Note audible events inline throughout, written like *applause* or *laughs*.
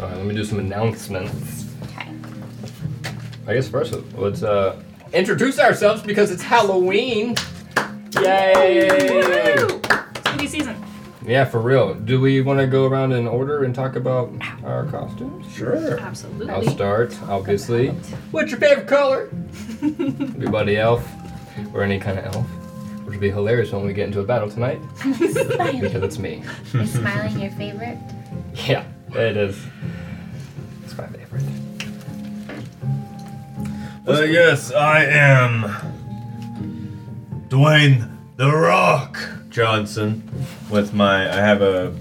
All right, let me do some announcements. Okay. I guess first, let's uh, introduce ourselves because it's Halloween. Yay! Woo! Spooky season. Yeah, for real. Do we want to go around in order and talk about our costumes? Sure. Absolutely. I'll start, obviously. What's your favorite color? Everybody elf, or any kind of elf, which would be hilarious when we get into a battle tonight because it's me. Is smiling your favorite? Yeah, it is. It's my favorite. Uh, yes, I am Dwayne the Rock Johnson. With my, I have a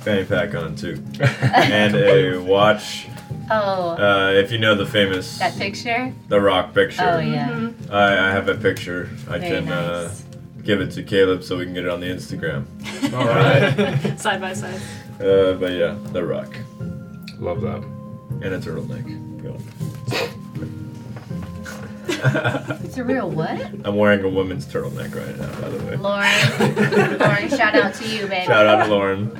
fanny pack on *laughs* too, and a watch. Oh, Uh, if you know the famous that picture? The Rock picture, Oh, yeah. I, I have a picture. I Very can uh, nice. give it to Caleb so we can get it on the Instagram. All right. Side by side. Uh, but yeah, The Rock Love that. and a turtleneck. Go. It's a real what? I'm wearing a woman's turtleneck right now, by the way. *laughs* Lauren. Lauren, shout out to you, baby. Shout out to Lauren.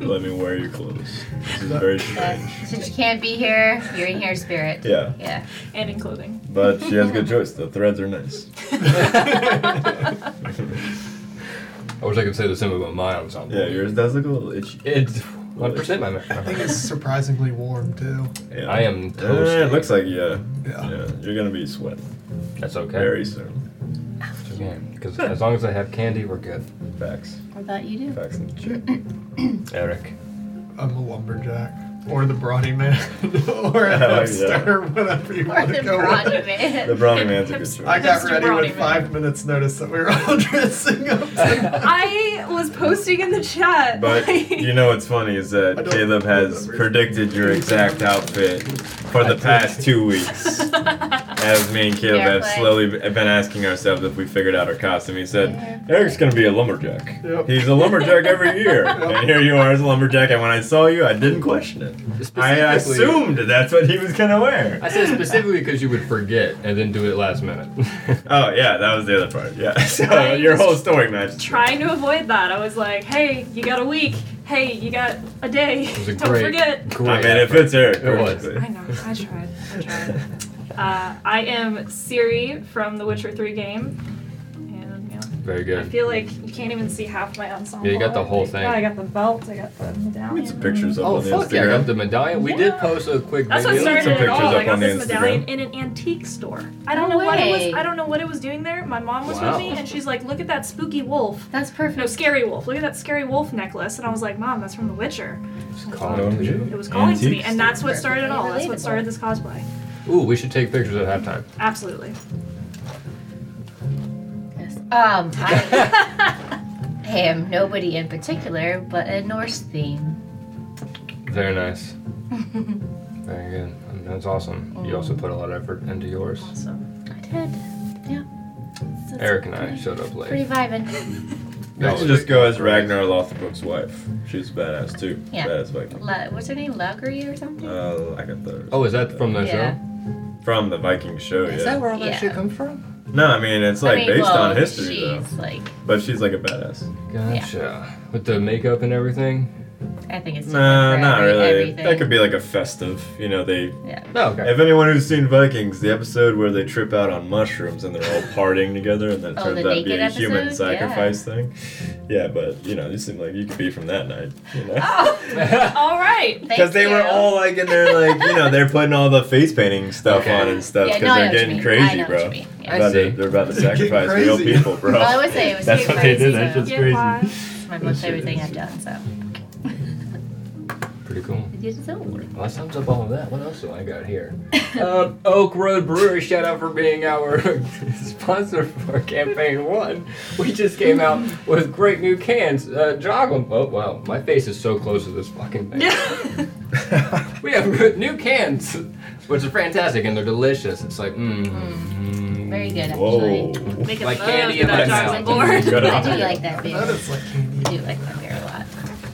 Let me wear your clothes. This is very strange. That- Since you can't be here, you're in here, spirit. Yeah, Yeah. And in clothing. but she has a good choice. The threads are nice. I wish I could say the same about my ensemble. Yeah, yours does look a little itchy. It's 100% my I think memory. it's surprisingly warm too. Yeah. I am Uh, it toasty. looks like yeah. Yeah. Yeah, you're gonna be sweating That's okay. very soon. It's okay. Because as long as I have candy, we're good. Facts, What about you do? facts and shit. Eric. I'm a lumberjack. Or the brawny man. *laughs* or a Oh, yeah. hipster, whatever you Or want the to go with. brawny man. The brownie man's a good I choice. got Hipster ready brawny with man. five minutes notice that we were all *laughs* dressing up. to- *laughs* I was posting in the chat. But *laughs* *laughs* like- you know what's funny is I that don't Caleb has remember. predicted your exact outfit for the past two weeks. As me and Caleb Fair have play. slowly b- been asking ourselves if we figured out our costume, he said, Fair Eric's gonna be a lumberjack. Yep. He's a lumberjack every *laughs* year. and here you are as a lumberjack, and when I saw you, I didn't question it. I assumed that's what he was gonna wear. I said specifically because you would forget and then do it last minute. *laughs* Oh, yeah, that was the other part. Yeah, *laughs* so I your was whole story matched. trying to avoid that. I was like, hey, you got a week. Hey, you got a day. It was a *laughs* Don't great, forget. great. I mean, if effort. it's Eric, It was. perfectly. I know. I tried. I tried. Uh, I am Siri from the Witcher 3 game. And yeah, Very I good. feel like you can't even see half my ensemble. Yeah, you got the whole thing. Yeah, I got the belt. I got the medallion. Get some pictures up Oh on the fuck yeah! I Instagram. got the medallion. We did Yeah. post a quick That's what video. started some it all. pictures up I got on the this medallion in an antique store. I don't No know what it way. was. I don't know what it was doing there. My mom was Wow. with me, and she's like, "Look at that spooky wolf." That's No, perfect. scary wolf. Look at that scary wolf necklace. And I was like, Mom, that's from The Witcher. Just calling to you. It was calling to me. Antiques. And that's what started it all. That's what Relatable. started this cosplay. Ooh, we should take pictures at halftime. Absolutely. Yes. Um, I *laughs* am nobody in particular, but a Norse theme. Very *laughs* nice. Very good. I mean, that's awesome. You also Mm. put a lot of effort into yours. Awesome. I did. Yeah. So it's Eric and I pretty- showed up Pretty late. vibing. You should No, just go as Ragnar Lothbrok's wife. She's badass too. Yeah. Badass Viking. La- what's her name? Laugry or something? Uh, like a third. Oh, is that from the Yeah. show? From the Viking show, yeah. where all that Yeah. shit comes from? no, I mean it's like I mean, based well, on history she's though. like, But she's like a badass. Gotcha. With the makeup and everything. I think it's different Nah, for not every- really. Everything. That could *laughs* be like a festive. You know, they. Yeah. No, Oh, okay. If anyone who's seen Vikings, the episode where they trip out on mushrooms *laughs* and they're all partying together, and that Oh, turns the out to be naked a human episode? Yeah. sacrifice thing. Yeah, but you know, you seem like you could be from that night. You know. Oh, all right. Thank Because they were you. all like in their like you know they're putting all the face painting stuff Okay. on and stuff Yeah, because no, I know they're what you getting mean. I crazy, know bro. what you mean. Yeah. They're about to- I see. they're about to They're getting sacrifice real crazy. people, bro. Well, I would say it was That's too what they crazy, did. That's though. just Get crazy. *laughs* wide. It's my most shit favorite thing is- I've done, so. *laughs* Pretty cool. It is over. Well, that sums up all of that. What else do I got here? um, Oak Road Brewery, shout out for being our *laughs* sponsor for campaign one. We just came out with great new cans. Uh, jog 'em. Oh, wow. My face is so close to this fucking thing. *laughs* we have good new cans, which are fantastic and they're delicious. It's like, mmm. Very good, Whoa. actually. Make it Like love candy in without my jars mouth. *laughs* on board. Good I do idea. like that beer. that I is like candy. do like that beer a lot.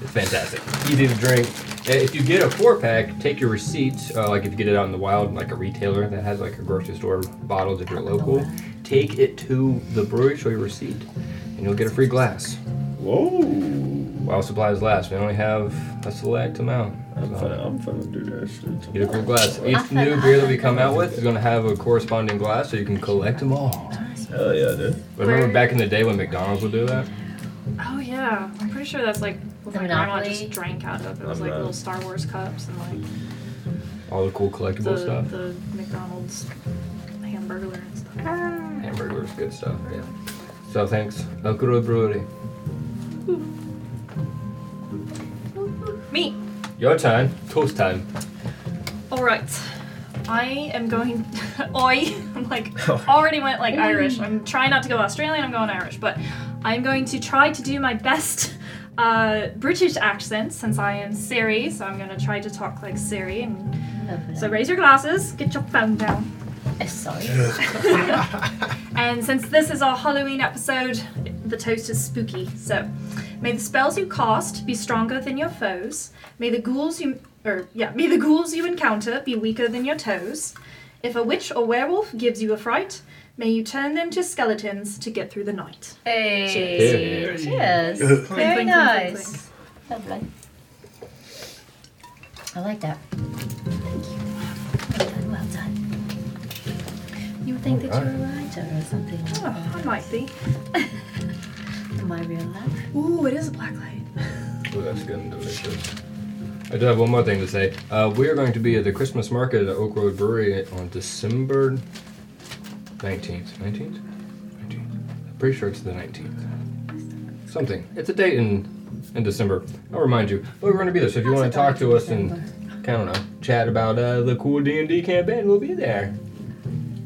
It's fantastic. Easy to drink. Uh, If you get a four pack, take your receipt. Uh, like if you get it out in the wild, like a retailer that has like a grocery store bottles, if you're local, take it to the brewery, show your receipt, and you'll get a free glass. Whoa. While supplies last, we only have a select amount. I'm So- finna, I'm finna do that shit. Get a cool glass. Each Awesome. new beer that we come out with is going to have a corresponding glass so you can collect them all. Hell yeah, dude. But remember Where- back in the day when McDonald's would do that? Oh yeah, I'm pretty sure that's like what The my grandma Monopoly? just drank out of. It was I'm like not- little Star Wars cups and like All the cool collectible the, stuff. the McDonald's hamburger and stuff. Hamburgers, good stuff, yeah. So thanks, Okuro Brewery. Me. Your time, toast time. All right. I am going. *laughs* Oi. I'm like already went like Irish. I'm trying not to go Australian. I'm going Irish, but I'm going to try to do my best *laughs* uh, British accent since I am Siri. So I'm going to try to talk like Siri. And Lovely. so raise your glasses. Get your phone down. Uh, sorry. And since this is our Halloween episode, the toast is spooky. So, may the spells you cast be stronger than your foes. May the ghouls you or yeah, may the ghouls you encounter be weaker than your toes. If a witch or werewolf gives you a fright, may you turn them to skeletons to get through the night. Hey. Cheers. Cheers. Clink, Very clink, clink, nice. Lovely. I like that. Thank you. Well done, well done. You would think that you're a writer or something. Oh, I might be. Am I real life? Ooh, it is a black light. Ooh, that's good and delicious. I do have one more thing to say. Uh, we are going to be at the Christmas market at Oak Road Brewery on December 19th. 19th? 19th. I'm pretty sure it's the 19th. Something. It's a date in in December. I'll remind you. But we're going to be there, so if you want to talk to us and, I don't know, chat about uh, the cool D&D campaign, we'll be there.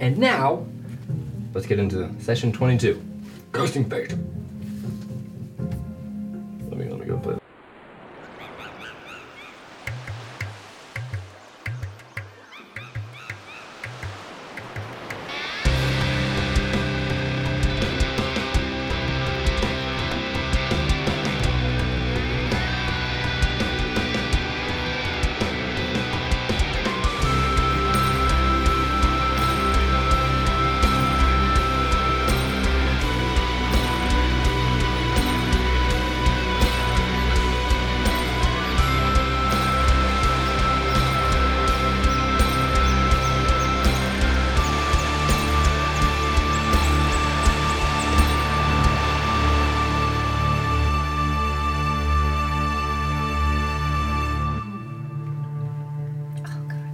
And now, let's get into session 22. Ghosting Bait. Let me, let me go play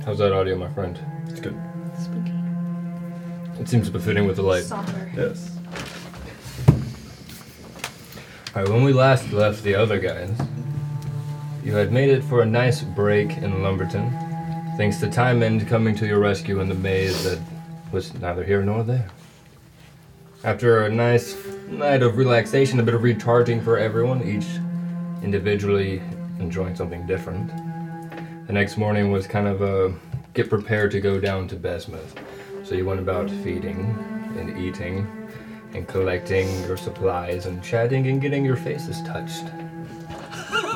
How's that audio, my friend? It's good. Spooky. It seems befitting with the light. Somber. Yes. Alright, when we last left the other guys, you had made it for a nice break in Lumberton, thanks to Time End coming to your rescue in the maze that was neither here nor there. After a nice night of relaxation, a bit of recharging for everyone, each individually enjoying something different, the next morning was kind of a get prepared to go down to Besmith. So you went about feeding and eating and collecting your supplies and chatting and getting your faces touched,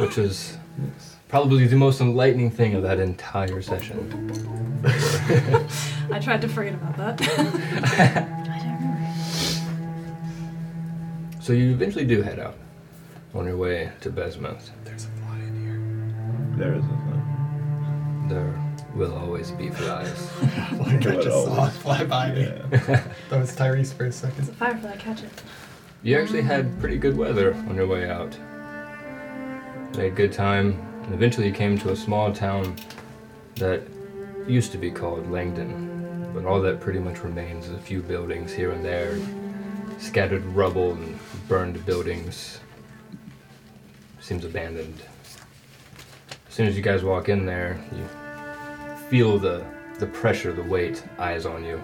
which is probably the most enlightening thing of that entire session. I tried to forget about that. *laughs* I don't remember. So you eventually do head out on your way to Besmouth. There's a fly in here. There is a fun. There will always be flies. *laughs* Like I What just saw it else? fly by me. Yeah. That was Tyrese for a second. Firefly catch it. You actually had pretty good weather on your way out. You had a good time, and eventually you came to a small town that used to be called Langdon, but all that pretty much remains is a few buildings here and there, scattered rubble and burned buildings. Seems abandoned. As soon as you guys walk in there, you feel the the pressure, the weight, eyes on you.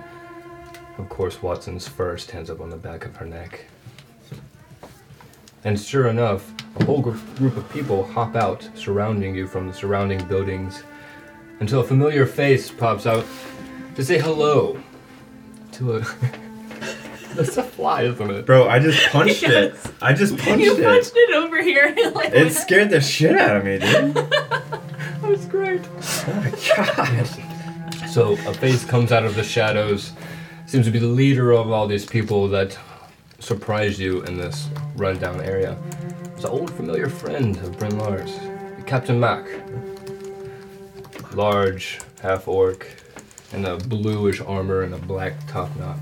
Of course, Watson's fur stands up on the back of her neck. And sure enough, a whole gr- group of people hop out, surrounding you from the surrounding buildings, until a familiar face pops out to say hello to a. *laughs* That's a fly, isn't it? Bro, I just punched it. I just punched You it. punched it over *laughs* here. like, It scared the shit out of me, dude. that was great. So a face comes out of the shadows, seems to be the leader of all these people that surprised you in this rundown area. It's an old familiar friend of Bryn Lars, Captain Mack. Large, half orc, in a bluish armor and a black top knot.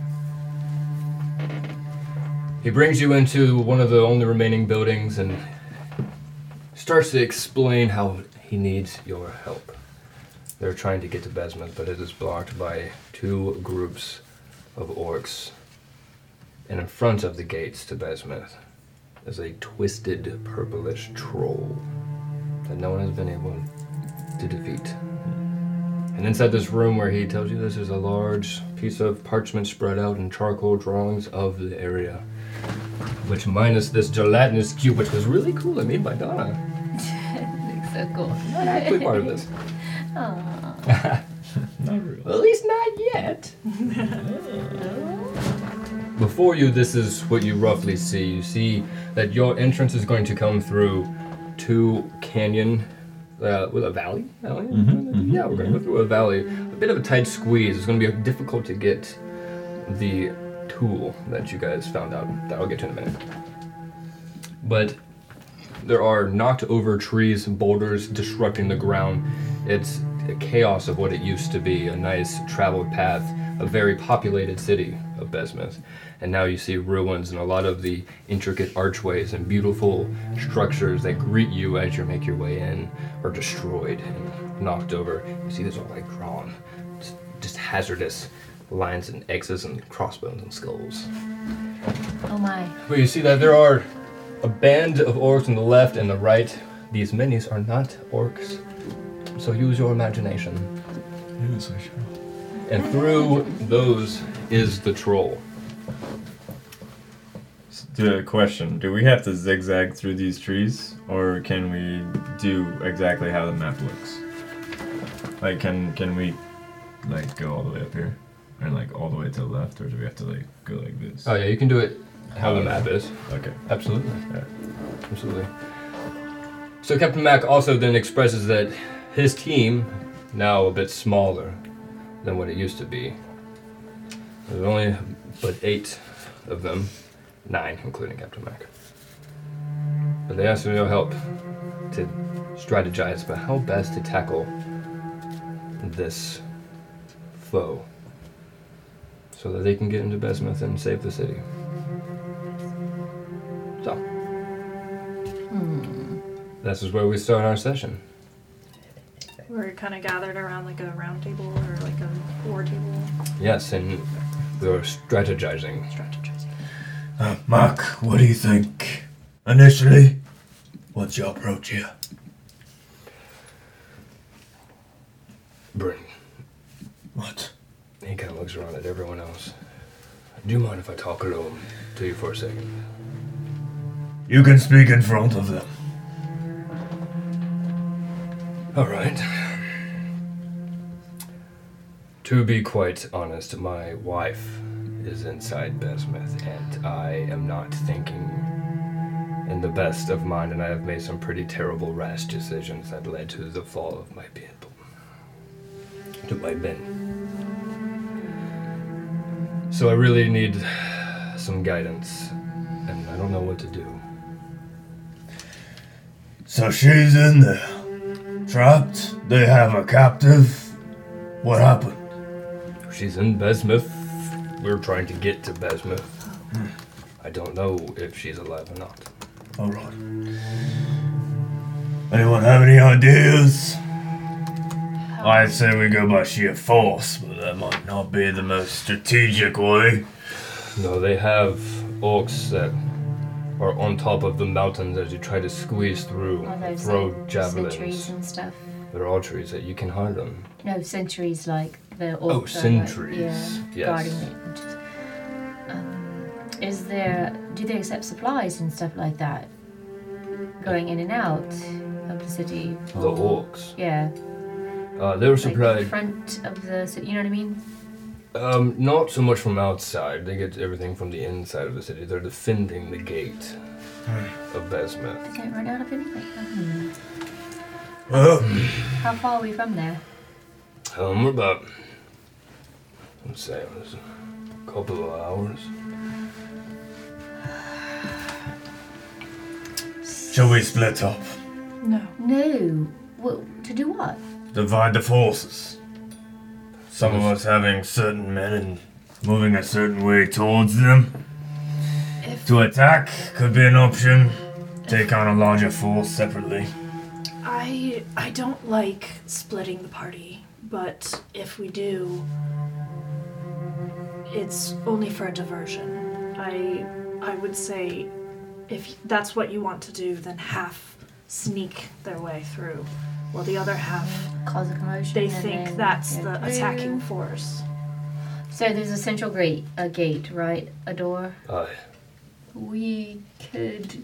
He brings you into one of the only remaining buildings and starts to explain how he needs your help. They're trying to get to Besmond, but it is blocked by two groups of orcs. And in front of the gates to Besmith is a twisted purplish troll that no one has been able to defeat. And inside this room where he tells you this is a large piece of parchment spread out in charcoal drawings of the area. Which minus this gelatinous cube, which was really cool and made by Donna. Looks so cool. Not actually part of this. Aw. Not real. Well, at least not yet. *laughs* Before you, this is what you roughly see. You see that your entrance is going to come through two canyon, uh, with a valley. valley? yeah, we're going to go through a valley. A bit of a tight squeeze. It's going to be difficult to get the tool that you guys found out. That I'll get to in a minute. But there are knocked over trees, boulders disrupting the ground. It's a chaos of what it used to be a nice traveled path, a very populated city of Besmith. And now you see ruins and a lot of the intricate archways and beautiful structures that greet you as you make your way in are destroyed and knocked over. You see these are like drawn, just, just hazardous lines and X's and crossbones and skulls. Oh my. But you see that there are a band of orcs on the left and the right. These minis are not orcs. So use your imagination. Yes, I shall. And through those is the troll. S- The question: Do we have to zigzag through these trees, or can we do exactly how the map looks? Like, can can we, like, go all the way up here, and like all the way to the left, or do we have to like go like this? Oh yeah, you can do it how the map is. Okay. Absolutely. Alright. Absolutely. So Captain Mac also then expresses that his team, now a bit smaller than what it used to be, there's only but eight of them, nine including Captain Mac. But they asked for your help to strategize about how best to tackle this foe so that they can get into Besmith and save the city. So. This is where we start our session. We're kind of gathered around like a round table or like a war table Yes, and we were strategizing. strategizing. Uh, Mark, what do you think? Initially, what's your approach here? Bryn, What? he kind of looks around at everyone else. Do you mind if I talk alone to you for a second? You can speak in front of them. All right. To be quite honest, my wife is inside Besmith, and I am not thinking in the best of mind, and I have made some pretty terrible rash decisions that led to the fall of my people. To my men. So I really need some guidance, and I don't know what to do. So she's in there. Trapped. They have a captive. What happened? She's in Besmith. We're trying to get to Besmith. I don't know if she's alive or not. Alright. Anyone have any ideas? I'd say we go by sheer force, but that might not be the most strategic way. No, they have orcs that are on top of the mountains as you try to squeeze through, Are and those throw cen- centuries javelins. and stuff? There are trees that you can hide them. No, centuries like the orc. Oh, are, sentries. Like, yeah, Yes. guarding it. which is- Um, is there? Do they accept supplies and stuff like that? Going in and out of the city. The orcs. Yeah, Uh, they were Oh. like supplied. front of the city. You know what I mean? Um, not so much from outside. They get everything from the inside of the city. They're defending the gate of Besmith. I can't run out of anything. Hmm. Well, How far are we from there? Um, we're about, let's say, it was a couple of hours. Shall we split up? No. No. Well, to do what? Divide the forces. Some of us having certain men and moving a certain way towards them. If- To attack could be an option. Take on a larger force separately. I I don't like splitting the party, but if we do, it's only for a diversion. I I would say if that's what you want to do, then half sneak their way through, while the other half Cause a commotion. they and think then that's go the through. attacking force. So there's a central gate, a gate, right? A door. Uh, We could,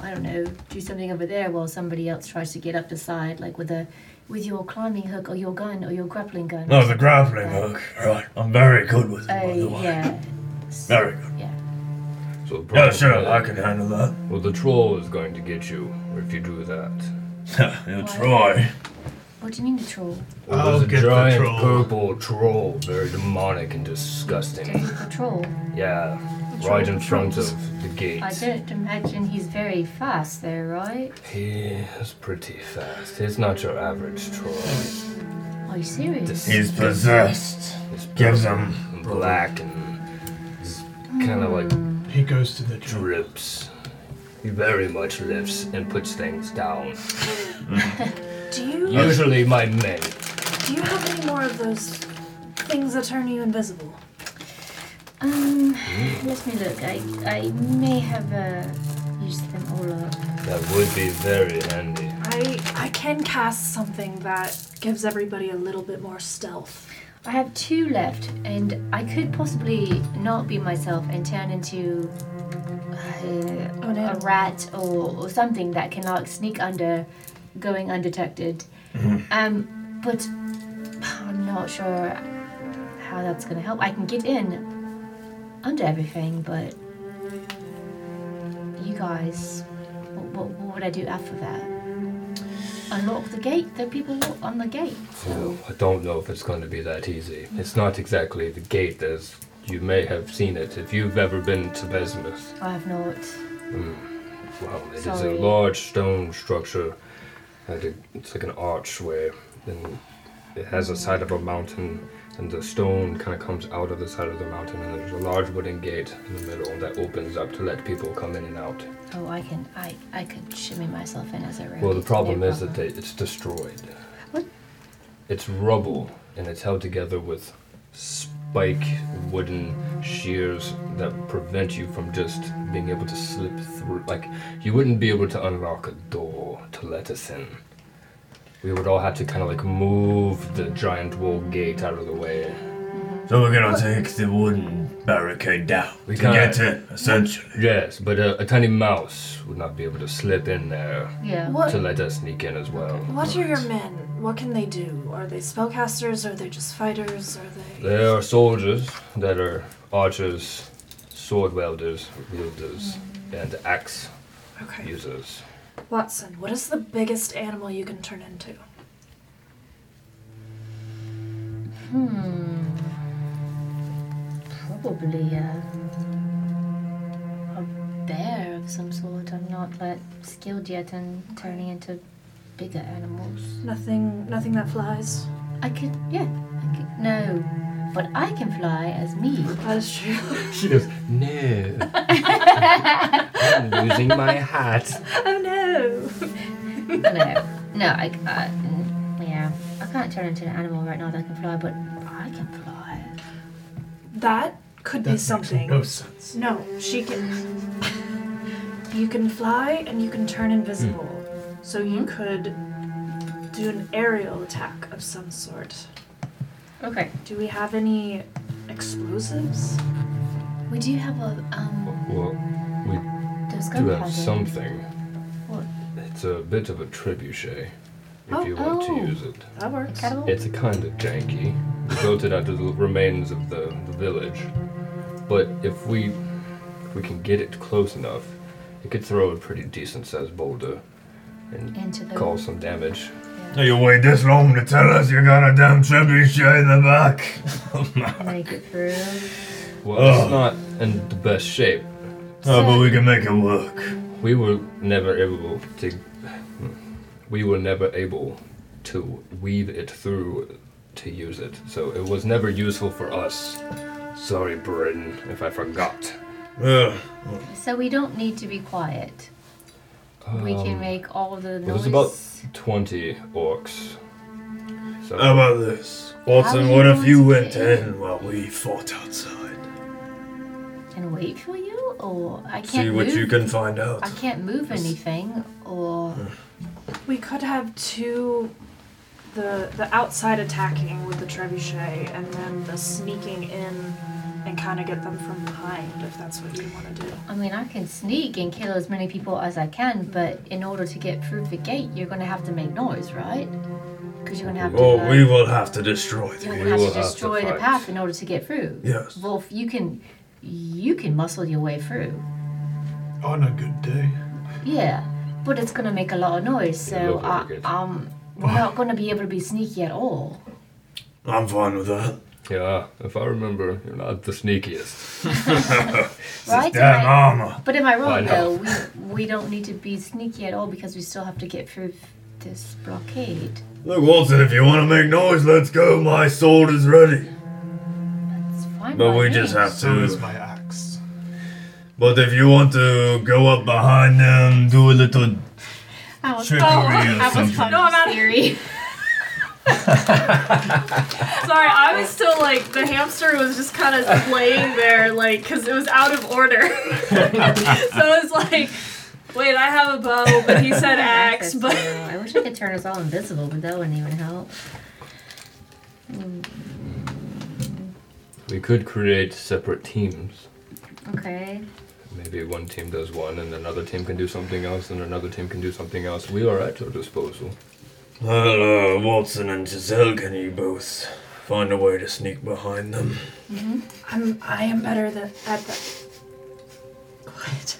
I don't know, do something over there while somebody else tries to get up the side, like with a, with your climbing hook or your gun or your grappling gun. No, the grappling hook. Right. I'm very good with it, by the Oh way. yeah. Very good. so the Yeah, problem sure, is- I can handle that. *laughs* Well, the troll is going to get you if you do that. He'll Why? try. What do you mean the troll? Well, I'll there's a get the giant troll. purple troll, very demonic and disgusting. The troll. Yeah, troll right in front patrols. of the gate. I don't imagine he's very fast though, right? He is pretty fast. He's not your average troll. Are you serious? This- He's possessed. He's Gives purple him and black and kind of like He goes to the tree. drips. He very much lifts and puts things down. Do you Usually my men. do you have any more of those things that turn you invisible? Um, let me look. I I may have uh, used them all up. That would be very handy. I I can cast something that gives everybody a little bit more stealth. I have two left, and I could possibly not be myself and turn into uh, Oh, no. a rat or, or something that can like sneak under, going undetected. Mm-hmm. Um, but I'm not sure how that's gonna help. I can get in under everything, but you guys, what, what, what would I do after that? Unlock the gate. There are people walk on the gate. Well, I don't know if it's going to be that easy. It's not exactly the gate as you may have seen it if you've ever been to Besmouth. I have not. Well, it is Sorry. a large stone structure. and it- It's like an archway, and it has a side of a mountain, and the stone kind of comes out of the side of the mountain, and there's a large wooden gate in the middle that opens up to let people come in and out. Oh, I can, I, I could shimmy myself in as a rabbit. Well, the problem no is that problem. they, it's destroyed. What? It's rubble, and it's held together with spike wooden shears that prevent you from just being able to slip through. Like, you wouldn't be able to unlock a door to let us in. We would all have to kind of like move the giant wall gate out of the way. So we're gonna take the wooden barricade down We to can't- get in, essentially. Yes, but a, a tiny mouse would not be able to slip in there Yeah. What to let us sneak in as well. What are your men? What can they do? Are they spellcasters? Are they just fighters? Are they? There are soldiers that are archers, sword welders, wielders, and axe Okay. users. Watson, what is the biggest animal you can turn into? Hmm. Probably a, a bear of some sort. I'm not that skilled yet in turning into bigger animals. Nothing. Nothing that flies. I could, yeah, I could, no. But I can fly as me. *laughs* That is true. *laughs* She goes, No. *laughs* I'm losing my hat. oh no. no, no, I, I, mm, yeah. I can't turn into an animal right now that can fly, but I can fly. That could That be makes something. No sense. No, she can. You can fly and you can turn invisible. Hmm. So you could do an aerial attack of some sort. Okay. Do we have any explosives? We do have a um. Well, Those do gunpowder. have something. What? It's a bit of a trebuchet, if Oh, you want oh. to use it. That works. Cannibal? It's a kind of janky. We built it out of the remains of the, the village. But if we if we can get it close enough, it could throw a pretty decent sized boulder and into the cause some damage. So you wait this long to tell us you got a damn trebuchet in the back? oh, no. make it through. Well, it's Ugh. not in the best shape. Oh, but we can make it work. we were never able to. We were never able to weave it through to use it, so it was never useful for us. Sorry, Britain, if I forgot. Ugh. So we don't need to be quiet. we can make all the Well, noise. there's Um, about twenty orcs. So How about this? How Watson, do what you if you want went to- in while we fought outside? And wait for you, or I can't See what move. you can find out. I can't move anything, or We could have two the the outside attacking with the trebuchet and then the sneaking in and kind of get them from behind if that's what you want to do. I mean, I can sneak and kill as many people as I can. But in order to get through the gate, you're gonna have to make noise, right? Because you're gonna have to. Well, like- Oh, we will have to destroy you're them. gonna we have will to have to destroy the fight. path in order to get through. Yes. Wolf, you can, you can muscle your way through. On a good day. Yeah, but it's gonna make a lot of noise, It'll so look I, like it. um, we're not gonna be able to be sneaky at all. I'm fine with that. yeah, if I remember, you're not the sneakiest. Right? Damn Am I- armor. but am I Why wrong not? though? We we don't need to be sneaky at all because we still have to get through this blockade. Look, Watson, if you want to make noise, let's go. My sword is ready. It's fine. But by we me. just have So is to. my axe. But if you want to go up behind them, do a little I was, trickery or I was something. kind of theory. Sorry, I was still like the hamster was just kind of laying there, like because it was out of order. *laughs* so I was like, wait, I have a bow, but he *laughs* said axe, Access but to- *laughs* I wish I could turn us all invisible, but that wouldn't even help. We could create separate teams. Okay. Maybe one team does one, and another team can do something else, and another team can do something else. We are at your disposal. Well, uh, Watson and Giselle, can you both find a way to sneak behind them? I'm I am better than at the. What?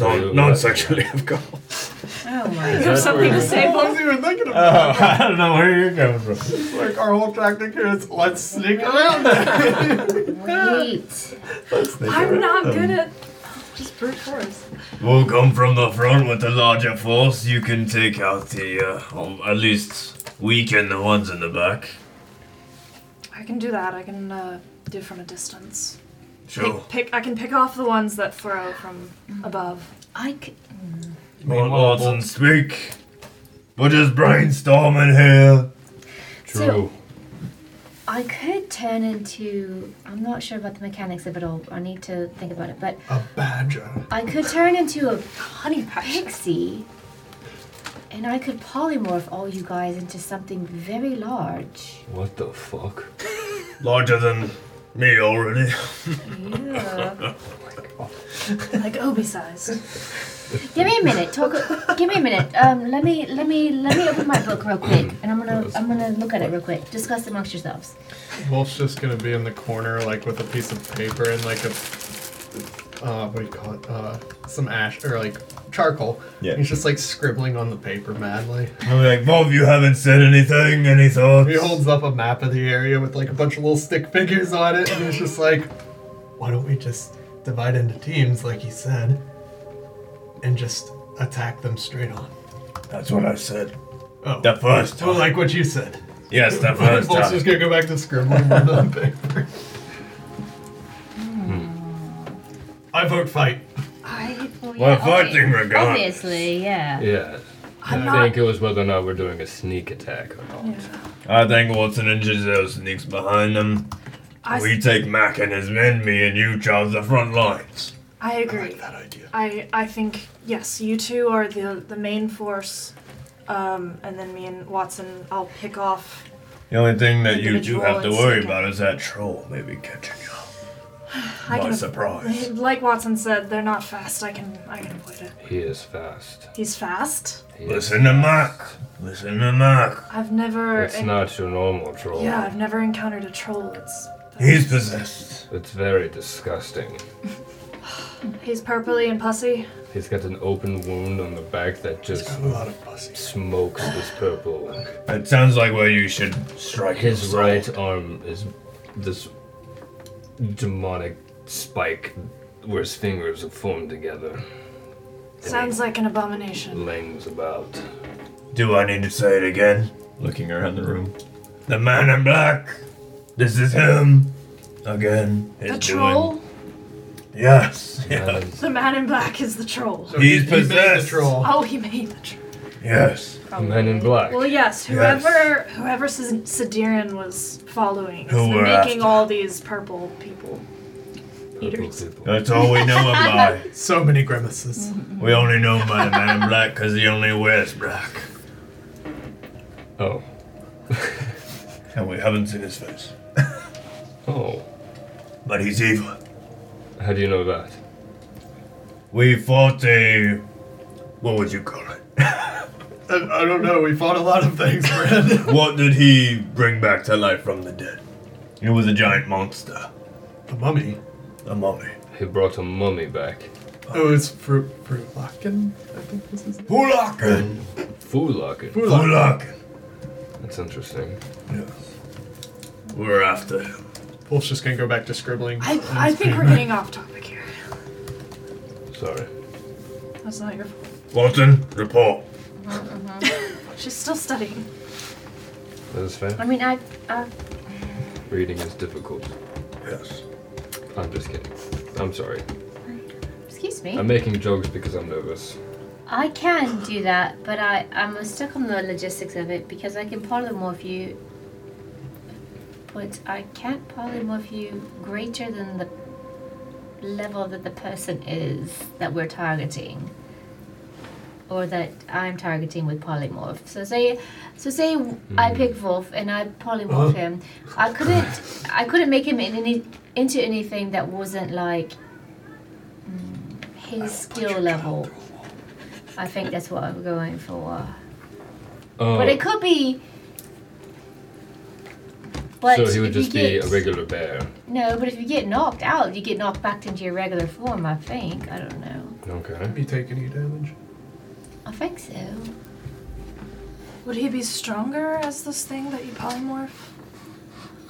Non, non-sexually, of course. Oh *laughs* my. You have something to say, I Bob? wasn't even thinking Oh, *laughs* about I don't know where you're coming from. it. Like our whole tactic here is let's sneak around. it. Wait. let's sneak I'm around. not good at. Oh, Just brute force. *laughs* We'll come from the front with a larger force. You can take out the, uh, um, at least weaken the ones in the back. I can do that. I can uh, do from a distance. Sure. Pick, pick. I can pick off the ones that throw from above. I c- Well, Watson, speak. We're just brainstorming here. True. I could turn into. I'm not sure about the mechanics of it all. I need to think about it. But A badger. I could turn into a Honey patch. pixie, and I could polymorph all you guys into something very large. What the fuck? Larger than me already. Yeah. Like Obi sized. give me a minute. Talk. Give me a minute. Um, let me let me let me open my book real quick, and I'm gonna I'm gonna look at it real quick. Discuss amongst yourselves. Wolf's just gonna be in the corner, like with a piece of paper and like a, uh, what do you call it? Uh, some ash or like charcoal. Yeah. He's just like scribbling on the paper madly. *laughs* I'm like, Bob, you haven't said anything. Any thoughts? He holds up a map of the area with like a bunch of little stick figures on it, and he's just like, "Why don't we just divide into teams, like he said, and just attack them straight on?" That's what I said. Oh, The first well, time. like what you said. yes, *laughs* the first Vol's just time. gonna go back to scribbling on the *laughs* paper. I vote fight. I. We're fighting regardless. Obviously, yeah. Yeah. i I'm think not. it was whether or not we're doing a sneak attack or not. I think Watson and Giselle sneaks behind them. I, we take Mac and his men, me and you charge the front lines. I I agree. like that idea. I I think yes, you two are the the main force, um, and then me and Watson. I'll pick off. The only thing that you do Individual have to worry incident. about is that troll maybe catching you up I by can, surprise. like Watson said, they're not fast. I can I can avoid it. He is fast. He's fast. He is- Listen to Mac. Listen to Mac. I've never. It's not your normal troll. Yeah, I've never encountered a troll. It's He's possessed. It's very disgusting. he's purpley and pussy. He's got an open wound on the back that just Got a lot of pussy. smokes this purple. It sounds like where you should strike His soul. right arm is this demonic spike where his fingers are formed together. Sounds like an abomination. Lings about. Do I need to say it again? Looking around the room. The man in black. This is him. Again. He's The doing- troll? Yes. Yes. The man in black is the troll. So He's he- he made the possessed. troll. Oh, he made the troll. yes. Men in black. Well, yes, Yes. whoever whoever S- Sidirian was following Who is we're making after. all these purple people. Eaters. That's all *laughs* we know of by. So many grimaces. We only know by the man in black because he only wears black. Oh. And we haven't seen his face. Oh. But he's evil. How do you know that? We fought a. What would you call it? I, I don't know. We fought a lot of things, *laughs* Brad. *laughs* What did he bring back to life from the dead? It was a giant monster, the mummy. a mummy. He brought a mummy back. It was fruit fruit lockin. I think this is. Hulakan! Fulakin. Fruit Hulakan! That's interesting. Yes. We're after him. Wolf's just gonna go back to scribbling. I, I think we're getting off topic here. Sorry. That's not your fault. Walton, report. She's still studying. That is fair. I mean, I, I Reading is difficult. Yes. I'm just kidding. I'm sorry. excuse me. I'm making jokes because I'm nervous. I can do that, but I I'm stuck on the logistics of it because I can polymorph you, but I can't polymorph you greater than the level that the person is that we're targeting, or that I'm targeting with polymorph. So say, so say I pick Wolf and I polymorph him. I couldn't I couldn't make him in any, into anything that wasn't like mm, his skill level. I think that's what I'm going for. Oh, But it could be. But so he would if you just be get, a regular bear. No, but if you get knocked out, you get knocked back into your regular form. I think. I don't know. Okay. Have you taken any damage? I think so. Would he be stronger as this thing that you polymorph?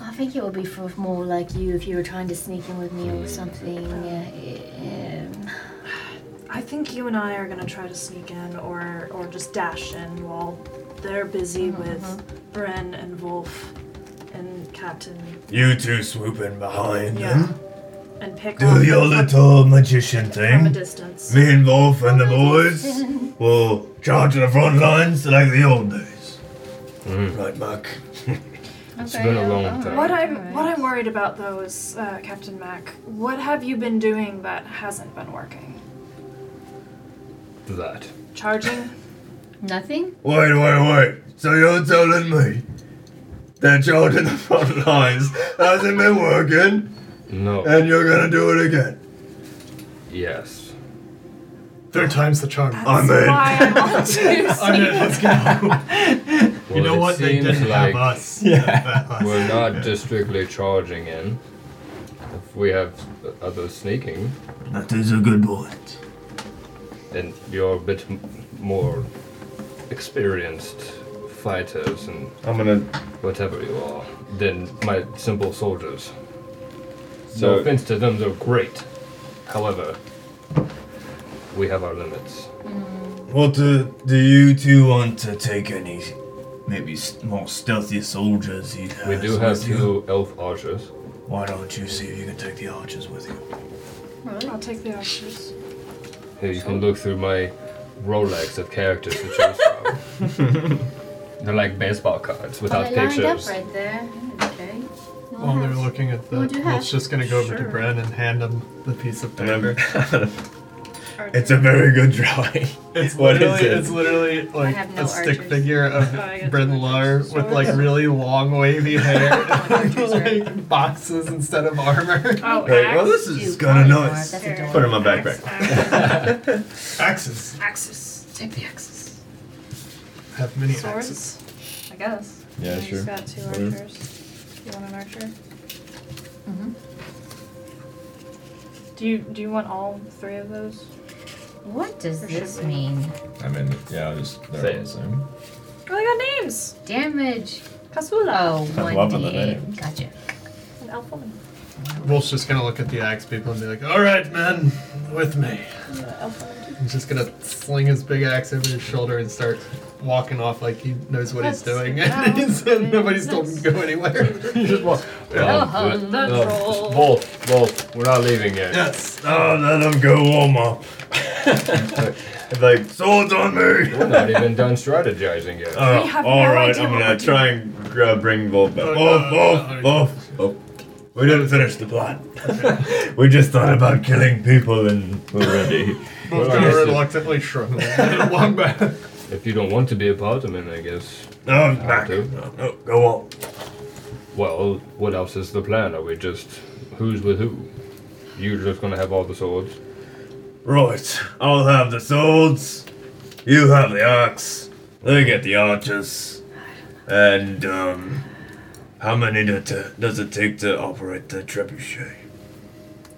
I think it would be for more like you if you were trying to sneak in with me Hmm. or something. Uh, um, I think you and I are gonna try to sneak in or or just dash in while they're busy with Bren and Wolf and Captain. You two swoop in behind Yeah. them. And pick Do on your them little magician from a thing. distance. Me and Wolf and the boys will charge to the front lines like the old days. Right, Mark? It's been a long time. What I'm what I'm worried about though is uh, Captain Mac. What have you been doing that hasn't been working? That. Charging? Nothing. Wait, wait, wait. So you're telling me that charging the front lines hasn't been working No. and you're gonna do it again? Yes. Third time's the charm. I'm in. Why I *laughs* want to I'm in. Let's go. Well, it seems like us. We're not just strictly charging in. If we have other sneaking, That is a good point. then you're a bit m- more experienced fighters and I'm gonna. whatever you are than my simple soldiers. no So offense to them, they're great. However, we have our limits. Well, do, uh, do you two want to take any maybe s- more stealthy soldiers? He We has do have with you? two elf archers. Why don't you see if you can take the archers with you? I'll take the archers. Here, you can look through my Rolex of characters to choose from. They're like baseball cards without they lined up pictures. right there. Okay. Oh, While they're looking at the, Well, do you Wolf's have- just gonna go over to sure. Bren and hand him the piece of and I'm- paper. It's a very good *laughs* drawing. It's What is literally, it? it's literally like have a no stick archers. figure of I get Bren no Lar archers. with like really long wavy hair, and, like boxes instead of armor. Oh, Wait, well, axe, this Two is kind of polymorph, nice. that's adorable. Put it in my backpack. axe, Oh, *laughs* Axes axes. Take the axes. have many axes. Swords. I guess. Yeah, sure. He's got two Whatever. archers. You want an archer? Mm-hmm. Do you do you want all three of those? What does Or should this we? mean? I mean, yeah, I'll just they're Say all it. the same. Oh, they got names. Damage. Casula. Oh, I'm one loving the D8. name. Oh. Gotcha. An elf woman. Wolf's just gonna look at the axe people and be like, "Alright, men, with me." He's just gonna sling his big axe over his shoulder and start walking off like he knows what he's That's- doing. wow. *laughs* And he's- and nobody's told him to go anywhere. *laughs* You just walk. Oh, the troll. Wolf, Wolf, we're not leaving yet. yes. Oh, let him go warm up. *laughs* Like, Swords on me! We're not even done strategizing yet. Oh, have no Alright, idea I'm what gonna we're try and grab, bring Wolf back. Oh, no, Wolf, Wolf, no, Wolf, Oh. Wolf. We didn't finish the plan. *laughs* we just thought about killing people and we're ready. Wolf's Well, I gonna guess it- reluctantly shrug and *laughs* walk back. If you don't want to be a part of it, I guess. No, Mac. do. No, no, go on. Well, what else is the plan? Are we just who's with who? You're just gonna have all the swords. Right, I'll have the swords. You have the axe. They get the archers. And, um, how many do to, does it take to operate the trebuchet?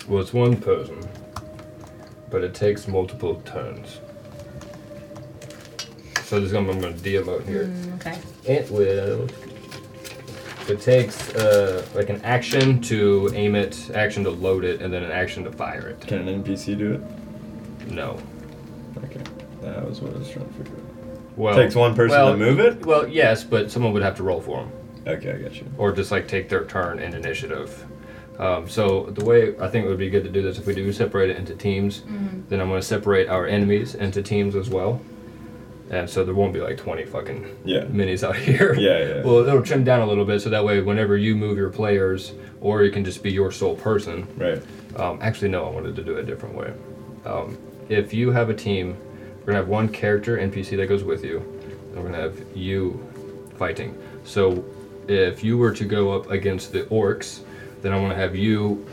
Well, it's one person, but it takes multiple turns. So this is gonna, I'm gonna deal out here. Okay. It will. It takes uh, like an action to aim it, action to load it, and then an action to fire it. can an NPC do it? No. Okay. That was what I was trying to figure out. Well, Takes one person well, to move it? Well, yes, but someone would have to roll for them, Okay, I got you. or just like take their turn in initiative. Um, so the way I think it would be good to do this, if we do separate it into teams, then I'm going to separate our enemies into teams as well. And so there won't be like 20 fucking Yeah. minis out *laughs* here. Yeah, yeah. Well, it'll trim down a little bit, so that way, whenever you move your players, or it can just be your sole person, Right. um, actually, no, I wanted to do it a different way. Um, if you have a team, we're gonna have one character NPC that goes with you, and we're gonna have you fighting. So if you were to go up against the orcs, then I'm gonna have you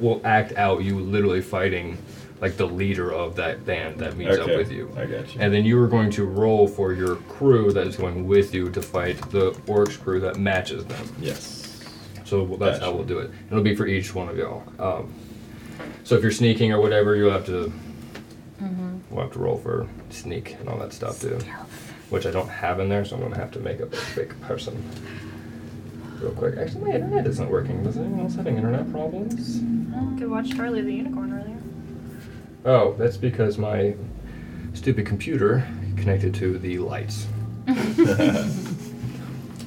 will act out you literally fighting like the leader of that band that meets okay. up with you. I got you. And then you are going to roll for your crew that is going with you to fight the orcs crew that matches them. yes. *laughs* So well, that's how Gotcha. we'll do it. It'll be for each one of y'all. Um, so if you're sneaking or whatever, you'll have to. We'll have to roll for sneak and all that stuff too, which I don't have in there, so I'm gonna have to make up a fake person real quick. Actually, my internet isn't working. Does anyone else have internet problems? Could watch Charlie the Unicorn earlier. Oh, that's because my stupid computer connected to the lights.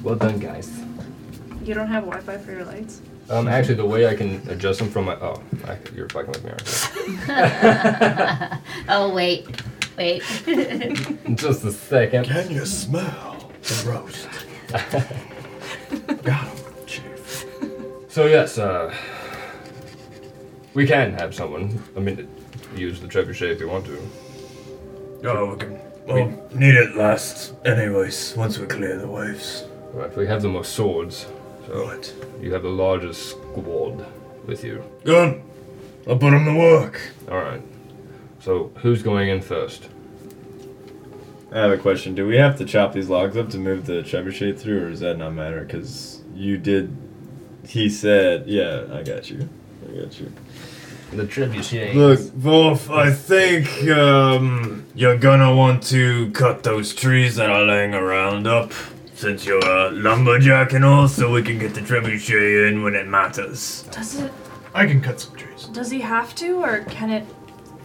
well done, guys. You don't have Wi-Fi for your lights. Um, actually, the way I can adjust them from my oh, I, you're fucking with me. Aren't you? Oh wait, *laughs* wait. *laughs* Just a second. Can you smell the *laughs* roast? Got him, Chief. So yes, uh, we can have someone. I mean, use the trebuchet if you want to. Oh, we can. Well, need it last, anyways, once we clear the waves. Right, we have the most swords, so Right. you have the largest squad with you. Good. I'll put him to work. All right. So who's going in first? I have a question. Do we have to chop these logs up to move the trebuchet through, or does that not matter? Because you did. He said, "Yeah, I got you. I got you." The trebuchet. Look, Wolf, I think um, you're gonna want to cut those trees that are laying around up, since you're a lumberjack and all, so we can get the trebuchet in when it matters. Does it? I can cut some trees. Does he have to, or can it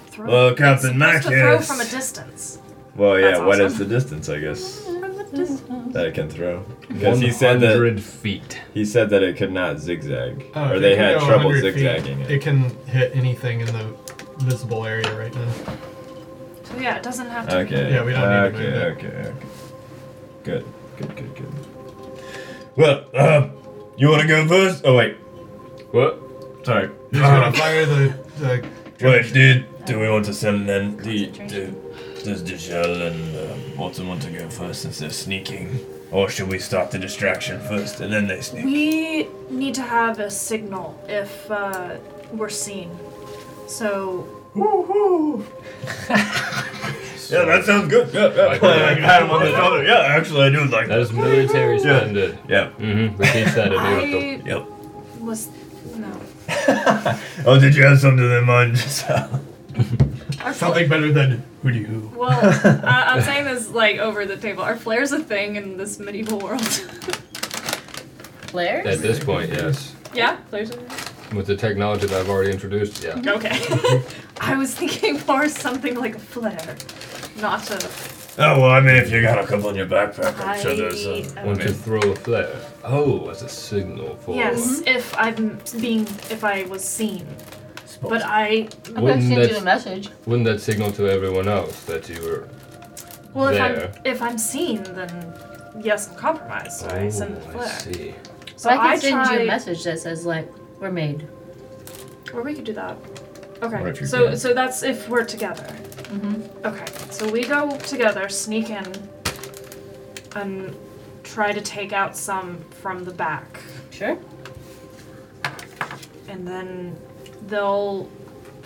throw? Well, Captain It's Mac supposed to throw is. from a distance. Well, yeah. That's What awesome. Mm-hmm. is the distance? I guess From a distance. that it can throw. Because he said that 100 feet. he said that it could not zigzag, Oh, or if they it can had go trouble 100 feet, zigzagging It. it. can hit anything in the visible area right now. So yeah, it doesn't have to. Okay. Yeah, we don't need to okay, move it. Okay. Okay. Good. Good. Good. Good. Well, uh, you wanna go first? Oh, wait. What? Sorry. He's Uh-huh. gonna fire the, the Wait, dude, do we want to send then? Do, Concentration. do, does Dichelle and um, Watson want to go first since they're sneaking? Or should we start the distraction first and then they sneak? We need to have a signal if uh, we're seen. So Woohoo! yeah, that sounds good. Yeah, yeah. *laughs* Like, *laughs* like, pat him on the shoulder. Yeah, actually, I do like That is military standard. Yeah. Mm-hmm. We teach that at Europe. I Yep. was no. Oh, did you have something in mind, Giselle? *laughs* Our something better than who do you? Well, *laughs* I, I'm saying this like over the table. Are flares a thing in this medieval world? *laughs* Flares? *laughs* At this point, yes. yeah, flares. Are... With the technology that I've already introduced, yeah. Okay. *laughs* I was thinking more something like a flare, not a. Oh well, I mean, if you got a couple in your backpack, I'm sure there's. I- Uh, Want to throw a flare? Oh, as a signal for. Yes, if I'm being, if I was seen, but I. I'm Wouldn't gonna send you that- a message. Wouldn't that signal to everyone else that you were? Well, if There. I'm if I'm seen, then yes, I'm compromised. So I send the Oh, flare. *laughs* see. So So I can I send you a tried- message that says like we're made. Or we could do that. Or Okay. if you're So dead. so that's if we're together. Mm-hmm. Okay. So we go together, sneak in, and try to take out some from the back, Sure. and then they'll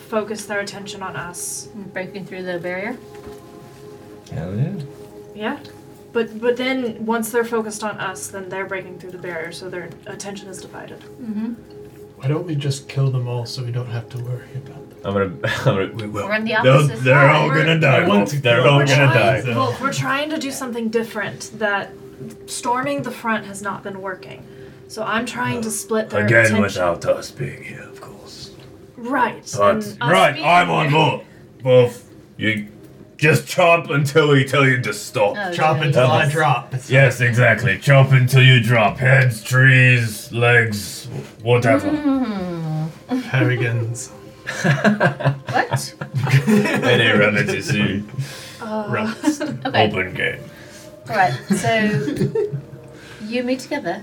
focus their attention on us. Breaking through the barrier. Hell yeah. Yeah. But but then once they're focused on us, then they're breaking through the barrier, so their attention is divided. Why don't we just kill them all so we don't have to worry about them? I'm gonna. I'm gonna we will. We're on the They'll- opposite They're side. all We're- gonna die. I want to They're kill all them. gonna trying, die. Well, we're trying to do something different. That storming the front has not been working. So I'm trying to split their Again, attention. without us being here, of course. right. and But us right, being I'm on here. board. Both, you just chop until we tell you to stop. Oh, Chop yeah. until I Doubles. drop. Yes, exactly. Chop until you drop heads, trees, legs, whatever. *laughs* Harrigan's What? *laughs* Any remedy to rust. Okay. open game. All right. So *laughs* you meet together. I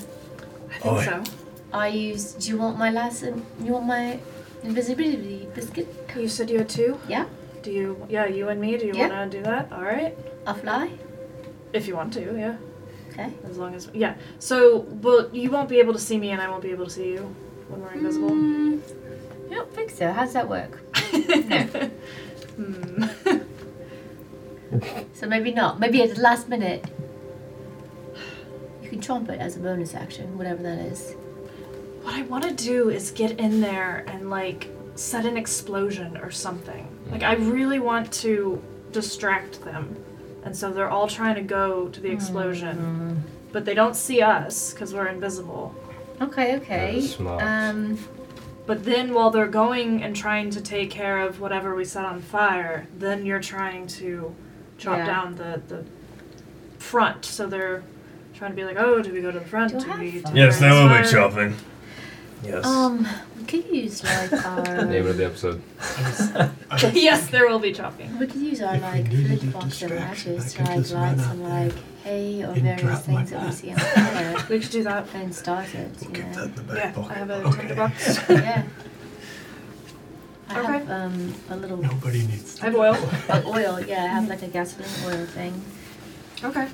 think Oh, yeah. so. I use. Do you want my lesson? You want my invisibility biscuit? You said you had two? Yeah. Do you, yeah, you and me, do you Yeah. want to do that? All right. I'll fly. If you want to, yeah. Okay. As long as, yeah. So, well, you won't be able to see me and I won't be able to see you when we're invisible. Mm, I don't think so. How's that work? Mm. *laughs* Hmm. So maybe not. Maybe at the last minute. You can trumpet as a bonus action, whatever that is. What I want to do is get in there and like set an explosion or something. Like I really want to distract them. And so they're all trying to go to the Hmm. explosion, but they don't see us cuz we're invisible. Okay. That Okay. is smart. Um. But then while they're going and trying to take care of whatever we set on fire, then you're trying to chop Yeah. down the the front. So they're trying to be like, "Oh, do we go to the front? Do I Do, have we fire?" take Yes, care they of will this be fire? chopping. Yes. Um. We could use *laughs* like our. Name of the episode. *laughs* *laughs* yes, there will be chopping. We could use our If we like needed food box and distraction, matches I to could like just light run out some there like hay or and various drop my things that we bat. see on *laughs* fire We could do that. and start it. You Keep that know? in the Yeah, back pocket. I have a Okay. *laughs* tinderbox. Yeah. I Okay. have um, a little Nobody needs I have oil. uh, oil. Yeah, I have like a gasoline oil thing. Okay.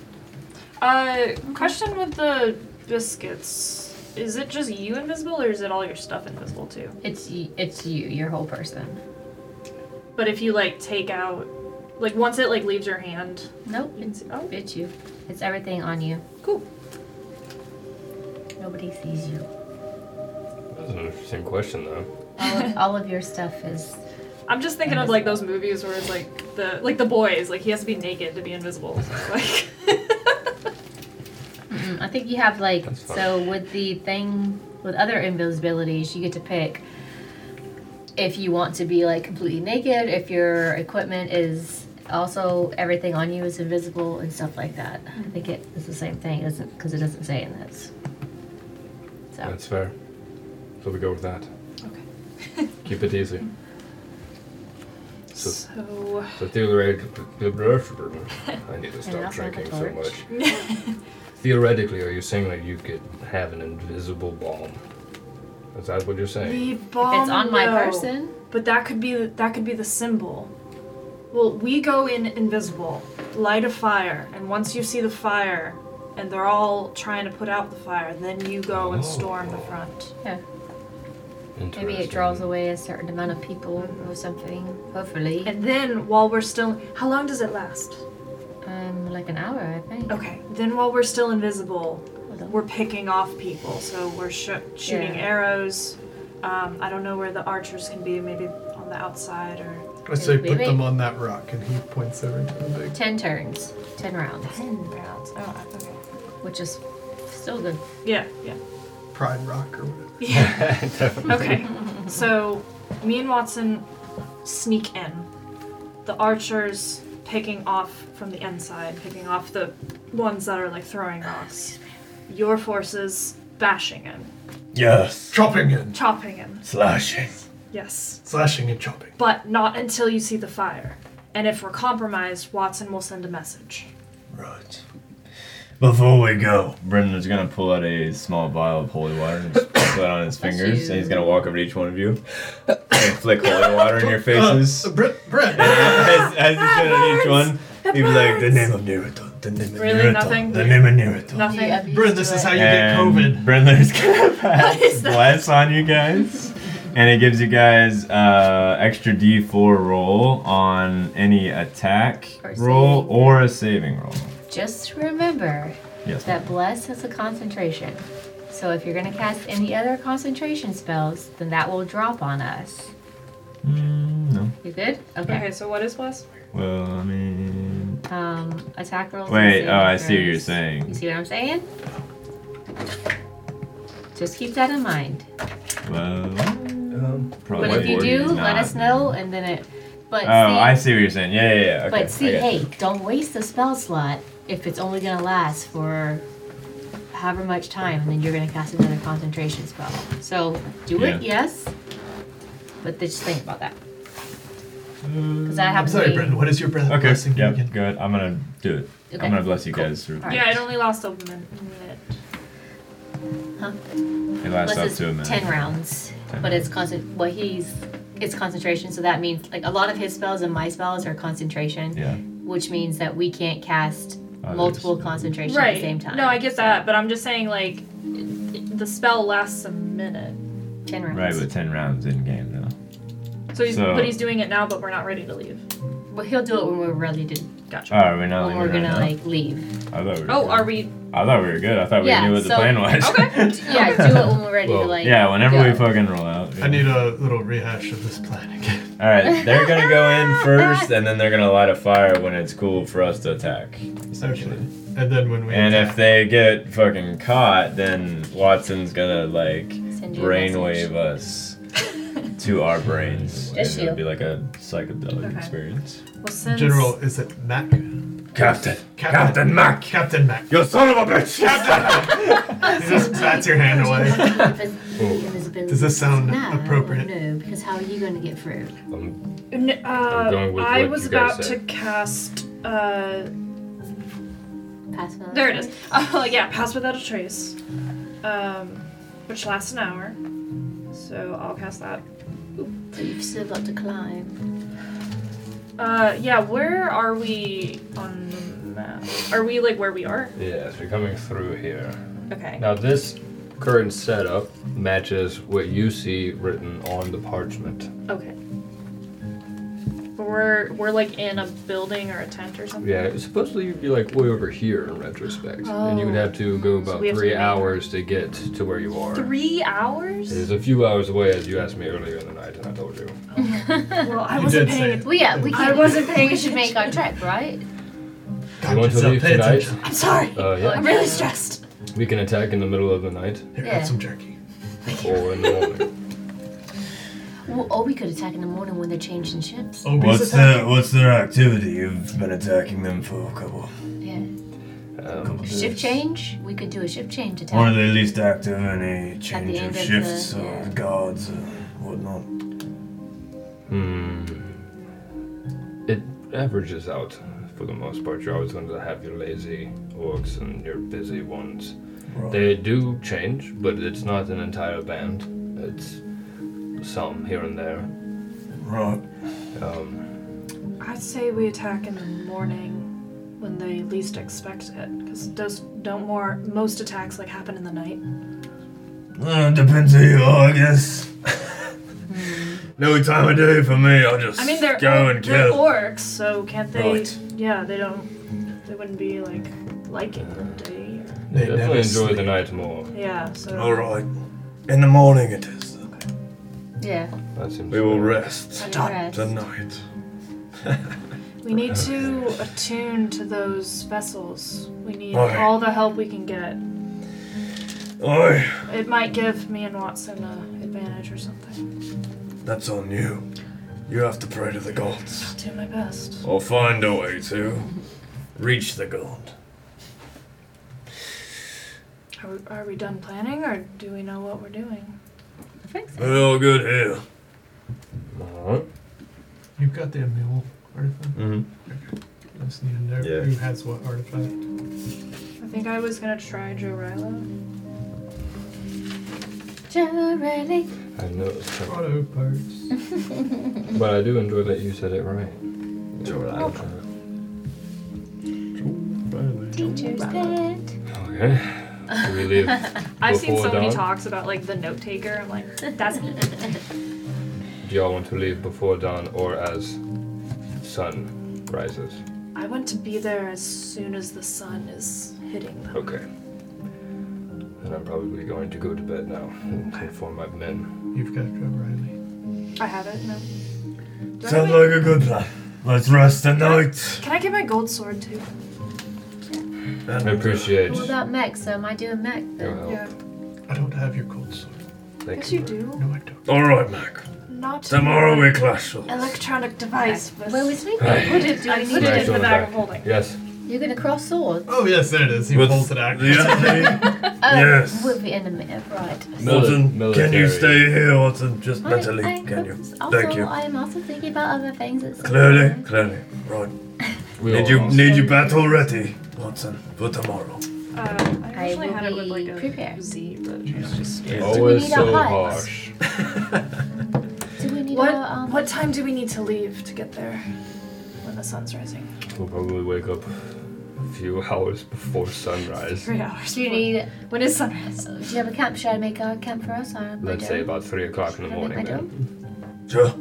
Uh, question with the biscuits. Is it just you invisible, or is it all your stuff invisible too? It's y- it's you, your whole person. But if you like take out, like once it like leaves your hand, Nope. you can It's see. Oh, it's you. It's everything on you. cool. Nobody sees you. That's an interesting question, though. All of, all of your stuff is. I'm just thinking of like those movies where it's like the like the boys, like he has to be naked to be invisible. *laughs* So, like. Mm, I think you have like That's fine. so with the thing with other invisibilities, you get to pick if you want to be like completely naked, if your equipment is also everything on you is invisible and stuff like that. I think it is the same thing, isn't because it doesn't say in this. So That's fair. So we go with that. Okay. *laughs* Keep it easy. So, so. so theoretically, I need *laughs* to stop Enough of a drinking so torch. much. *laughs* Theoretically, are you saying that you could have an invisible bomb? Is that what you're saying? The if bomb. it's on my though. person, But that could be that could be the symbol. Well, we go in invisible, light a fire, and once you see the fire, and they're all trying to put out the fire, then you go and storm the front. maybe it draws away a certain amount of people or something. Hopefully, And then while we're still, how long does it last? um, like an hour, I think. Okay. Then while we're still invisible, Hold on. we're picking off people. So we're sho shooting Yeah. arrows. Um, I don't know where the archers can be. Maybe on the outside or. I say Wait, put wait. them on that rock, and he points over to the big. Ten turns, ten rounds, Ten rounds. Oh, okay. which is still good. Yeah, yeah. Pride Rock or whatever. Yeah. Definitely. Okay. So, me and Watson sneak in. The archers picking off from the inside, picking off the ones that are like throwing rocks. Your forces bashing in, Yes. Chopping and chopping in. Slashing. Yes. slashing and chopping. But not until you see the fire. And if we're compromised, Watson will send a message. Right. Before we go, Brendan's gonna pull out a small vial of holy water and just *coughs* put it on his fingers, and he's gonna walk over to each one of you and flick holy water in *laughs* your faces. Uh, Brett, *laughs* Brett. as, as he's doing each one, he was like, the name of Naruto. The name of Really? Naruto, Nothing? The name of Naruto. Nothing. Brett, this is how you get and COVID. Brendan's gonna What is pass that? bless on you guys, and it gives you guys uh, extra D4 roll on any attack Or roll saving. or a saving roll. Just remember Yes. that bless has a concentration. So if you're gonna cast any other concentration spells, then that will drop on us. Mm, no. You good? Okay, so what is Bless? Well, I mean. Um, attack rolls. and Wait, oh, saving I see what you're throws. You saying. see what I'm saying? Just keep that in mind. Well, Um, probably. But if you would do, let not. us know, and then it. But Oh, see, I see what you're saying. Yeah, yeah, yeah. Okay. but see, I got it. hey, don't waste the spell slot if it's only gonna last for however much time, and then you're gonna cast another concentration spell. So do it, yes. But just think about that, Mm, because that I'm happens. sorry, to me. Brett. What is your breath Okay. blessing Yep. again? Good. I'm gonna do it. Okay. I'm gonna bless you Cool. guys. Through. All right. Yeah, it only lasts a min- minute. Huh? It lasts up Plus to a minute. it's ten rounds, Ten but it's constant. Well, he's it's concentration, so that means like a lot of his spells and my spells are concentration, Yeah. Oh, which means that we can't cast Others. multiple concentration right. at the same time. No, I get that, but I'm just saying, like, it- the spell lasts a minute. ten rounds. Right, but ten rounds in game though. So he's, So- but he's doing it now, but we're not ready to leave. Well, he'll do it when we're ready to, Gotcha. Oh, are we not when we're leaving gonna right like leave. now? I thought we were oh, good. are we? I thought we were good. I thought Yeah, we knew what the so- plan was. *laughs* Okay. Yeah, do it when we're ready Well, to *laughs* like. yeah, whenever go. we fucking roll out. yeah. I need a little rehash of this plan again. *laughs* All right, they're gonna go in *laughs* first, and then they're gonna light a fire when it's cool for us to attack. Essentially. Okay. And then when we And if they get fucking caught, then Watson's gonna like Send you a *laughs* brainwave us *laughs* to our brains. Does and it'll she? be like a psychedelic Okay. experience. Well, since General, is it Mac? Captain. Captain Mac. Captain Mac. You son of a bitch. Captain. *laughs* He just bats your hand away. Invis- invisibility. Does this sound no, appropriate? No, because how are you going to get through? um, N- I'm uh, going with I what was you guys about to said. cast. Uh, Pass without there it a is. *laughs* trace? Oh yeah, pass without a trace, um, which lasts an hour. So I'll cast that. But you've still got to climb. Uh, yeah, where are we on the map? Are we like where we are? yes, we're coming through here. Okay. Now this current setup matches what you see written on the parchment. Okay. But we're we're like in a building or a tent or something. Yeah, supposedly you'd be like way over here in retrospect, and you would have to go Oh, So about we have to three make- hours to get to where you are. Three hours? It is a few hours away, as you asked me earlier in the night, and I told you. Well, I You wasn't did say paying. it. atten- Well, yeah, we I can. wasn't paying We should make our trek, right? You want to yourself, leave pay tonight? attention. I'm sorry. Uh, yeah, I'm really stressed. we can attack in the middle of the night Here, Yeah. have some jerky. or in the morning. Well, or we could attack in the morning when they're changing ships. Obi's What's attack. their Uh, What's their activity? You've been attacking them for a couple. Yeah. Um, couple Ship days. change? We could do a ship change One of attack. the least active any change end of of shifts the- or yeah. guards or whatnot. *laughs* hmm. It averages out for the most part. You're always going to have your lazy orcs and your busy ones. Right. They do change, but it's not an entire band. It's some here and there. right. Um, I'd say we attack in the morning when they least expect it, because those don't more most attacks like happen in the night. Uh, depends who you are, I guess. no time of day for me. I just I mean, they're go or- and they're kill. orcs, so can't they? Right. Yeah, they don't. They wouldn't be like liking the day. Or, They never definitely enjoy sleep. the night more. yeah. So. All right. In the morning it is. Yeah. That seems We will rest Under arrest. tonight. We need to attune to those vessels. We need Alright. all the help we can get. Oi, It might give me and Watson an advantage or something. that's on you. You have to pray to the gods. I'll do my best. Or find a way to reach the god. Are we, are we done planning or do we know what we're doing? We're all good here. Alright. You've got the mule artifact. Mm-hmm. I just need to know Yeah. who has what artifact. I think I was gonna try Joe Rilo. Generally. I know it was tough, *laughs* Auto parts. but I do enjoy that you said it right. Oh. Joe Teacher's pet. Okay. Do we *laughs* leave? I've seen before so many dawn? talks about like the note taker. I'm *laughs* like, that's me. Do y'all want to leave before dawn or as sun rises? I want to be there as soon as the sun is hitting them. Okay. And I'm probably going to go to bed now and inform my men. You've got Joe Riley. I have it. No. Do I have Sounds my- like a good plan. Let's rest the night. Can I get my gold sword too? I appreciate What about mech? So am I doing mech your then? help. I don't have your cold sword. Thank Yes, you do. No, I don't. All right, Mac. Not Tomorrow we clash. electronic device. But Where we sleeping? Right. What did- do I we put need Nice it on in the the bag back. of holding. Yes. You're gonna cross swords? Oh yes, there it is. He pulls it out. the other thing, Oh, Yes. We'll be in a minute, right. Watson, can Military. you stay here, Watson? Just I- mentally, I can you? was Also, Thank you. I'm also thinking about other things. At the same Clearly, time. clearly. Right. We Need all you lost. need you battle ready, Watson, for tomorrow. Uh, I I originally will had it with like be a prepared. Z, but it's just Always need a so hut? harsh. Do we need What, a, um, what time do we need to leave to get there when the sun's rising? We'll probably wake up a few hours before sunrise. Three hours. Do you need? When is sunrise? Do you have a camp? Should I make a camp for us? Or Let's say about three o'clock in the I don't morning. think I Then. Sure.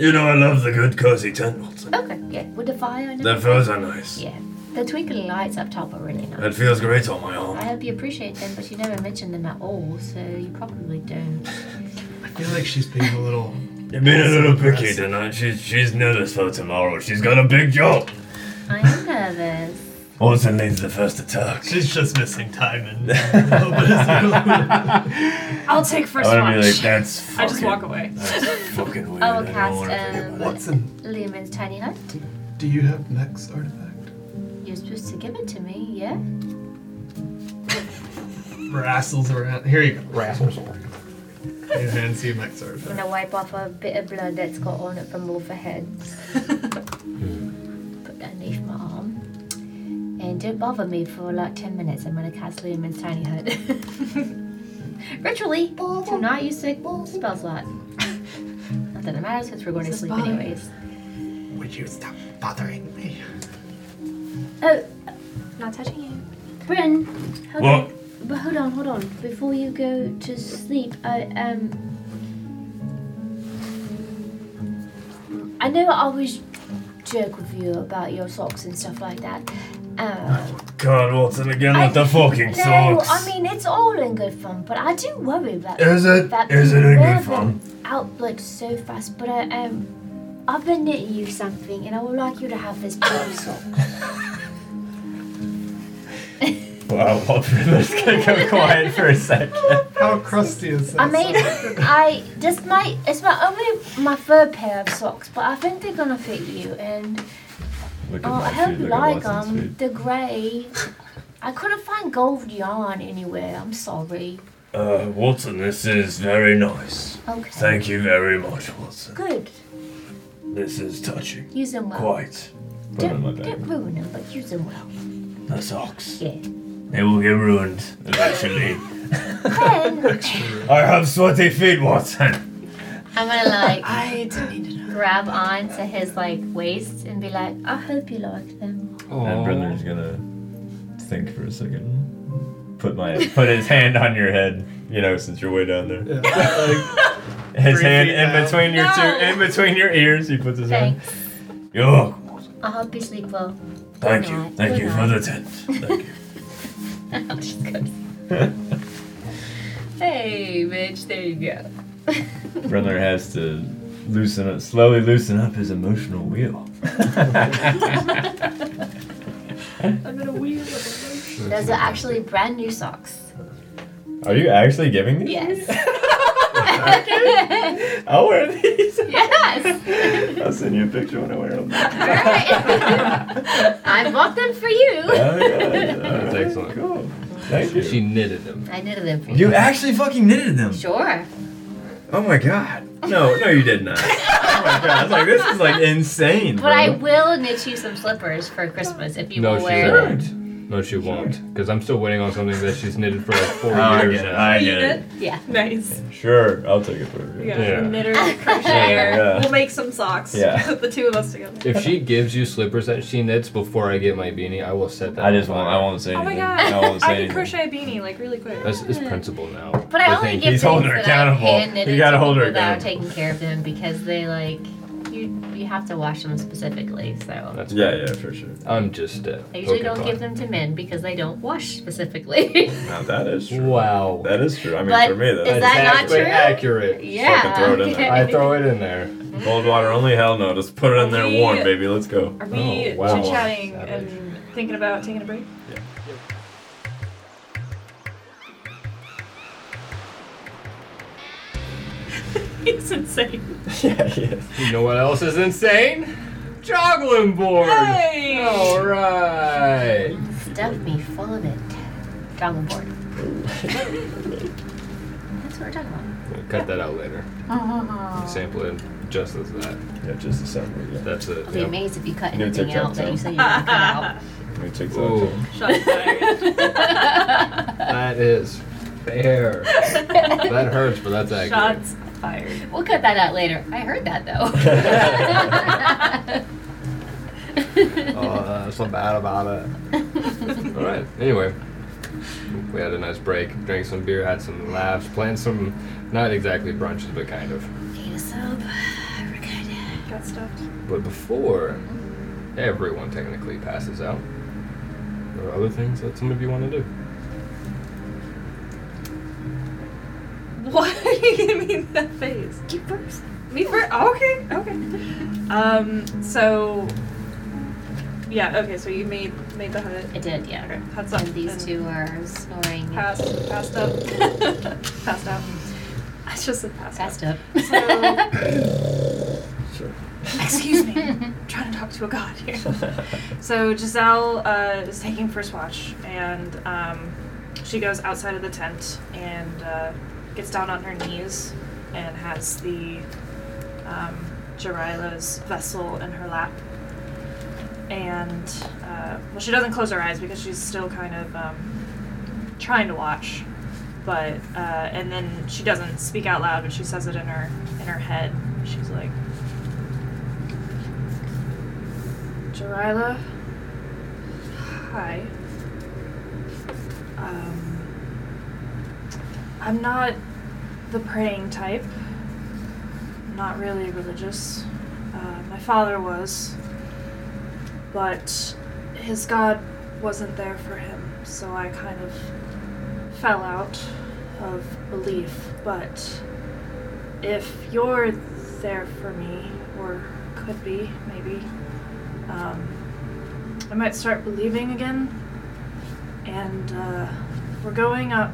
You know I love the good cozy tent, Watson. Okay. Yeah. With the fire. And The everything? furs are nice. Yeah. The twinkling lights up top are really nice. It feels great on my I arm. hope you appreciate them, but you never mention them at all, so you probably don't. I feel like she's being a little. You've been a little picky tonight. She's she's nervous for tomorrow. She's got a big job. I'm nervous. Watson leads the first attack. She's just missing time and. I *laughs* I'll take first I want to watch. be like, that's fucking, I just walk away. That's fucking weird. *laughs* I will I cast, don't wanna think about um, it. Watson, Lumen's tiny hut. do you have Mech's artifact? You're supposed to give it to me, yeah? Rassles around. Here you go. Rassles. You hands you Mech's I'm artifact. gonna wipe off a bit of blood that's got on it from both her heads. Put that underneath my arm. And don't bother me for like 10 minutes. I'm gonna cast Lumen's tiny hut. *laughs* Ritually, do not use the spell *laughs* slot. Not that it matters because we're going to sleep anyways. Would you stop bothering me? Oh, Not touching you. Bryn, hold What? *laughs* on. But hold on, hold on. Before you go to sleep, I um. I know I always joke with you about your socks and stuff like that. Um, God, Watson again I- with the no, fucking socks. I mean it's all in good fun, but I do worry about is it? that Is it being in good relevant fun? out like so fast. But I um, I've been knitting you something, and I would like you to have this pair of socks. Wow, Walter, let's go quiet for a sec. How crusty is that? I made I this might it's my only my third pair of socks, but I think they're gonna fit you and Look oh, I hope you like um, them. They're grey. I couldn't find gold yarn anywhere. I'm sorry. Uh, Watson, this is very nice. Okay. Thank you very much, Watson. Good. This is touching. Use them well. Quite. Put them in my Don't, bag. don't ruin them, but use them well. The socks. Yeah. They will get *laughs* ruined eventually. Then I have sweaty feet, Watson. *laughs* I'm gonna like I didn't need to know. grab onto his like waist and be like, I hope you like them. Oh. And Brendan's gonna think for a second. Put my put his hand on your head, you know, since you're way down there. *laughs* Yeah, like, His Three hand feet in down. between your two, No. in between your ears. He puts his hand. Thanks. Yo, I hope you sleep well. *laughs* thank Good you. night. Thank Good you for the night. tent. Thank I'll you. just go. *laughs* hey, bitch, there you go. Brendan has to loosen up, slowly loosen up his emotional wheel. I'm in a wheel of emotion. Those are actually brand new socks. Are you actually giving these? Yes. I'll wear *laughs* these. yes. I'll send you a picture when I wear them. All right. I bought them for you. Oh, yeah. That's excellent. Cool. Thank you. She knitted them. I knitted them for you. You actually fucking knitted them. Sure. Oh my god. No, no, you did not. *laughs* oh my god, I was like, this is like insane. But I bro. will knit you some slippers for Christmas if you No, will she wear them. won't. No, she won't. Because I'm still waiting on something that she's knitted for like four *laughs* Oh, I years. get it. I get it. Yeah. Nice. Sure, I'll take it for We you. got Yeah. a *laughs* knitter, crocheter. Yeah. We'll make some socks. *laughs* Yeah. the two of us together. If she gives you slippers that she knits before I get my beanie, I will set that. I just on won't. fire. I won't say Oh my anything. god. I won't *laughs* I say can anything. crochet a beanie like really quick. That's it's principle now. But I The only thing- give He's things holding her that accountable. I hand knitted You gotta to hold her people that are accountable. taking care of them because they like you. You have to wash them specifically. So That's Yeah, yeah, for sure. I'm just. Uh, I usually okay, don't fine. give them to men because they don't wash specifically. *laughs* Now that is true. Wow. That is true. I mean, But for me, is that's that not Exactly true? Accurate. yeah. throw it in there. I *laughs* throw it in there. cold water only. Hell no. Just put it in there, We- warm, baby. Let's go. Are we Oh, wow. chit-chatting Savage. and thinking about taking a break? Yeah. He's insane. *laughs* yeah, yeah. You know what else is insane? Juggling board. Hey! All right. Stuff me full of it. Dragon board. That's what we're talking about. We'll cut that out later. Uh-huh. Sample it just as that. Yeah, just a second. Yeah. That's it. I'll be yeah. amazed if you cut New anything TikTok out that you sound. say you're gonna cut out. Let me take that. Ooh, too. Shots fired. *laughs* that is fair. that hurts, but that's accurate. Shots fired. *laughs* We'll cut that out later. I heard that *laughs* though. Oh, that's so bad about it. All right. Anyway, we had a nice break. Drank some beer, had some laughs, planned some, not exactly brunches, but kind of. Ate a soap. We're good. Got stuffed. But before everyone technically passes out, there are other things that some of you want to do. *laughs* Why are you giving me that face? You first. Me first? Oh, okay, okay. Um, so yeah, okay. So you made made the hut. I did, yeah. Okay, hut's up. And these and two are snoring. passed passed up, *laughs* passed out. I just said passed, Passed out. up. *laughs* Excuse me. *laughs* I'm trying to talk to a god here. so Giselle uh, is taking first watch, and um, she goes outside of the tent and uh, gets down on her knees and has the um, Jarila's vessel in her lap. And uh, well, she doesn't close her eyes because she's still kind of um, trying to watch. But uh, and then she doesn't speak out loud, but she says it in her in her head. She's like, Jarila, hi. Um, I'm not the praying type. I'm not really religious. Uh, my father was, but his God wasn't there for him, so I kind of fell out of belief. But if you're there for me, or could be, maybe, um, I might start believing again. And uh, we're going up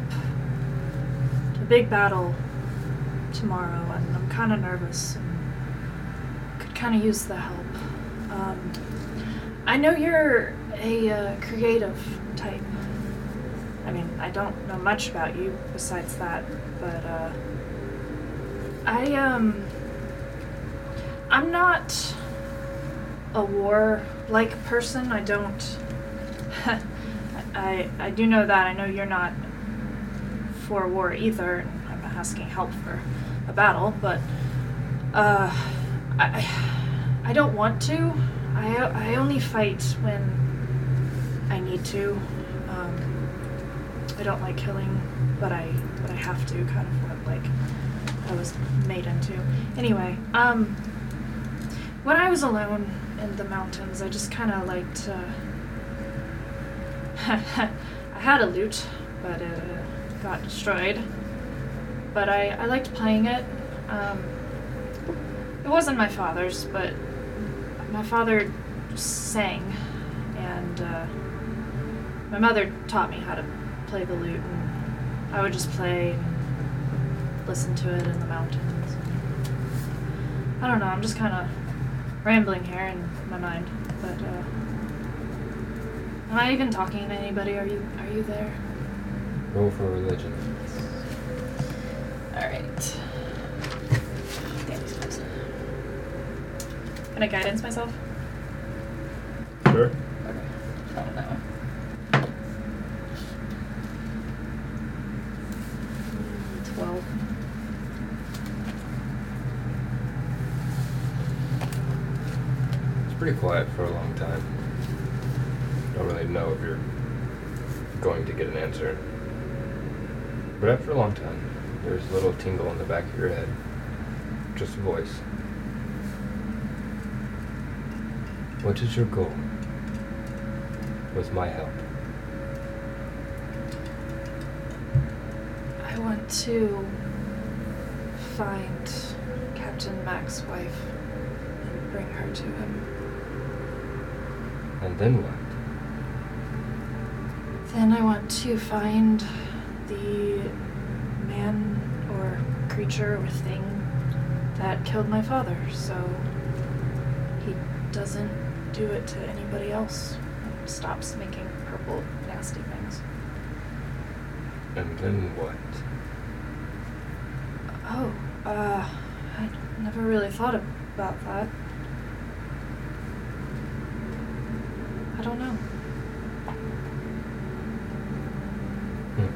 to big battle tomorrow, and I'm kind of nervous. And could kind of use the help. Um, I know you're a uh, creative type. I mean, I don't know much about you besides that, but uh, I um, I'm not a war like person. I don't. *laughs* I, I do know that. I know you're not for war either. and I'm not asking help for a battle, but uh, I, I don't want to. I, I only fight when I need to. Um, I don't like killing, but I but I have to. Kind of what like I was made into. Anyway, um, when I was alone in the mountains, I just kind of liked. Uh, *laughs* I had a lute, but it uh, got destroyed. But I, I liked playing it. Um, it wasn't my father's, but my father sang, and uh, my mother taught me how to play the lute, and I would just play, listen to it in the mountains. I don't know. I'm just kind of rambling here in my mind, but uh, am I even talking to anybody? Are you Are you there? Roll for religion. All right. Can I guidance myself? Sure. Okay. Oh, that one. Twelve. It's pretty quiet for a long time. Don't really know if you're going to get an answer. But after a long time, there's a little tingle in the back of your head. Just a voice. What is your goal? With my help. I want to find Captain Mack's wife and bring her to him. And then what? Then I want to find the man or creature or thing that killed my father so he doesn't do it to anybody else. Stops making purple, nasty things. And then what? Oh, uh, I never really thought about that. I don't know. Hmm.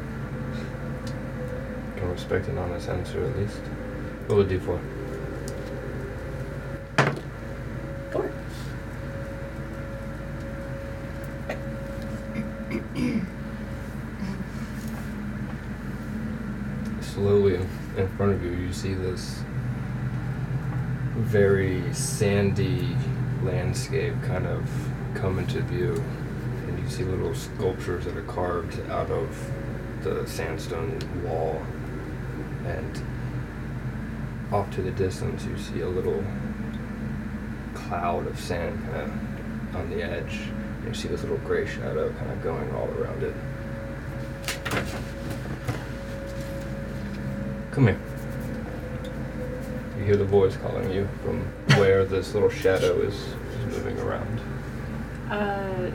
Can respect an honest answer at least. Roll a d4. Four. slowly in front of you, you see this very sandy landscape kind of come into view. And you see little sculptures that are carved out of the sandstone wall. And off to the distance, you see a little cloud of sand kind of on the edge. And you see this little gray shadow kind of going all around it. Come here. You hear the voice calling you from where this little shadow is, is moving around. Uh,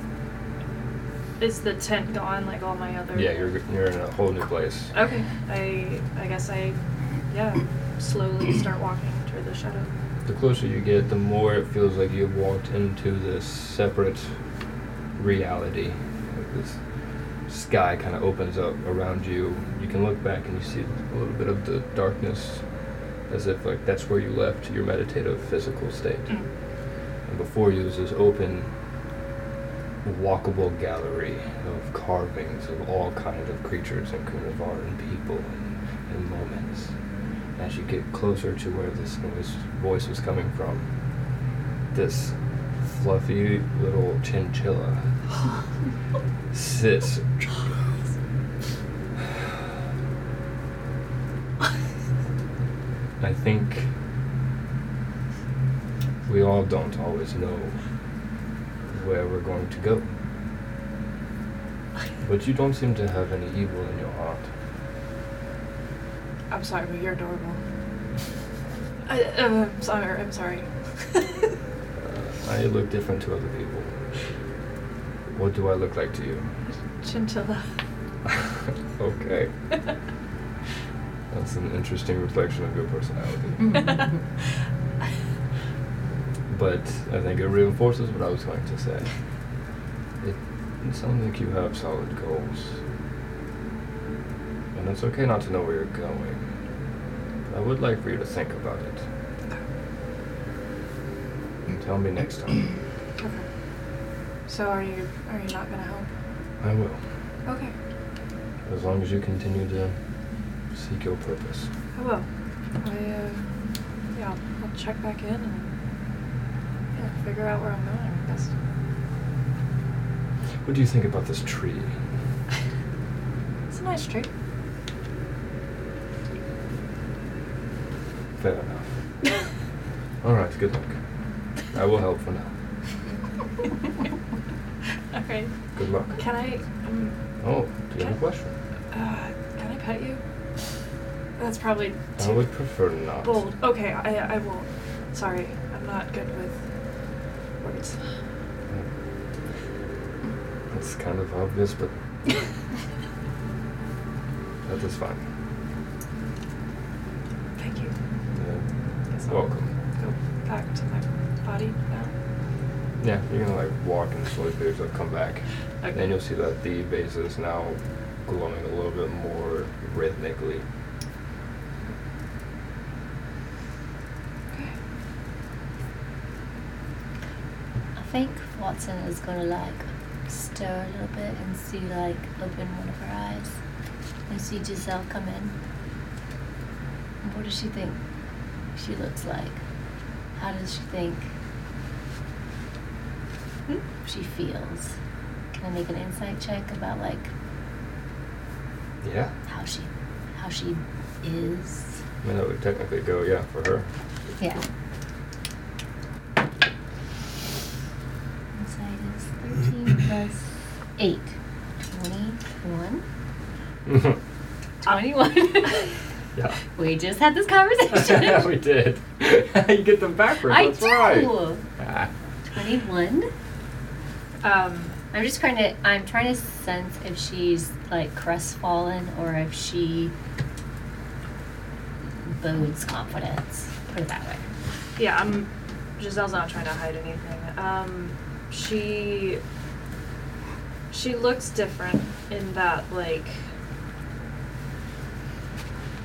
is the tent gone like all my other? Yeah, you're, you're in a whole new place. Okay. I I guess I, yeah, slowly start walking toward the shadow. The closer you get, the more it feels like you've walked into this separate reality. Like this sky kind of opens up around you. You can look back and you see a little bit of the darkness, as if like that's where you left your meditative physical state. Mm. And before you is this open, walkable gallery of carvings of all kinds of creatures and kinds of art and people and, and moments. As you get closer to where this noise voice was coming from, this fluffy little chinchilla sits I think we all don't always know where we're going to go. But you don't seem to have any evil in your heart. I'm sorry, but you're adorable. I, uh, I'm sorry. I'm sorry. *laughs* I look different to other people. What do I look like to you? *laughs* Chinchilla. okay. That's an interesting reflection of your personality. But I think it reinforces what I was going to say. It, it sounds like you have solid goals. And it's okay not to know where you're going. But I would like for you to think about it. And tell me next time. Okay. So are you are you not gonna help? I will. Okay. As long as you continue to seek your purpose. I will. I, uh, yeah, I'll- I'll check back in and yeah, figure out where I'm going, I guess. *laughs* What do you think about this tree? It's a nice *laughs* tree. Fair enough. Alright, good luck. I will help for now. Okay. *laughs* Good luck. Can um, I, um, Oh, do you have a Okay. question? uh, can I pet you? That's probably I would prefer not. bold. Okay, I, I won't. Sorry, I'm not good with words. Hmm. It's kind of obvious, *laughs* but that is fine. Thank you. Yeah. Guess I'll Welcome. Go back to my body now. Yeah, you're gonna like walk and slowly figures out come back. And then you'll see that the base is now glowing a little bit more rhythmically. I think Watson is gonna like stir a little bit and see like open one of her eyes and see Giselle come in. What does she think she looks like? How does she think she feels? Can I make an insight check about like Yeah. how she how she is? I mean that would technically go, yeah, for her. Yeah. Insight is 13 plus 8. 21. Uh, 21. *laughs* yeah. we just had this *laughs* *laughs* conversation. we did. you get them backwards, I that's do. right. Ah, 21. Um, I'm just trying to I'm trying to sense if she's like crestfallen or if she bodes confidence. Put it that way. Yeah, I'm. Giselle's not trying to hide anything. Um, she. She looks different in that, like.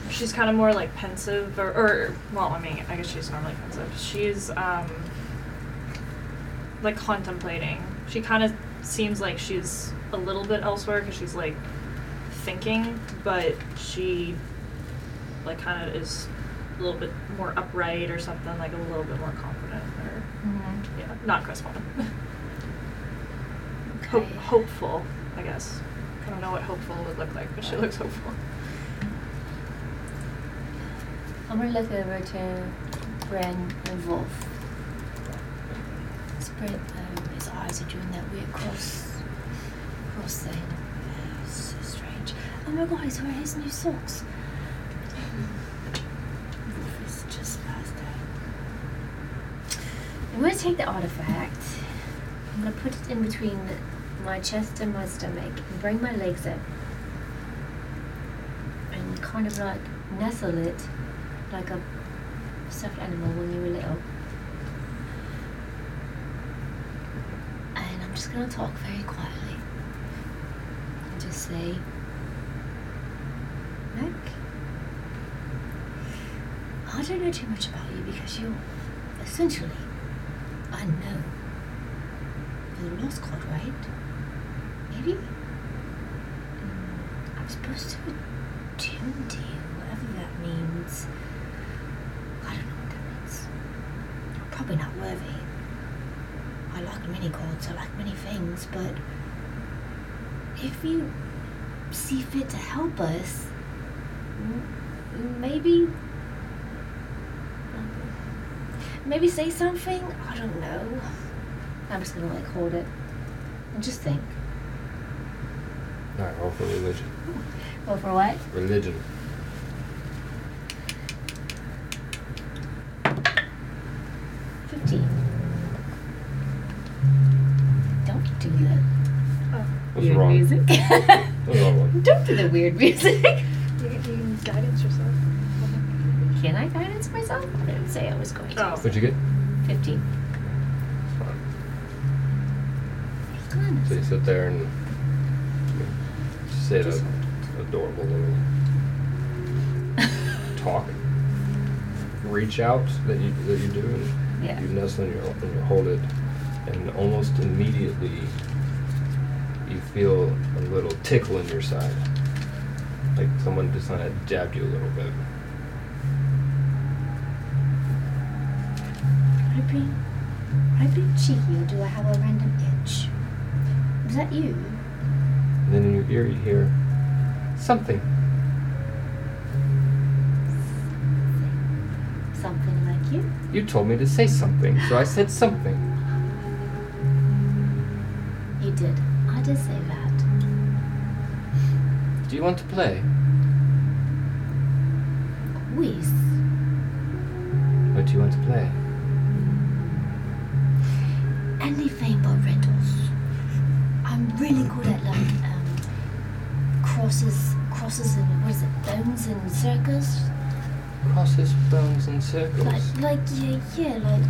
She's kind of more like pensive, or, or well, I mean, I guess she's normally pensive. She's um, like contemplating. She kind of seems like she's a little bit elsewhere because she's like thinking, but she like kind of is a little bit more upright or something, like a little bit more confident or yeah, not *laughs* crestfallen. Hope, Okay. hopeful, I guess. I don't know what hopeful would look like, but she looks hopeful. I'm gonna look over to Bren and Wolf. Spread um, his eyes are doing that weird cross cross thing. uh, So strange. Oh my god, he's wearing his new socks. Wolf is just past that. I'm gonna take the artifact. I'm gonna put it in between my chest and my stomach and bring my legs up and kind of like nestle it like a stuffed animal when you were little. And I'm just gonna talk very quietly and just say, Mac, I don't know too much about you because you're essentially unknown. You're a lost god, right? Maybe? Mm, I'm supposed to attune to you, whatever that means. I don't know what that means. I'm probably not worthy. I like many gods, I like many things, but if you see fit to help us, m- maybe. Maybe say something? I don't know. I'm just gonna like hold it and just think. Alright, roll for religion. Go for what? Religion. Fifteen. Don't do the What's wrong? music. What's wrong one? *laughs* Don't do the weird music. You can, you can guidance *laughs* yourself. Can I guidance myself? I didn't say I was going to. Oh. What'd you get? 15. So you sit there and say the adorable *laughs* little talk. Reach out that you that you do, and Yeah. you nestle and you, and you hold it, and almost immediately you feel a little tickle in your side, like someone just kind of jabbed you a little bit. Would I be, would I be cheeky or do I have a random itch? Is that you? And then in your ear you hear something. Something like you? You told me to say something, so I said something. You did. I did say that. Do you want to play? Whis. What do you want to play? Anything but riddles. I'm really good at like um, crosses, crosses and what is it, bones and circles? Crosses, bones, and circles. Like, like yeah, yeah,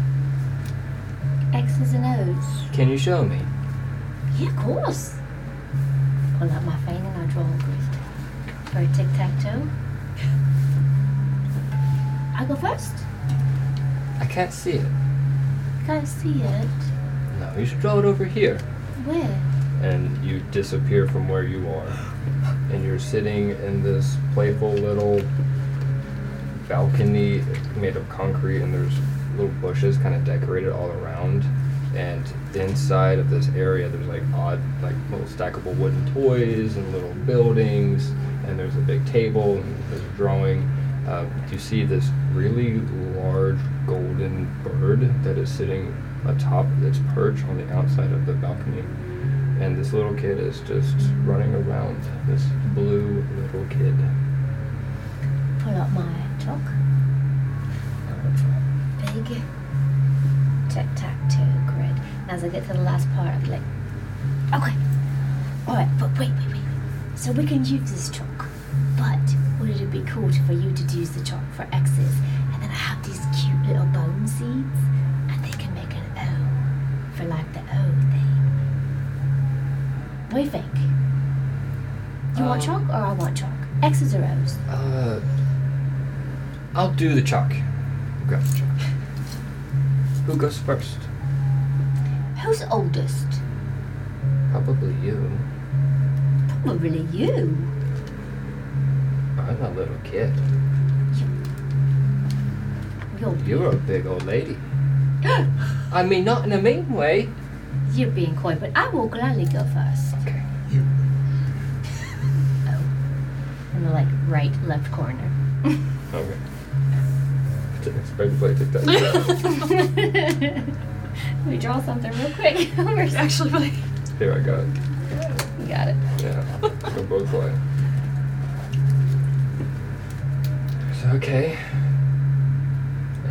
like X's and O's. Can you show me? Yeah, of course. Pull out my phone and I draw a grid for a tic tac toe. I go first. I can't see it. Can't see it. No, you should draw it over here. Where? And you disappear from where you are. And you're sitting in this playful little balcony made of concrete, and there's little bushes kind of decorated all around. And inside of this area, there's like odd, like little stackable wooden toys and little buildings. And there's a big table and there's a drawing. Uh, you see this really large golden bird that is sitting atop its perch on the outside of the balcony. And this little kid is just running around. This blue little kid. Pull out my chalk. Big tic tac toe grid. And as I get to the last part, I'm like, okay, all right, but wait, wait, wait. So we can use this chalk, but would it be cool to, for you to use the chalk for X's? And then I have these cute little bone seeds, and they can make an O for like the O thing. What do you think? You want Um, chalk or I want chalk? X's or O's? Uh, I'll do the chalk. Grab the chalk. Who goes first? Who's oldest? Probably you. Probably you. I'm a little kid. You're You're a big old lady. I mean, not in a mean way. *gasps* You're being coy, but I will gladly go first. Okay. In the like right left *laughs* corner. Okay. Didn't expect to play tic tac. Let me draw something real quick. *laughs* Actually, Here I got it. you got it. Yeah. Go both ways. So, okay.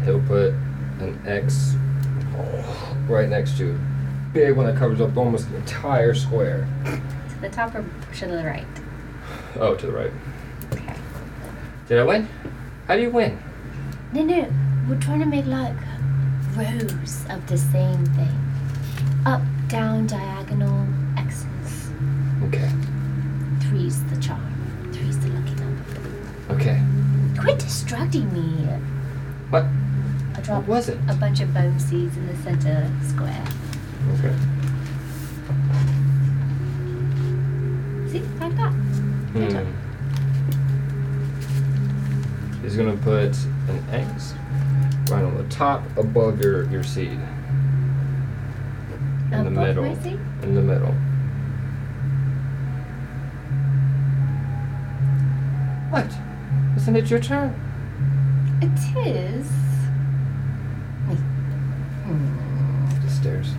He'll put an X oh, right next to it. Big one that covers up almost the entire square. To the top or to the right? Oh, to the right. Okay. Did I win? How do you win? No, no. We're trying to make like rows of the same thing. Up, down, diagonal, X's. Okay. Three's the charm. Three's the lucky number. Okay. Quit distracting me. What? I dropped What was it? a bunch of bone seeds in the center square. Okay. See, like that. Hmm. He's gonna put an X right on the top above your, your seed. In the Above my middle. seed? In the middle. What? Isn't it your turn? It is. Hmm. The stairs.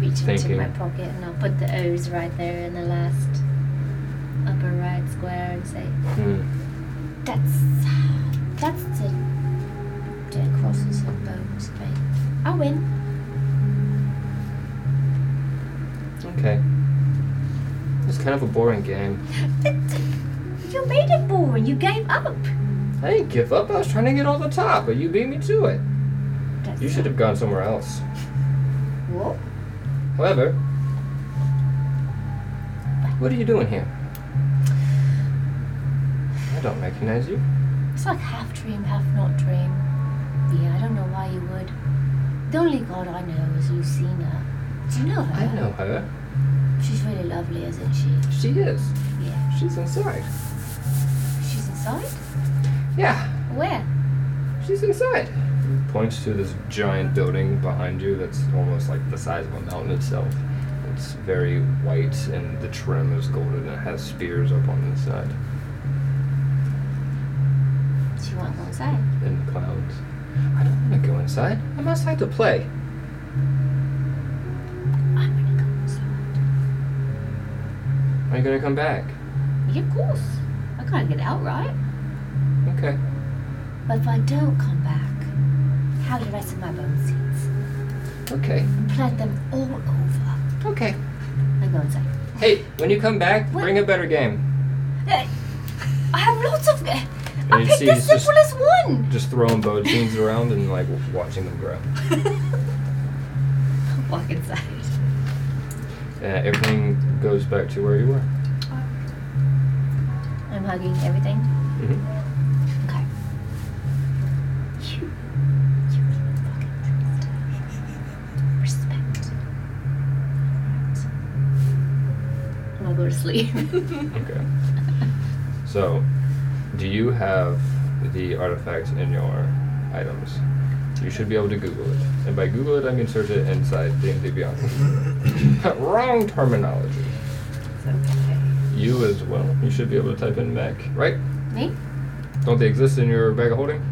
Reach into Thinking. my pocket and I'll put the O's right there in the last upper right square and say, Hmm. "That's that's the the crosses and bones thing." I win. *laughs* Okay. It's kind of a boring game. You made it boring. You gave up. I didn't give up. I was trying to get all the top, but you beat me to it. That's You should have gone somewhere else. What? However, what are you doing here? I don't recognize you. It's like half dream, half not dream. Yeah, I don't know why you would. The only god I know is Lucina. Do you know her? I know her. She's really lovely, isn't she? She is. Yeah. She's inside. She's inside? Yeah, Where? she's inside. Points to this giant building behind you that's almost like the size of a mountain itself. It's very white and the trim is golden. It has spears up on the side She won't go inside. in the clouds. I don't want to go inside. I'm outside to play. I'm gonna go inside. Are you gonna come back? Yeah, of course. I gotta get out, right? Okay. But if I don't come back, how the rest of my bone seeds Okay. and plant them all over. Okay. I go inside. Hey, when you come back, What? bring a better game. I have lots of. I you picked see the it's just- simplest one. Just throwing bow teams around and like watching them grow. *laughs* Walk inside. Uh, everything goes back to where you were. I'm hugging everything. Mm-hmm. Okay. You, you even fucking trust. Respect. Alright. And I'll go to sleep. *laughs* Okay. So, do you have the artifacts in your items? You should be able to Google it, and by Google it I mean search it inside D&D Beyond. Wrong terminology. It's okay. You as well. You should be able to type in mech, right? Me? Don't they exist in your bag of holding?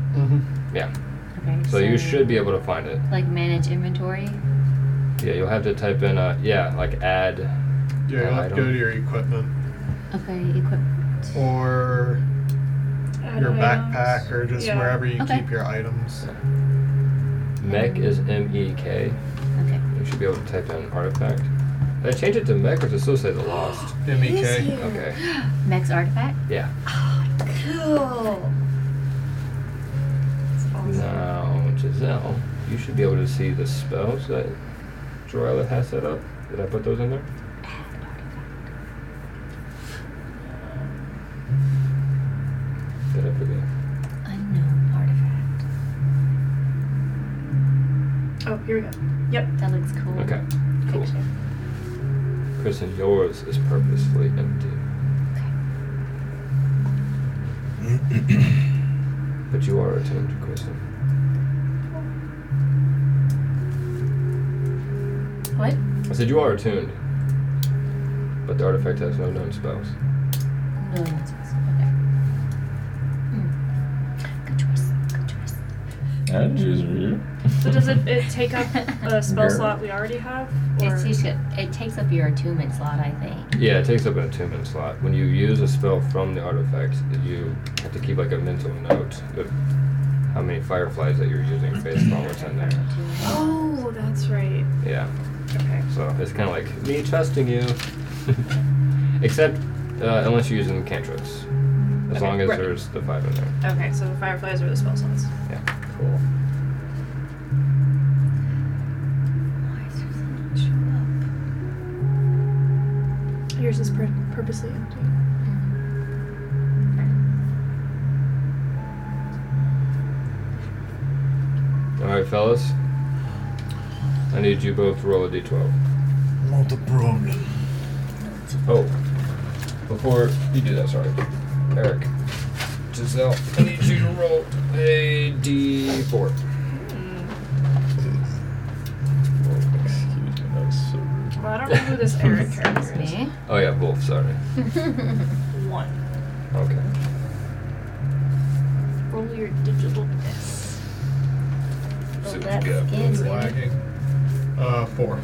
Yeah. Okay. So you should be able to find it. Like manage inventory. Yeah, you'll have to type in uh yeah, like add Yeah, you'll have to go to your equipment Okay, equip. or your backpack or just Yeah. wherever you Okay. keep your items. mech is M E K. Okay. You should be able to type in artifact. Did I change it to mech or does it still say the *laughs* lost? E MEK. Okay. Max *gasps* artifact. Yeah. Cool. Now, Giselle, you should be able to see the spells that Joella has set up. Did I put those in there? Did I forget? Unknown artifact. Oh, here we go. That looks cool. Okay, cool. Picture. Kristen, yours is purposefully empty. but you are attuned, Kristen. What? I said you are attuned. But the artifact has no known spells. No. that's possible. Okay. Hmm. Good choice. Good choice. I'd choose you. So does it, it take *laughs* up a spell Girl. slot we already have? Or It's, just- it takes up your attunement slot, I think. Yeah, it takes up an attunement slot. When you use a spell from the artifact, you have to keep like a mental note of how many fireflies that you're using based on what's in there. oh, that's right. Yeah. Okay. So it's kind of like me trusting you, except uh, unless you're using cantrips. As Okay, long as right. there's the five in there. Okay, so the fireflies are the spell slots. Yeah. Cool. Why does it show Yours is pur- purposely empty. All right, fellas. I need you both to roll a d12. Not a problem. Oh, before you do that, sorry, Eric, Giselle, I need you to roll a d4. *laughs* Hmm. Excuse me, that was so rude. Well, I don't know who this *laughs* Eric character up? is. Me? Oh yeah, Wolf. Sorry. One. Okay. Roll your digital S. Well, So you that's got good, baby. Lagging. Uh, four.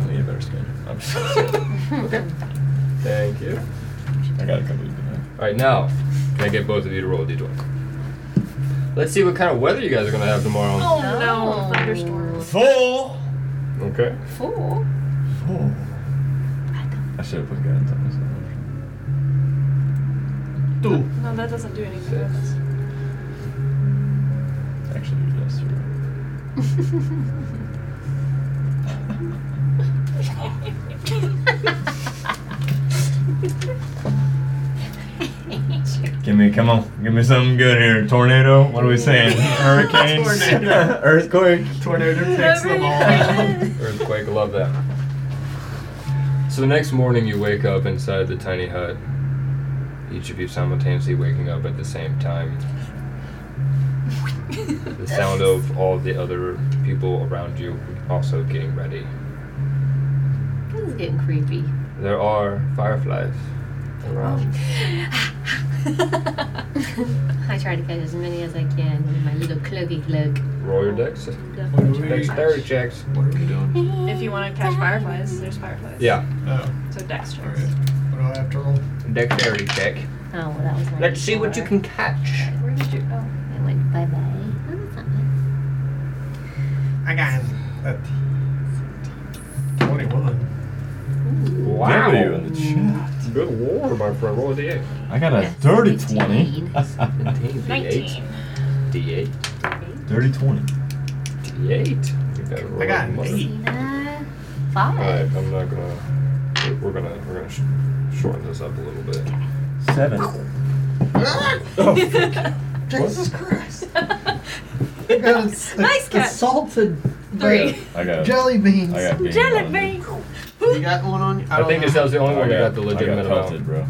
I need a better skin. I'm just *laughs* Thank you. I gotta come with you man. All right, now can I get both of you to roll a d12? Let's see what kind of weather you guys are gonna have tomorrow. Oh no, No. thunderstorms. Four. Okay. Four. Oh. I should have put guidance on myself. Two. No, that doesn't do anything. to us. Actually, you just threw it. Give me, come on, give me something good here. Tornado? What are we *laughs* saying? Hurricane? Tornado. *laughs* Earthquake? Tornado *laughs* takes them *laughs* all. Earthquake. Love that. So the next morning, you wake up inside the tiny hut. Each of you simultaneously waking up at the same time. the sound of all the other people around you also getting ready. *laughs* This is getting creepy. There are fireflies around. I try to catch as many as I can with my little cloaky cloak. Roll your decks. What are we- Dexterity checks. What are we *laughs* doing? If you want to catch fireflies, there's fireflies. Yeah. Oh, So dex all right. checks. What do I have to roll? Dexterity check. Oh, well, that was my Let's see what you before. can catch. Where did you? Oh, I went again. Twenty-one. Wow. Bury you in the chat. Good lord, my friend. Roll a d8. I got a That's dirty 19. 20. D8. *laughs* Nineteen. D8. dirty 20. D8. I got an eight. Cena, Alright, *laughs* Five. I'm not gonna. we're- We're gonna we're gonna sh- shorten this up a little bit. Seven. Ah! Jesus Christ! I got a, *laughs* s- Nice a catch. salted Three. I got. jelly beans. I got. beans Jelly on it. bean. You got one on. I, I don't think know. this was the only one I that got got the I legitimate got pelted, amount. bro. Y'all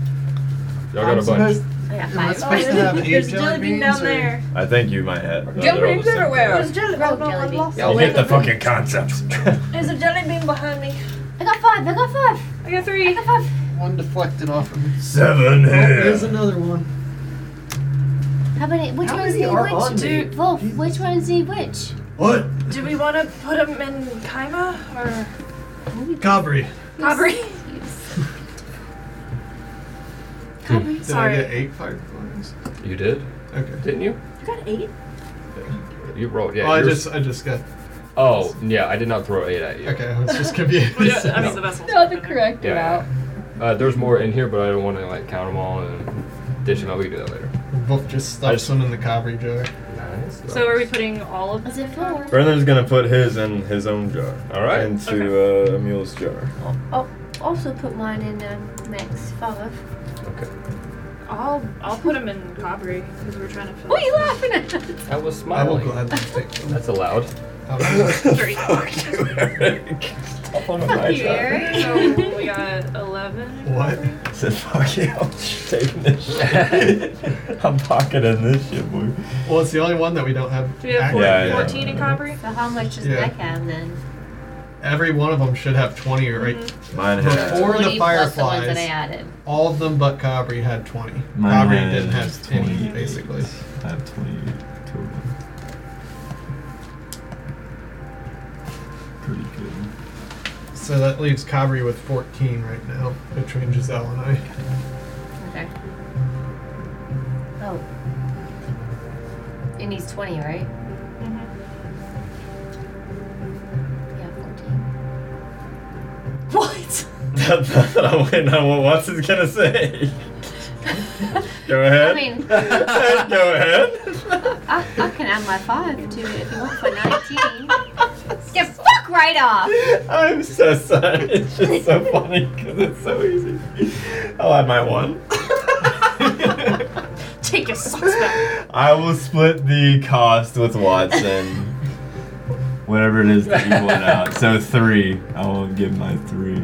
got I'm a bunch. supposed- I got Am I five. supposed to have eight There's jelly jelly bean beans? down or- there. I think you might have. Jelly no, they're all beans the same. everywhere. There's jelly. Rogue oh, no, I jelly beans. lost Yeah, it. You wait get the *laughs* fucking concept. There's a jelly bean behind me. I got five. I got five. I got I three. got five. One deflected off of me. Seven Oh, there's here. another one. How many? Which How one is many the are on which? me? Wolf, which one is the which? What? Do we want to put them in Kaima or Cabri. Aubrey? Did Sorry. I get eight fire points? You did, Okay. didn't you? You got eight. You rolled, yeah. well, Oh, I yours- just I just got. Oh, yeah. I did not throw eight at you. Okay, I was *laughs* just confused. Yeah, I mean the vessels. Not the correct Yeah. route. Uh, there's more in here, but I don't want to like count them all and dish them out. We can do that later. We both just I stuffed just- some in the Cabri jar. Nice. So are we putting all of? Was it four? Brendan's gonna put his in his own jar. All right. Into uh, Emil's jar. Oh, also put mine in um, max five. Okay. I'll I'll put them in Aubrey because we're trying to fill. What are you laughing at? I was I will smiling. gladly take them. That's allowed. Oh, Three. Fuck you, Eric. Stop on my you, jar. Eric. So we got eleven. What? I said, fuck you, I'm taking this shit. I'm pocketing this shit, boy. Well, it's the only one that we don't have. Do we have active four, Yeah, yeah. yet. fourteen in Aubrey? So how much does Yeah. I have then? Every one of them should have 20 right. Mm-hmm. Mine has. Before the 20 plus the ones that I fireflies, added. all of them but Cabri had 20. Mine Cabri didn't has have any, 28. basically. I have 28 total. Pretty good. So that leaves Cabri with 14 right now between Giselle and I. Okay. Oh. It needs 20, right? Yeah, *laughs* 14. What? That's not that I went on what Watson's gonna say. Go ahead. I mean, Go ahead. I, I can add my 5 to it if you want for *laughs* 19. yeah, fuck right off! I'm so sorry. It's just so funny because it's so easy. I'll add my one. Take your socks back. I will split the cost with Watson. Whatever it is that you went out. So three. I will give my three.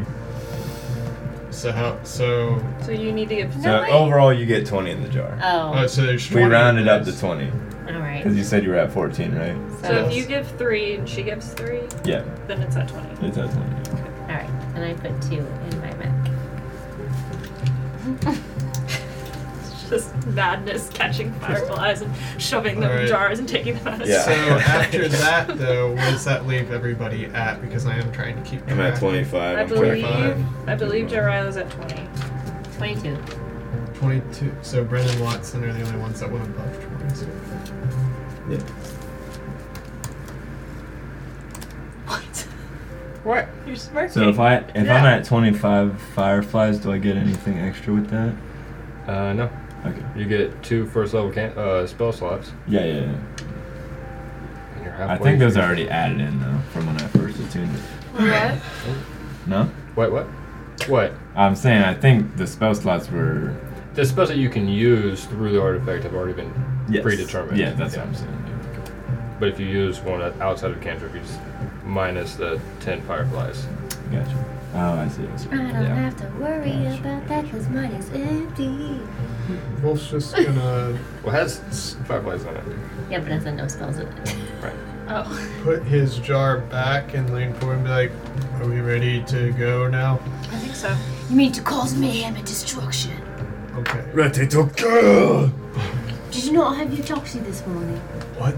So how? So So you need to get. So wait. overall, you get 20 in the jar. oh, Oh, so there's 20. we rounded up to 20 because alright. you said you were at 14, right? So So, if you give three and she gives three, Yeah, then it's at twenty. it's at 20. alright. And I put 2 in my Mac. *laughs* It's just madness catching fireflies and shoving them in Alright. jars and taking them out of *laughs* Yeah. So after that, though, what does that leave everybody at? Because I am trying to keep. I'm at track. 25. I I'm believe 25. I believe Jarila's at twenty. 22. 22. So Brennan Watson are the only ones that went above 20. So. Yeah. What? What? You're smirking. So if I if I'm Yeah. at 25 fireflies, do I get anything extra with that? Uh, no. Okay. You get two first level can- uh, spell slots. Yeah, yeah. yeah. And you're I halfway think those through. are already added in though from when I first attuned it. what? No. Wait, what? What? I'm saying I think the spell slots were The spells that you can use through the artifact have already been predetermined. Yeah, that's what I'm saying. But if you use one outside of cantrip, you just minus the ten fireflies. Gotcha. Oh, I see. I see. I don't Yeah. have to worry Gotcha, about that because mine is empty. Wolf's just gonna Well, it has fireflies on it. Yeah, but it has no spells in it. Oh. put his jar back and lean forward and be like, Are we ready to go now? I think so. *laughs* You mean to cause mayhem and destruction? Okay. Ready to go. Did you not have your taxi this morning? What?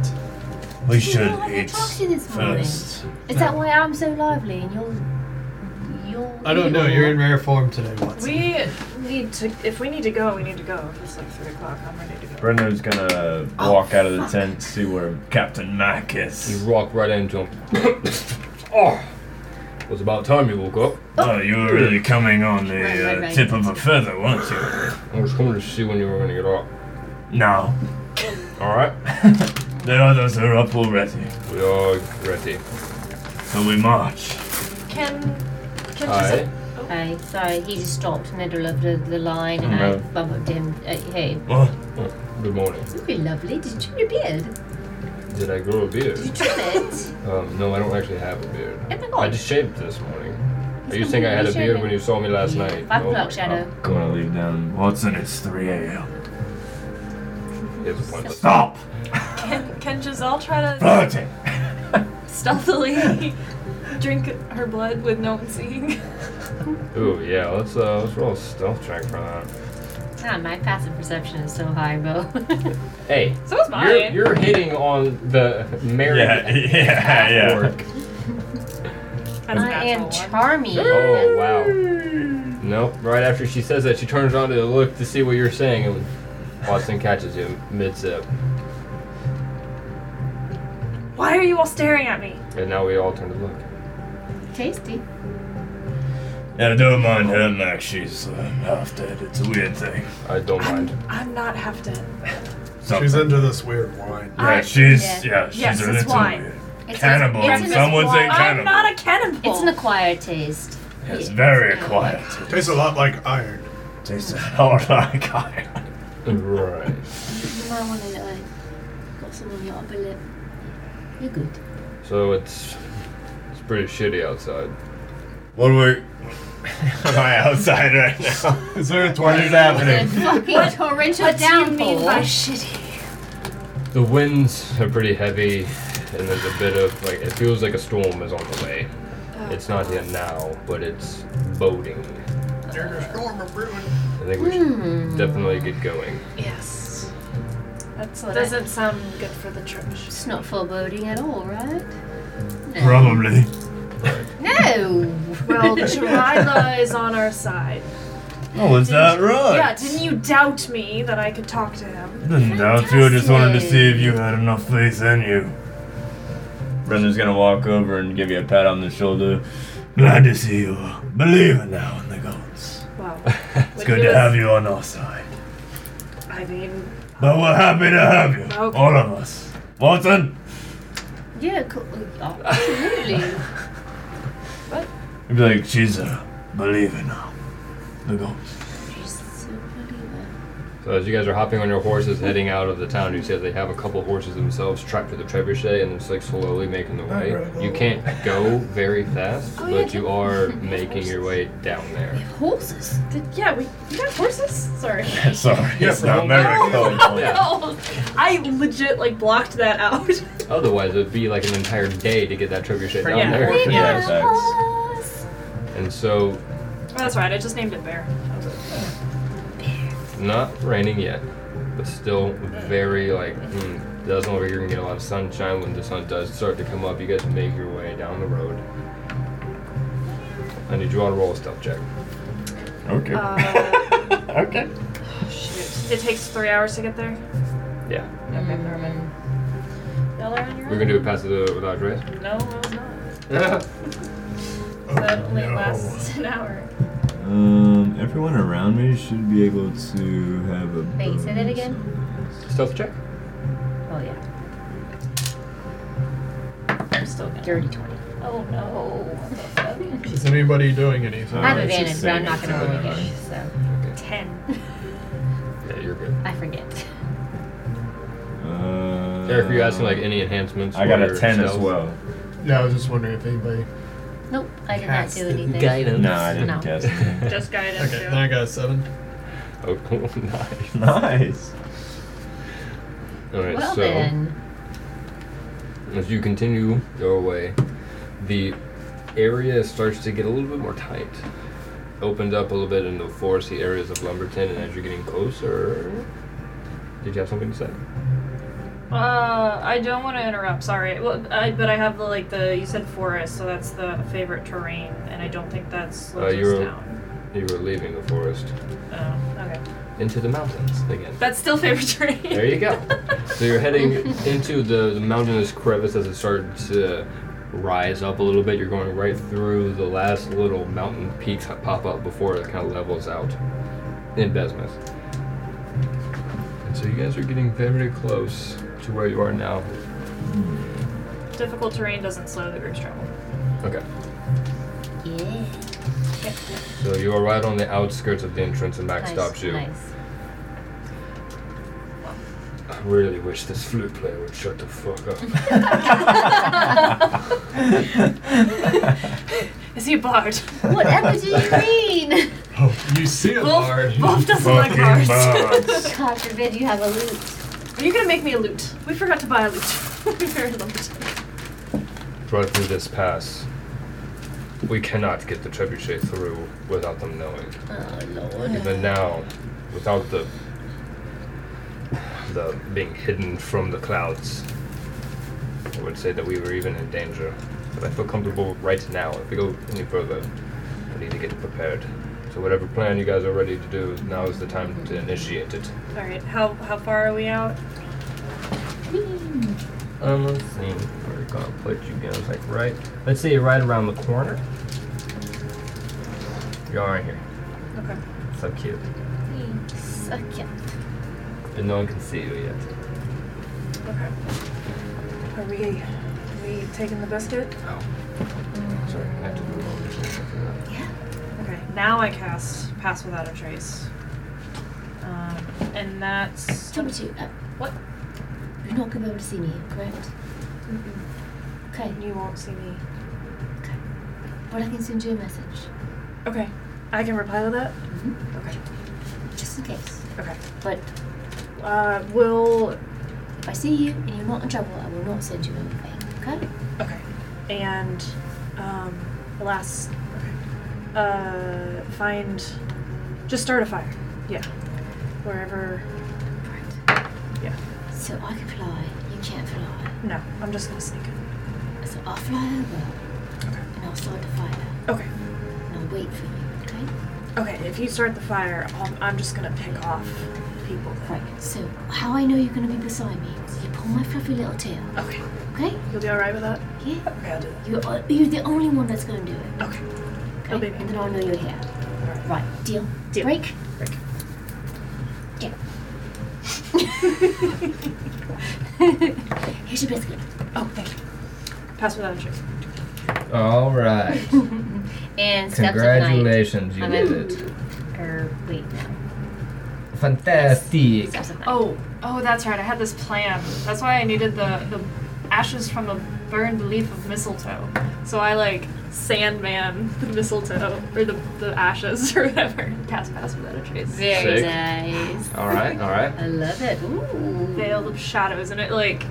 We Did you should not have your eat taxi this morning? first. Is that why I'm so lively and you're. you're I don't know. You're in rare form today, Watson. We need to. If we need to go, we need to go. If it's like three o'clock, I'm ready to go. Brenda's gonna Oh, walk out of the tent, see where Captain *laughs* Mac You is. walk right into him. *coughs* oh, it was about time you woke up. Oh, you were really coming on the Right, right, uh, right. tip of a feather, weren't you? I was coming to see when you were going to get up. No. All right, The others are up already, we are ready. so we march. Can can All just right. I sorry, he just stopped middle of the, the line, and I No. bumped up to him. Uh, hey, What? Good morning. it's very lovely. Did you trim your beard? Did I grow a beard? Did you trim it? Um, no, I don't actually have a beard. Oh my I god. just shaved this morning. It's you think I had a beard completely shaven. when you saw me last Yeah, night? Five Oh o'clock my shadow. I'm gonna leave down. Watson, it's 3 a.m. God. It's a punch. Stop Can, can Giselle try *laughs* to flirting! stealthily drink her blood with no one *laughs* seeing? Ooh, yeah, let's uh, let's roll a stealth check for that. Ah, my passive perception is so high, *laughs* Bo. Hey, So is mine. you're, you're hitting on the married Yeah, yeah, yeah. half-orc. That's I natural am one. charming. Oh wow. Nope. Right after she says that, she turns around to look to see what you're saying, and Watson catches you mid-sip, Why are you all staring at me? and now we all turn to look. Tasty. Yeah, don't mind her, Mac. She's uh, half dead. It's a weird thing. I don't mind. *laughs* I'm not half dead. Something. She's into this weird wine. yeah, I- she's Yeah. yeah, she's Yes, a it's little wine. weird. It's Cannibal. It's an, Someone acquired, say cannibal. I'm not a cannibal. It's an acquired taste. It's Yeah. very Yeah. quiet. Tastes a lot like iron. Tastes a lot *laughs* like iron. Right. You might want to uh, got some on your upper lip. You're *laughs* good. So it's it's pretty shitty outside. What are we? *laughs* Am I outside right now? Is there a tornado? The fucking torrential What do you mean downpour. by shitty? The winds are pretty heavy, and there's a bit of like it feels like a storm is on the way. It's not here now, but it's boding. There's a storm brewing. I think we should Hmm. definitely get going. Yes. That's what I, Doesn't sound good for the church. it's not foreboding at all, right? No. Probably. No. *laughs* *laughs* Well, *laughs* Delilah is on our side. Oh, is that right? Yeah, didn't you doubt me that I could talk to him? Didn't doubt you. I just wanted to Fantastic. see if you had enough faith in you. Brenda's gonna walk over and give you a pat on the shoulder. Glad to see you. Believe it now in the gods. Wow. *laughs* It's good to have you on our side. I mean, But we're happy to have you, Okay. all of us. Watson, yeah, co- oh, *laughs* absolutely. you'd be like, she's a believer now. The gods. She's a believer. So as you guys are hopping on your horses, heading out of the town, you see that they have a couple horses themselves trapped to the trebuchet, and it's like slowly making their way. You can't go very fast, but you are making your way down there. Horses. did, yeah, we you got horses? Sorry. Sorry, it's not wrong *laughs* American. No, I legit like blocked that out. *laughs* Oh, Otherwise, it'd be like an entire day to get that trebuchet down Yeah. there. Yeah, thanks. And so, That's right. I just named it Bear. That was it. not raining yet, but still very like hmm, doesn't look like you're gonna get a lot of sunshine when the sun does start to come up. You guys make your way down the road. I need you all to roll a stealth check. Okay. Uh, okay. shoot. It takes three hours to get there. Yeah, Okay, never mind. Y'all are on your we're gonna do it past the without race. own. No, I was not. Oh, That only no. lasts an hour. Um, everyone around me should be able to have a. Wait, say that again? bonus. Stealth check. Oh yeah, I'm still gonna. dirty twenty. Oh *laughs* no. Is anybody doing anything? I have Uh, it's advantage, just but I'm saying not it's gonna not roll that again. So Ten. Yeah, you're good. I forget. Uh, Eric, are you asking like any enhancements? I got for a ten as stealth? well. *laughs* Yeah, I was just wondering if anybody. Nope, I did not do anything. No, I didn't No. *laughs* guess. Just guidance. Okay, then I got a seven. Oh, *laughs* cool. nice. *laughs* nice. All right, Well so then, as you continue your way, the area starts to get a little bit more tight. Opened up a little bit in the foresty areas of Lumberton, and as you're getting closer, did you have something to say? Uh, I don't want to interrupt. Sorry. Well, I, but I have the like the you said forest, so that's the favorite terrain, and I don't think that's Uh, Lotus you're- Town. You were leaving the forest. Oh, okay. into the mountains again. That's still favorite tree. There you go. so you're heading *laughs* into the, the mountainous crevice as it started to rise up a little bit. You're going right through the last little mountain peaks that pop up before it kind of levels out in Besmas. And so you guys are getting very close to where you are now. Difficult terrain doesn't slow the group's travel. *laughs* Okay. Yeah. So you are right on the outskirts of the entrance, and Max nice, stops you. Nice. I really wish this flute player would shut the fuck up. Is he a bard? Whatever do *laughs* you *laughs* mean? Oh, you see it, Wolf, Lard. Wolf doesn't like Fucking bards. bards. God forbid you have a loot. *laughs* Are you gonna make me a lute? We forgot to buy a lute. we were lute. *laughs* right through this pass. We cannot get the trebuchet through without them knowing. Oh lord. Even now, without the the being hidden from the clouds, I would say that we were even in danger. But I feel comfortable right now. If we go any further, we need to get prepared. So whatever plan you guys are ready to do, now is the time to initiate it. All right. How how far are we out? Um, let's see where it's gonna put you guys. Like right, let's say you're right around the corner. You are right here. Okay. So cute. Suck it. And no one can see you yet. Okay. Are we, are we taking the biscuit? Oh. Sorry, I have to move over to something. Yeah. Okay, now I cast Pass Without a Trace. Um, and that's. Tell me to. Uh, What? You're not gonna be able to see me, correct? Mm-mm, Okay. You won't see me. But I can send you a message, Okay. I can reply to that? Mhm. Okay. just in case. Okay. But Uh, will. if I see you and you're not in trouble, I will not send you anything. Okay. Okay. And. Um, last. Okay. Uh, find. Just start a fire. Yeah. Wherever. Right. Yeah. So I can fly. You can't fly. No, I'm just gonna sneak in. So I'll fly over Okay. and I'll start the fire Okay. and I'll wait for you. Okay. Okay, if you start the fire, I'll, I'm just gonna pick off people. Then. Right. So how I know you're gonna be beside me? is You pull my fluffy little tail. Okay. Okay. You'll be alright with that? Yeah. Okay, I'll do that. You're o- you're the only one that's gonna do it. Okay. Okay. It'll be me. And then I'll know you're here. Alright. Right. Oh, Deal. Deal. Break. Break. *laughs* Yeah. Here's your biscuit. Oh, thank you. Pass without a trace. All right. *laughs* And *laughs* steps Congratulations, you I'm did in. it. of night. Or wait, no. Fantastic. Steps of night. Oh, oh, that's right. I had this plan. That's why I needed the the ashes from a burned leaf of mistletoe. So I like Sandman the mistletoe or the, the ashes *laughs* or whatever. and Cast pass without a trace. Very Sick. nice. All right, all right. I love it. Ooh. Veil of shadows, and it like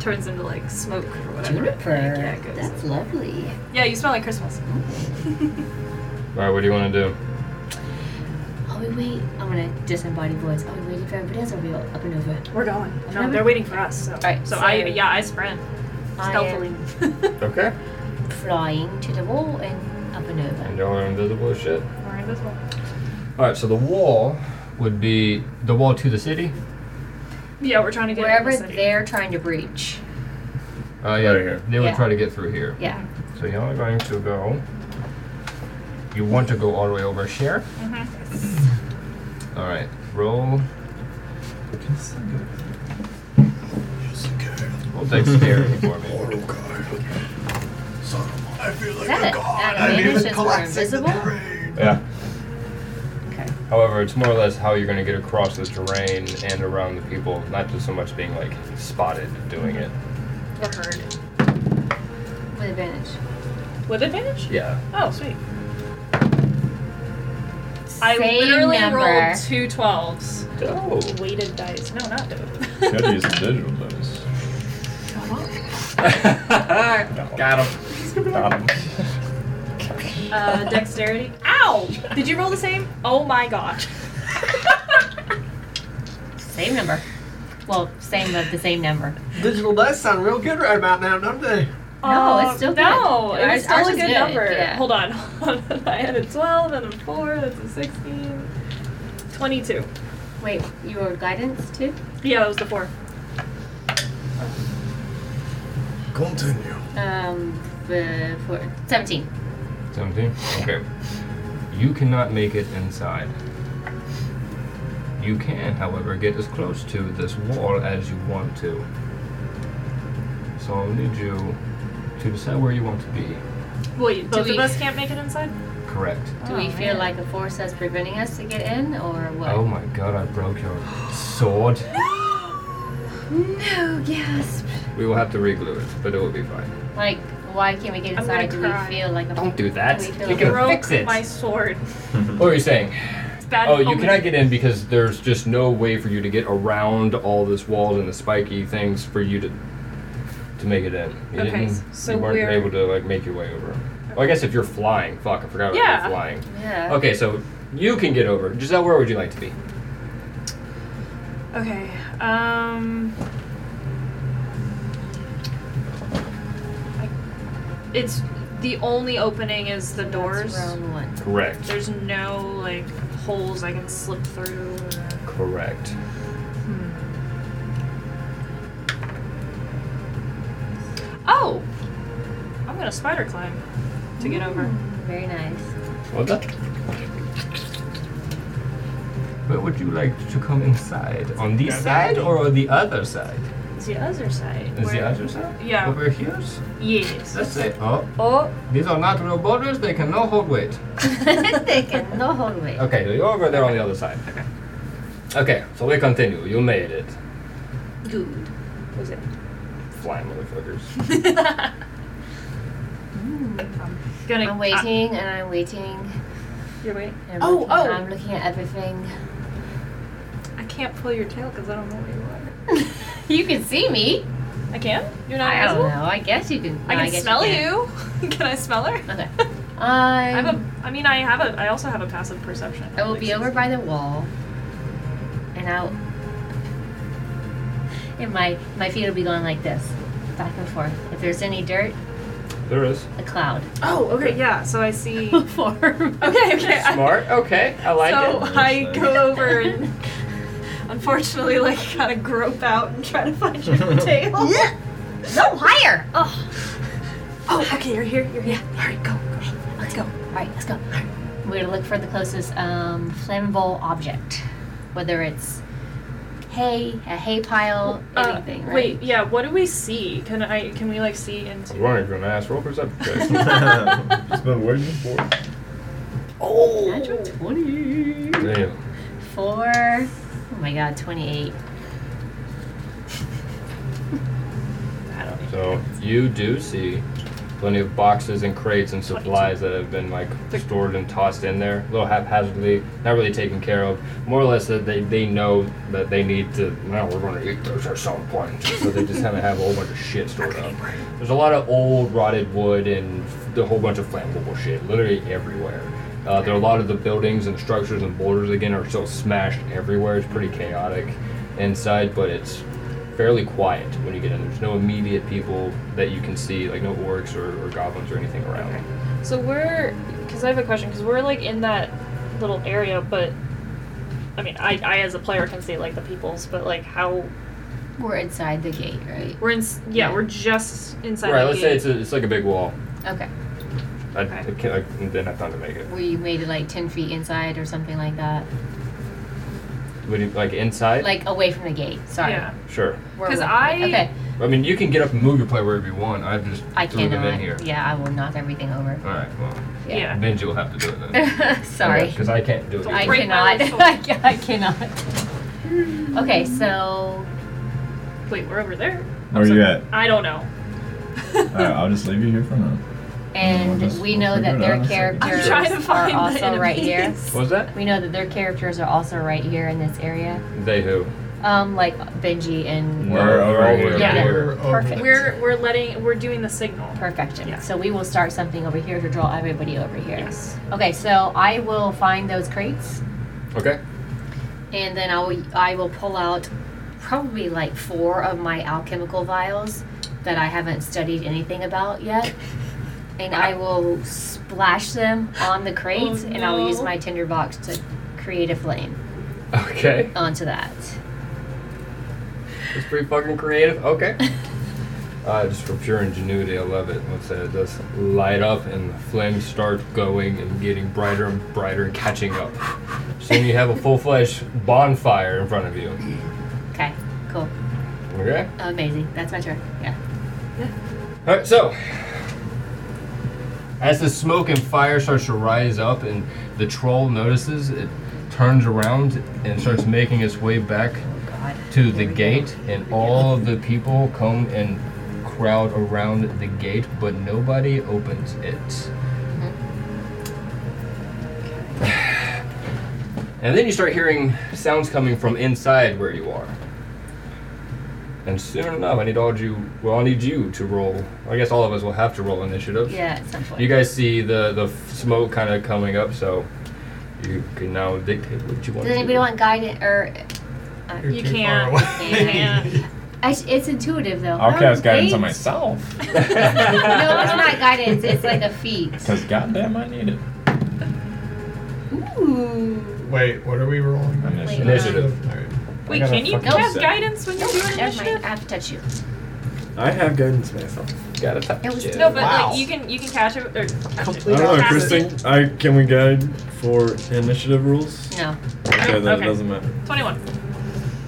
turns into like smoke or whatever. Juniper. Yeah, it goes. That's lovely. Yeah, you smell like Christmas. All right, what do you want to do? Are we wait? I'm gonna disembodied voice. Are we waiting for everybody else? Or are we all up and over? We're going. No, Okay. they're waiting for us. So. Alright, So I so yeah I sprint I stealthily. am Okay. flying to the wall and up and And over. y'all are invisible as shit. *laughs* We're invisible. All right, so the wall would be the wall to the city. Yeah, we're trying to get in Wherever the city. they're trying to breach. Uh, yeah, Right here. they would Yeah. try to get through here. Yeah. So y'all are going to go. You want to go all the way over here? Mm-hmm. All right, roll. Roll dexterity for me. I feel Is like that a it? god. Out of I'm even ammunition, we're collapsing the invisible? terrain. Yeah. Okay. However, it's more or less how you're going to get across the terrain and around the people, not just so much being like spotted doing it. We're heard. With advantage. With advantage? Yeah. Oh, sweet. I Same literally number. rolled two 12s. Oh. Weighted dice. No, not dope. Gotta use the digital dice. Got him. *laughs* uh, dexterity. Ow! Did you roll the same? Oh my god. Same number. Well, same of the same number. Digital dice sound real good right about now, don't they? *laughs* No, it's still good. Uh, No, it Ours- was still ours a is good, good, number. yeah. Hold on. *laughs* I had a 12 and a 4. That's a 16. 22. Wait, your guidance too? Yeah, that was the four. Continue. Um, the four, 17. 17? Okay. You cannot make it inside. You can, however, get as close to this wall as you want to. So I'll need you to decide where you want to be. Well, you, both we- of us can't make it inside. Correct. Do we feel like a force that's preventing us to get in, or what? Oh my god, I broke your sword. No, yes. We will have to re-glue it, but it will be fine. Like, why can't we get I'm inside? Do gonna we cry. feel like a Don't do that. We feel You like can Broke fix it. my sword. What are you saying? It's bad. Oh, you omen. cannot get in because there's just no way for you to get around all this walls and the spiky things for you to to make it in. You Okay, didn't, so you weren't we're- able to like make your way over. Well, I guess if you're flying, fuck, I forgot Yeah. you're flying. Yeah. Okay, so you can get over. Giselle, where would you like to be? Okay. Um. I- It's the only opening is the doors. That's round one. Correct. There's no like holes I can slip through. Or... Correct. Oh, I'm gonna spider climb to get over. Very nice. Well done. But would you like to come inside? On this side or on the other side? It's the other side. Is the where- other side? Yeah. Over here? Yes. That's it. Oh, Oh, these are not real borders. They can no hold weight. they *laughs* can no whole way. Okay, so you're over there on the other side. Okay. Okay, so we continue. You made it. good. Was it? Flying motherfuckers. Gonna. I'm waiting and I'm waiting. You're waiting. And I'm Oh, looking, oh. I'm looking at everything. I can't pull your tail because I don't know where *laughs* you you can see me. are. I can? You're not I don't invisible? know. I guess you can. I no, can guess smell you. you. *laughs* Can I smell her? Okay. *laughs* I I'm, have a. I mean, I have a. I also have a passive perception. I will be over by the wall, and I'll. And my my feet will be going like this, back and forth. If there's any dirt, There is. a *laughs* cloud. Oh, okay, yeah. So I *laughs* see. *laughs* okay, Form. okay. I- Smart. Okay, I like so it. I go over and *laughs* unfortunately, like, kind of grope out and try to find your *laughs* tail. Yeah. No higher. Oh. Oh, okay. You're here. You're here. All right, go. go. Let's go. All right, let's go. We're gonna look for the closest um, flammable object, whether it's hay, a hay pile, anything. right? Uh, Wait, yeah. What do we see? Can I? Can we like see into? *laughs* *laughs* Running from ass. Roll perception. check. Just been waiting for it. Natural twenty. Damn. Four. Oh my god, twenty-eight. I don't. So you do see plenty of boxes and crates and supplies that have been like stored and tossed in there, a little haphazardly, not really taken care of. More or less that they, they know that they need to. Well, we're going to eat those at some point, so they just kind of have a whole bunch of shit stored up. There's a lot of old rotted wood and a whole bunch of flammable shit, literally everywhere. Uh, there are a lot of the buildings and structures and boulders again are still smashed everywhere. It's pretty chaotic inside, but it's fairly quiet when you get in. There's no immediate people that you can see, like no orcs or, or goblins or anything around. So we're, because I have a question, because we're like in that little area, but I mean, I, I as a player can see like the peoples, but like how We're inside the gate, right? we're in, yeah, we're just inside. Right. the Let's gate. say it's a, it's like a big wall. Okay. I, Okay. I can't, I didn't have time to make it. We made it like ten feet inside or something like that, Would you like inside? like away from the gate. Sorry. yeah. sure. We're 'Cause away from I- it. Okay. I mean, you can get up and move your play wherever you want. I just I threw them in cannot. here. Yeah, I will knock everything over. All right. Well, yeah, Yeah. Benji will have to do it then. *laughs* Sorry. Because I can't do it. I either. break my cannot. *laughs* little I, ca- I cannot. Okay, so Wait, we're over there. Where are you at? I don't know. *laughs* Alright, I'll just leave you here for now. and We'll just- we we'll know figure that it out their in a second. I'm characters trying to are find the also right here. enemies. What was that? We know that their characters are also right here in this area. They who? Um, like Benji and No. We're over all here. over Yeah. here. We're over Perfect. there. *laughs* We're we're letting we're doing the signal. Perfection. Yeah. So we will start something over here to draw everybody over here. Yes. Okay, so I will find those crates Okay. *laughs* and then I will I will pull out probably like four of my alchemical vials that I haven't studied anything about *laughs* yet. And I will Oh, splash them on the crates and I will use no. my tinderbox to create a flame. Okay. onto that. It's pretty fucking creative. Okay. Uh, just for pure ingenuity, I love it. Once that it does light up and the flames start going and getting brighter and brighter and catching up. Soon you have a full fledged bonfire in front of you. Okay, cool. Okay? Amazing. That's my turn. Yeah. Alright, so. As the smoke and fire starts to rise up, and the troll notices, it turns around and starts making its way back Oh God. to the gate, and all of the people come and crowd around the gate, but nobody opens it. *sighs* And then you start hearing sounds coming from inside where you are. And soon enough, I need all you. Well, I need you to roll. I guess all of us will have to roll initiative. Yeah, at some point. You guys see the the f- smoke kind of coming up, so you can now dictate what you want. to Does anybody do. want guidance or? You're You too far can't. away. You *laughs* can't. Actually, it's intuitive though. I'll cast Wait. guidance on *laughs* myself. No, *laughs* it's not guidance. It's like a feat. Because goddamn, I need it. Ooh. Wait, what are we rolling? Initiative. Initiative. Alright. Wait, I got a can you fucking cast set. guidance when you do Never an mind. initiative? I have to touch you. I have guidance myself. Gotta touch It was- it. No, but Wow. like you can you can catch it. Or, catch I it. don't know, Cast Kristen. it. I can we guide for initiative rules? No. Okay, then Okay. it doesn't matter. Twenty-one.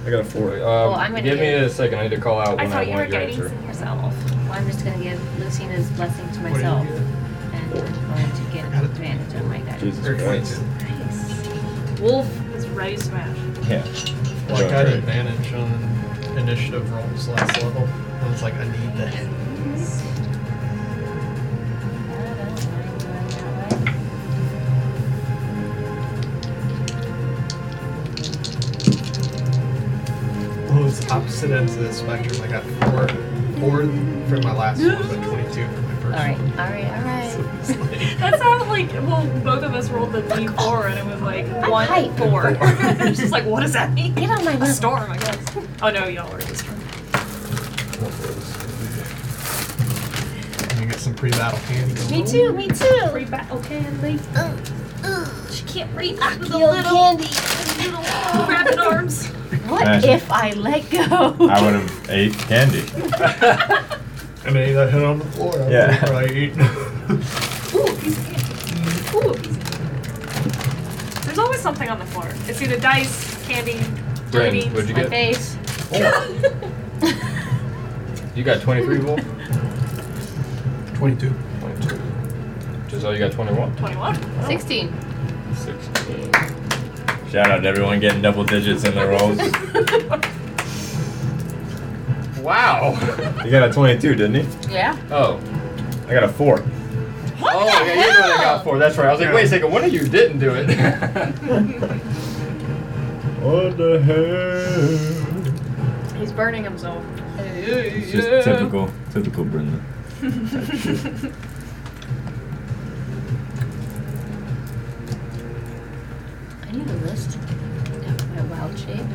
I got a four. Um, *laughs* Well, I'm gonna give me get- a second. I need to call out I when I, thought you were want your guiding answer. yourself. Well, I'm just gonna give Lucina's blessing to What are you myself, doing? and I'm going to get Got it. advantage on my guidance. Jesus Or Christ. 22. Wolf is ready to smash. Yeah. Well, I Yeah, got right. advantage on initiative rolls last level. And it's like, I need that. Oh, it's opposite ends of the spectrum. I got four, four from my last one, but 22 from my first All right. one. All right. All right. So it's *laughs* like, That sounded like well, both of us rolled the D4 and it was like I'm one hyped. four. *laughs* *laughs* it's just like what does that mean? Get on my A list. storm, I guess. Oh no, y'all were just storm. I'm gonna get some pre-battle candy. going Me on. too. Me Free too. Oh, battle candy. She can't reach with the Yo, little candy. little rabbit arms. What Imagine. if I let go? I would have ate candy. I mean, that hit on the floor. I Yeah. Right. Ooh, a piece of candy. Ooh, a piece of candy. There's always something on the floor. It's either dice, candy, Bryn, beans. what'd you my get? *laughs* face. *laughs* *laughs* You got 23, Wolf? 22. 22. Giselle, you got 21? *laughs* Twenty-one. Sixteen. 16. Shout out to everyone getting double digits in their *laughs* rolls. Wow! You got a 22, didn't you? Yeah. *laughs* Oh. I got a four. What oh, the yeah, you know what I got hell? four. That's right. I was like, wait a second, one of you didn't do it. *laughs* What the hell? He's burning himself. It's just typical, typical Brenda. Oh. I need a list. of My wild shape.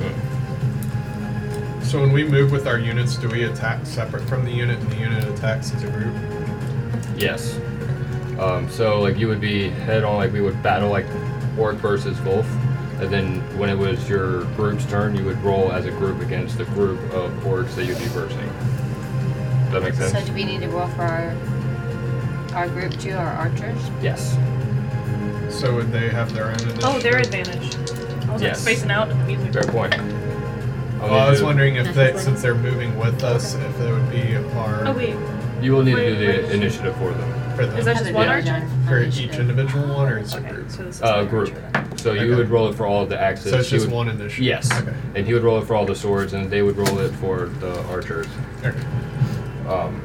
Hmm. So when we move with our units, do we attack separate from the unit and the unit attacks as a group? yes. Um, so, like, you would be head on, like, we would battle, like, orc versus wolf. And then when it was your group's turn, you would roll as a group against the group of orcs that you'd be versing. Does that make sense? So do we need to roll for our our group too, our archers? yes. So would they have their own initiative? Oh, their advantage. I was like Yes. spacing out at the music. Fair point. Well, I was wondering if they, Nothing's since they're moving with us, if they would be our Oh wait, You will need Wait, to do wait. the initiative for them. Uh, for them, is that just one Yeah. archer? for each individual one or is it Okay, group? so this is Uh, one group. archer. So you Okay. would roll it for all of the axes. So it's He just would- one initiative. Yes. Okay. And he would roll it for all the swords, and they would roll it for the archers. okay. Um,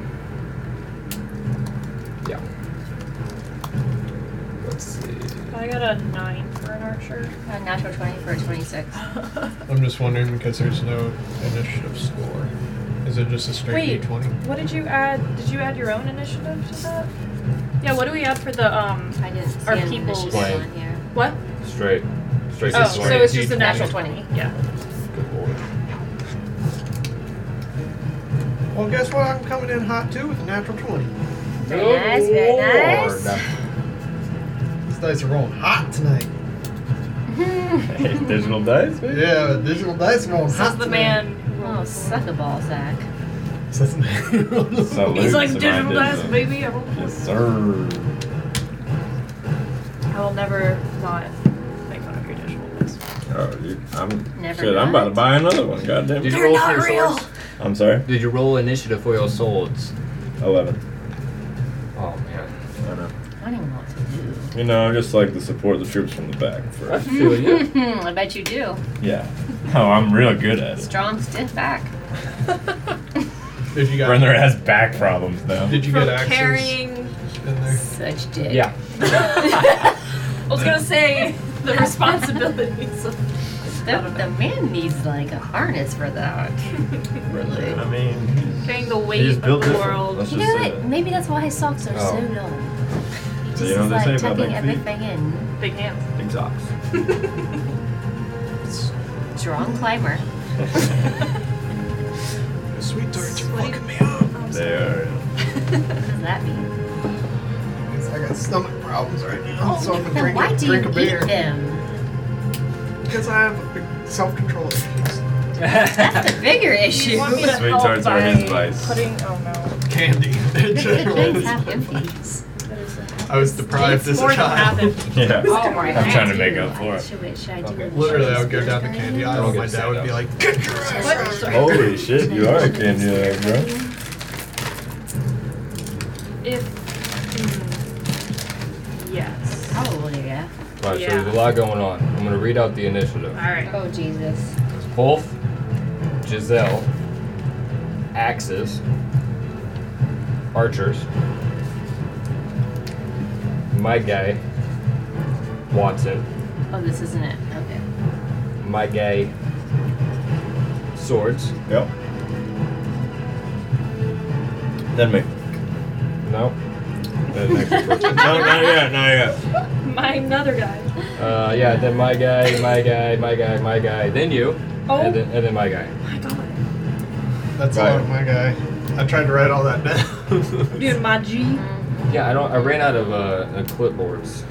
yeah. Let's see. I got a nine for an archer. A natural twenty for a twenty-six. I'm just wondering because there's no initiative score. Is it just a *laughs* straight Wait. d20? What did you add? Did you add your own initiative to that? Yeah. What do we add for the um? I didn't see Our an people's- initiative Blame. on here. What? Straight. Straight. Oh, to so twenty. it's just a D20. natural Natural Yeah. Good lord. Well, guess what? I'm coming in hot too with a natural 20. Very nice, very Lord. nice. These dice are rolling hot tonight. Hey, *laughs* digital dice? Yeah, digital dice are rolling hot. Says the tonight. man. Oh, suck a ball sack. Says the man. Salute He's like to my digital dice, digital. baby. I will- Yes, sir. I will never not make fun of your digital dice. Oh, you, I'm, Never shit, I'm about to mind. buy another one. Goddamn. Did you They're roll not for your real. swords? I'm sorry. Did you roll initiative for your swords? 11. Oh *laughs* man, I I know. don't even know what to do. You know, I just like to support the troops from the back. I For, feel *laughs* you. Hmm, *laughs* I bet you do. yeah. No, I'm real good at it. Strong, stiff back. Did *laughs* you Run their got? ass back problems now. Did you From get axes carrying. *laughs* in there? Such dick. Yeah. *laughs* I was gonna say *laughs* the responsibilities of The, the man needs like a harness for that. really. I mean, he's- carrying the he's weight of built the different. world. Let's You just know say what? Maybe that's why his socks are so Oh. long. He just You know is what they like say about tucking big feet? everything in. Big *laughs* hands. that. Exhaust. Strong climber. Sweet darts are Sweet. fucking me up. They are. What does that mean? I got stomach problems right now, so I'm gonna Then drink, why a, do you drink a beer. eat them? Because I have self-control issues. That's the bigger issue. want me *laughs* to Sweet help tarts are by his vice. Putting. Oh no. Candy in The good *laughs* general. things have empties. I was deprived It's as more a than half child. it. *laughs* Yeah. Oh my I'm trying to Do make up I- for it. Should, should I do Okay. it? Literally, Should I would go just down put to it candy on? aisle. get My set dad would up. be like, "Get your ass What? out of here!" Holy shit, you are a candy egg, bro. If. hmm, Yes. Probably, Oh, yeah. Alright, so there's a lot going on. I'm gonna read out the initiative. All right. Oh, Jesus. There's Wolf, Giselle, Axis, Archers, my guy, Watson, Oh, this isn't it. Okay. my guy, Swords. Yep. Then me. No. Then me. *laughs* no, not yet, not yet. My another guy. Uh, yeah, then my guy, my guy, my guy, my guy, then you, Oh and, then, and then my guy. my god. That's a lot of my guy. I tried to write all that down. Dude, my G. Yeah, I don't. I ran out of uh, uh, clipboards.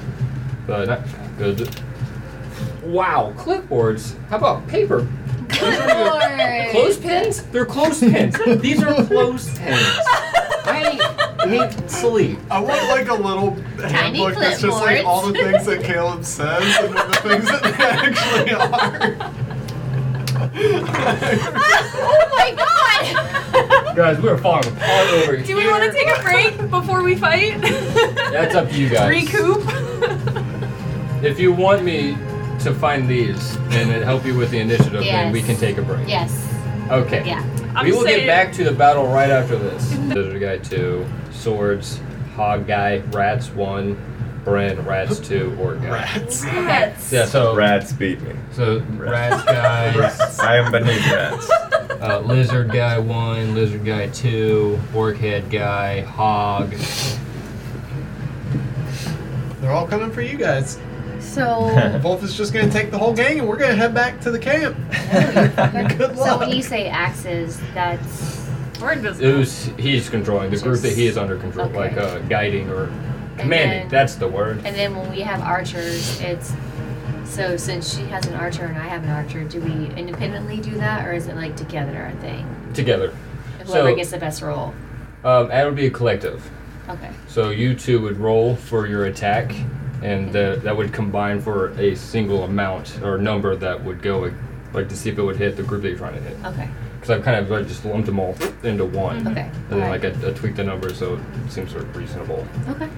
Uh, not good. Wow, clipboards. How about paper? Clipboard. Clothespins? They're clothespins. These are clothespins. I hate sleep. *laughs* I want like a little handbook that's just like all the things that Caleb says and then the things that they actually are. oh my god! Guys, we're falling apart over Do we want to take a break before we fight? That's *laughs* up to you guys. Recoup. If you want me to find these and then help you with the initiative, then we Yes. can take a break. *laughs* yes. Okay. Yeah. I'm we will saying- get back to the battle right after this. Lizard guy two, swords, hog guy, rats one, Bren, *laughs* rats two, orc guy. Rats. Yes. Yeah, so Rats beat me. so rats guy, *laughs* Rats. I am beneath *laughs* rats. uh, lizard guy one, lizard guy two, orc head guy, hog. They're all coming for you guys. *laughs* So, Wolf is just gonna take the whole gang and we're gonna head back to the camp. *laughs* Good so luck. when you say axes, that's *laughs* We're invisible. It was he's controlling the group that he is under control, Okay. like uh, guiding or And commanding. then- that's the word. and then when we have archers, it's so since she has an archer and I have an archer, do we independently do that, or is it like together a thing? Together, Whoever So- gets the best roll. um, that would be a collective. Okay. So you two would roll for your attack, and the, that would combine for a single amount or number that would go, like to see if it would hit the group that you're trying to hit. Okay. Because I've kind of like, just lumped them all into one. Mm-hmm. Okay. And All then like right. I, I tweaked the number so it seems sort of reasonable Okay.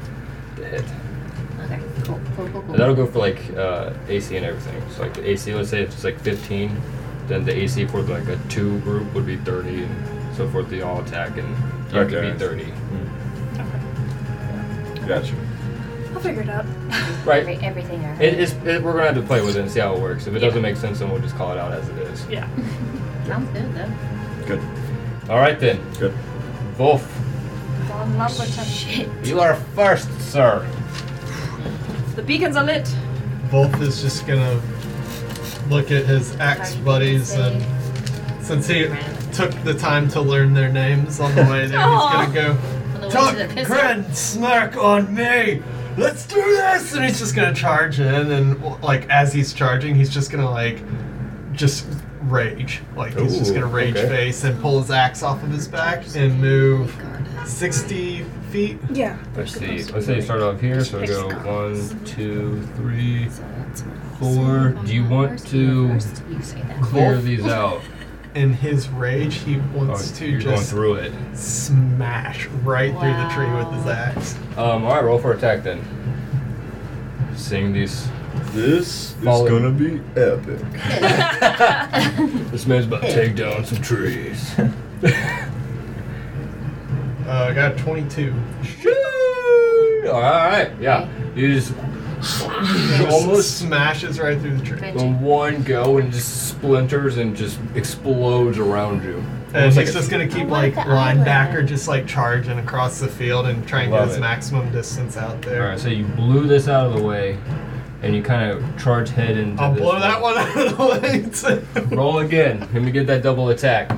to hit. Okay. Cool. Cool. Cool. Cool. And that'll go for like uh, AC and everything. So like the AC, let's say if it's like 15, then the AC for like a two group would be 30, and so forth. They all attack and you have to Okay. be 30. Gotcha. I'll figure it out. Right. Every, everything. I heard. It is. It, we're gonna have to play with it and see how it works. If it doesn't make sense, then we'll just call it out as it is. *laughs* Yeah. Sounds good though. Good, All right then, good. Wolf, Oh, Shit. you are first, sir. The beacons are lit. Wolf is just gonna look at his axe buddies and since he took the time to learn their names on the way there. He's *laughs* gonna go. Oh. On the way Tuck, to the pistol. Gren, smirk on me. Let's do this. And he's just gonna charge in, and well, like as he's charging, he's just gonna like just rage. Like he's just Ooh, gonna rage okay. face and pull his axe off of his back and move sixty feet. Yeah. Let's see. Let's say you start off here, so we go one, two, three. Four, do you want to- First, you say *laughs* that. Clear these out. In his rage, he wants Oh, to you're going just through it. smash right through the tree with his Wow. axe. Um, all right, roll for attack then. Seeing these, This is Follow- gonna *laughs* be epic. this man's about to take down some *laughs* trees. Uh, I got twenty-two. Shoo! All right, yeah. You just Just almost smashes right through the tree. in one go and just splinters and just explodes around you. And Almost like he's a- just gonna keep I like like the island. linebacker, just like charging across the field and try and Love get his it. maximum distance out All there. right, so you blew this out of the way, and you kind of charge head into. I'll this blow that one *laughs* out of the way. too. Roll again. Let me get that double attack.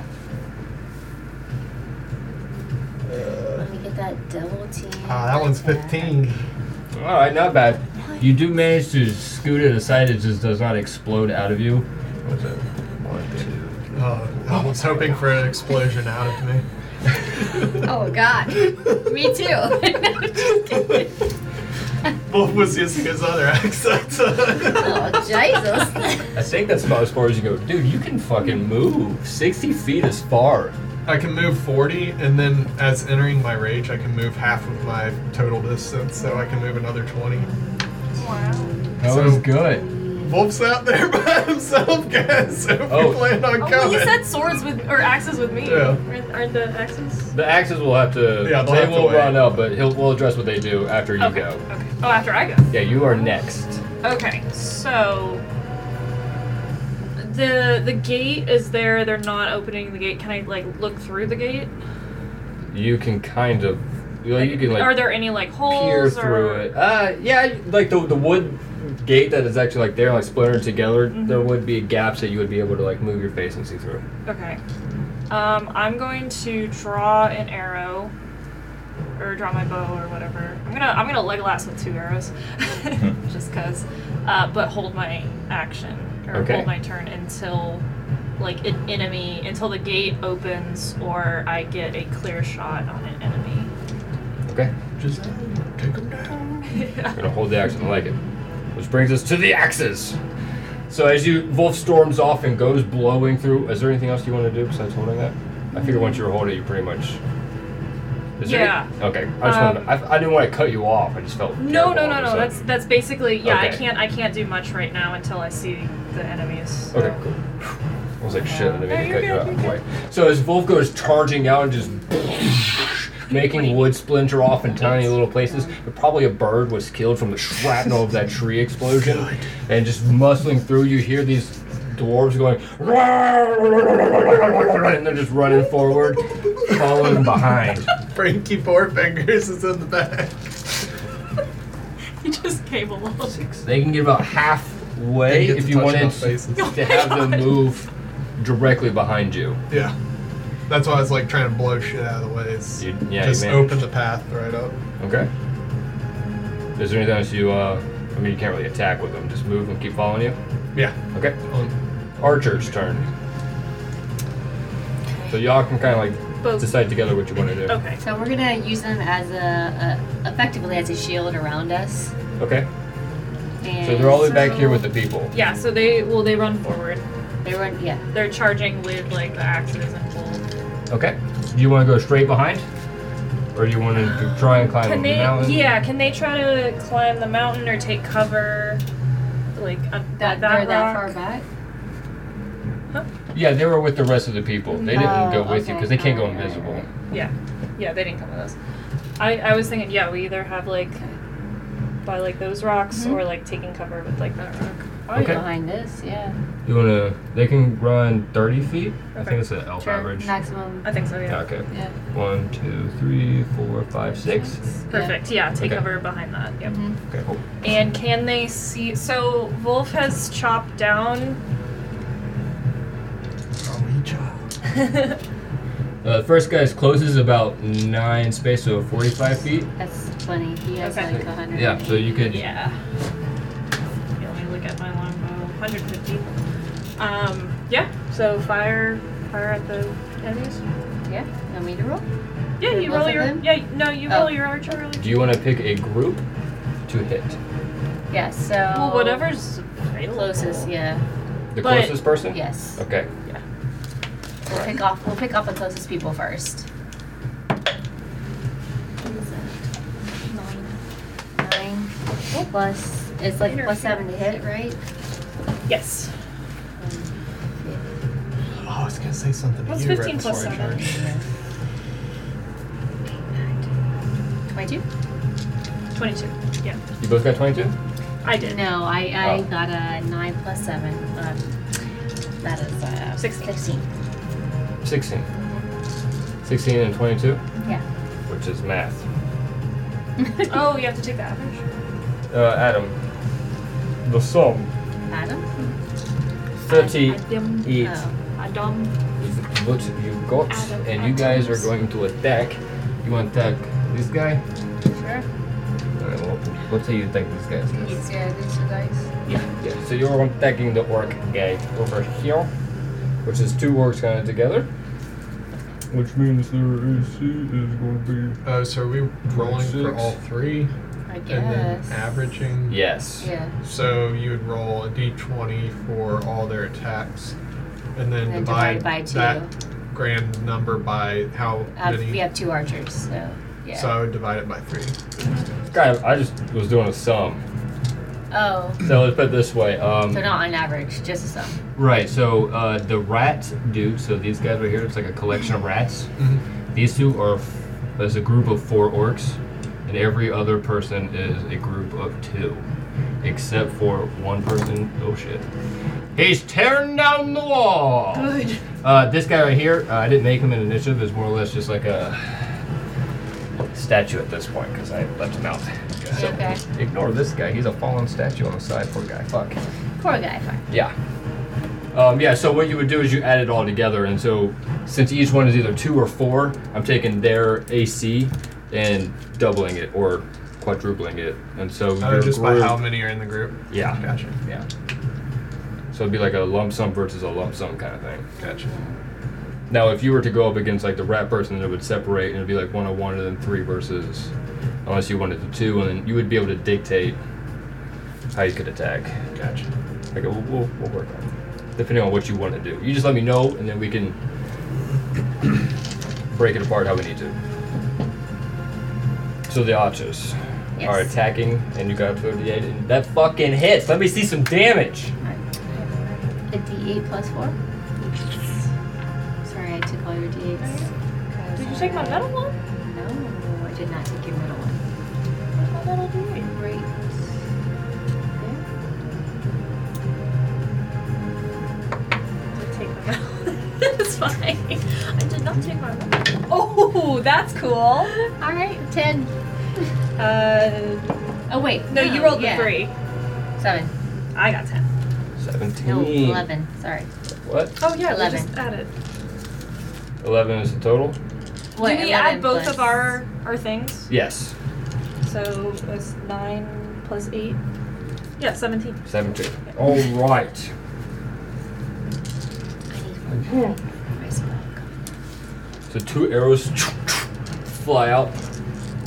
Let me get that double team. Uh, Ah, that one's attack. 15. All right, not bad. You do manage to scoot it aside. It just does not explode out of you. What's that? One, two. Oh, I was hoping for an explosion out of me. Oh God, *laughs* me too. *laughs* I'm just kidding. Wolf was using his other accent. *laughs* Oh Jesus. I think that's about as far as you go, dude. You can fucking move. Sixty feet is far. I can move 40, and then as entering my rage, I can move half of my total distance, so I can move another 20. That So- was good. Wolf's out there by himself, guys. So if Oh. you plan on Oh, coming. well, you said swords with or axes with me. Yeah. Aren't- Aren't the axes? The axes will have to. Yeah, they'll they have to will wait. run up, but he'll, we'll address what they do after you Okay. go. Okay. Oh, after I go. Yeah, you are next. Okay, so the the gate is there. They're not opening the gate. Can I like look through the gate? You can kind of. You, know, you can like. Are there any like peer holes? through or... it. Uh, yeah, like the the wood gate that is actually like there, like splintered together. Mm-hmm. There would be gaps that you would be able to like move your face and see through. Okay. Um, I'm going to draw an arrow, or draw my bow, or whatever. I'm gonna I'm gonna Legolas with *laughs* two arrows, just cause. Uh, but hold my action or Okay. hold my turn until like an enemy until the gate opens or I get a clear shot on an enemy. Okay, Just take him down. I'm gonna hold the action. I like it. Which brings us to the axes. So as you Wolf storms off and goes blowing through, is there anything else you want to do besides holding that? I figure once you were holding, it, you pretty much. Is there Yeah. Um, Any, okay. I just wanted. To, I, I didn't want to cut you off. I just felt. No, no, terrible no, all of a no. That's sudden. that's basically yeah. I Okay. can't I can't do much right now until I see the enemies. so- Okay, *laughs* cool. I was like, shit, I didn't mean to No, cut you're you good, out. you're Wait. So as Wolf goes charging out and just *laughs* making wood splinter off in tiny little places, but probably a bird was killed from the shrapnel of that tree *laughs* explosion, and just muscling through, you hear these dwarves going, *laughs* and they're just running forward, following behind. Frankie Four Fingers is in the back. He just gave a little. They can get about halfway if you wanted to have them move directly behind you. Yeah. That's why I was like trying to blow shit out of the way. Is You- yeah, you just managed. open the path right up. Okay. Is there anything else you, uh, I mean, you can't really attack with them. Just move and keep following you. Yeah. Okay. Um, Archer's turn. So y'all can kind of like Both. decide together what you want to do. Okay. So we're gonna use them as a, a effectively as a shield around us. Okay. And So they're all the way back here with the so people. Yeah, so they well they run forward. They run. Yeah. They're charging with like the axes and pole. Okay. Do you want to go straight behind? Or do you want to try and climb Can a they mountain? yeah, can they try to climb the mountain or take cover like uh, That, that, they're that that rock? far back. Yeah, they were with the rest of the people. They didn't Oh, go with you okay. because they can't go Alright, alright, invisible. alright. Yeah. Yeah, they didn't come with us. I, I was thinking, yeah, we either have like by like those rocks Mhm. or like taking cover with like that rock. Oh, Okay. Behind this, yeah. You want to, they can run 30 feet. I Okay. think it's an elf Sure, average. Maximum. I think so, yeah. Okay. Yeah. One, two, three, four, five, six. Perfect. Yeah, take Okay. cover behind that. Yep. Okay, cool. And can they see so Wolf has chopped down are we child? Uh, first guy's closest is about nine space, so 45 feet. That's funny. He has Okay. like a hundred. Yeah, so you could. Yeah. Okay, let me look at my longbow. 150. Um, yeah. So fire, fire at the enemies. Yeah. Want me to roll? Yeah, you both roll of your. them? Yeah, no, you Oh. roll your archer. Really. Do you want to pick a group to hit? Yeah. So. Well, whatever's Closest. Yeah. The But- closest person? Yes. Okay. We'll pick off. We'll pick off the closest people first. Nine. Nine. Plus, it's like plus seven to hit, right? Yes. Oh, I was gonna say something What's to you 15 right plus before I seven? charged. Twenty-two. 22. Yeah, You both got 22? I did. No, I I Oh. got a nine plus seven. Um, that is uh, Sixteen. 16. 16 and 22, *laughs* Yeah. which is math. Oh, you have to take the average. Uh, Adam. The sum. Adam. 30 Adam. each. Oh. Adam. What you got, Adam, and you guys are Adams. going to attack. You want to attack this guy? Sure. Alright, well, let's say you attack this guy. instead. It's yeah, these two guys. Yeah, so you're attacking the orc guy over here, which is two orcs kind of together. Which means their AC is going to Uh, so are we rolling for Six. all three I guess. and then averaging? Yes. Yeah. So you would roll a d20 for all their attacks, and then, And then divide, divide by two. that grand number by how Uh, many. we have two archers, so yeah. So I would divide it by three. Kind of, I just was doing a sum. oh, So let's put it this way. Um, so not on average, just a sum. Right, so uh, the rat dude, so these guys right here, it's like a collection of rats. These two are, f- there's a group of four orcs, and every other person is a group of two, except for one person. Oh shit. He's tearing down the wall! Good. Uh, this guy right here, uh, I didn't make him an initiative, is more or less just like a statue at this point, because I left him out. So Okay. ignore this guy, he's a fallen statue on the side, poor guy. Fuck. Poor guy. Fine. Yeah. Um, yeah, so what you would do is you add it all together, and so since each one is either two or four, I'm taking their AC and doubling it or quadrupling it, and so Oh, your just by group- how many are in the group? Yeah, Gotcha. yeah. So it'd be like a lump sum versus a lump sum kind of thing. Gotcha. Now, if you were to go up against like the rat person, it would separate, and it'd be like one on one, and then three versus, unless you wanted to two, and then you would be able to dictate how you could attack. Gotcha. Okay, we'll, we'll, we'll work on it. Depending on what you want to do. You just let me know, and then we can *clears throat* break it apart how we need to. So the Archers Yes. are attacking, and you got 38, and that fucking hits. Let me see some damage. A D8 plus four. Sorry, I took all your D8s. Did you take my metal one? No, I did not take your middle one. Where's my metal doing? Right. there. Did take my metal. it's fine. I did not take my metal. Oh, that's cool. All right, *laughs* ten. Uh, Oh wait, no, you rolled yeah. the three. Seven. I got ten. 17. No, eleven. Sorry. What? Oh yeah, Eleven. we just added. 11 is the total? What, Did we 11 add both plus- of our our things? Yes. So it's nine plus eight. Yeah, seventeen. 17. All right. I need one. My spell. So two arrows fly out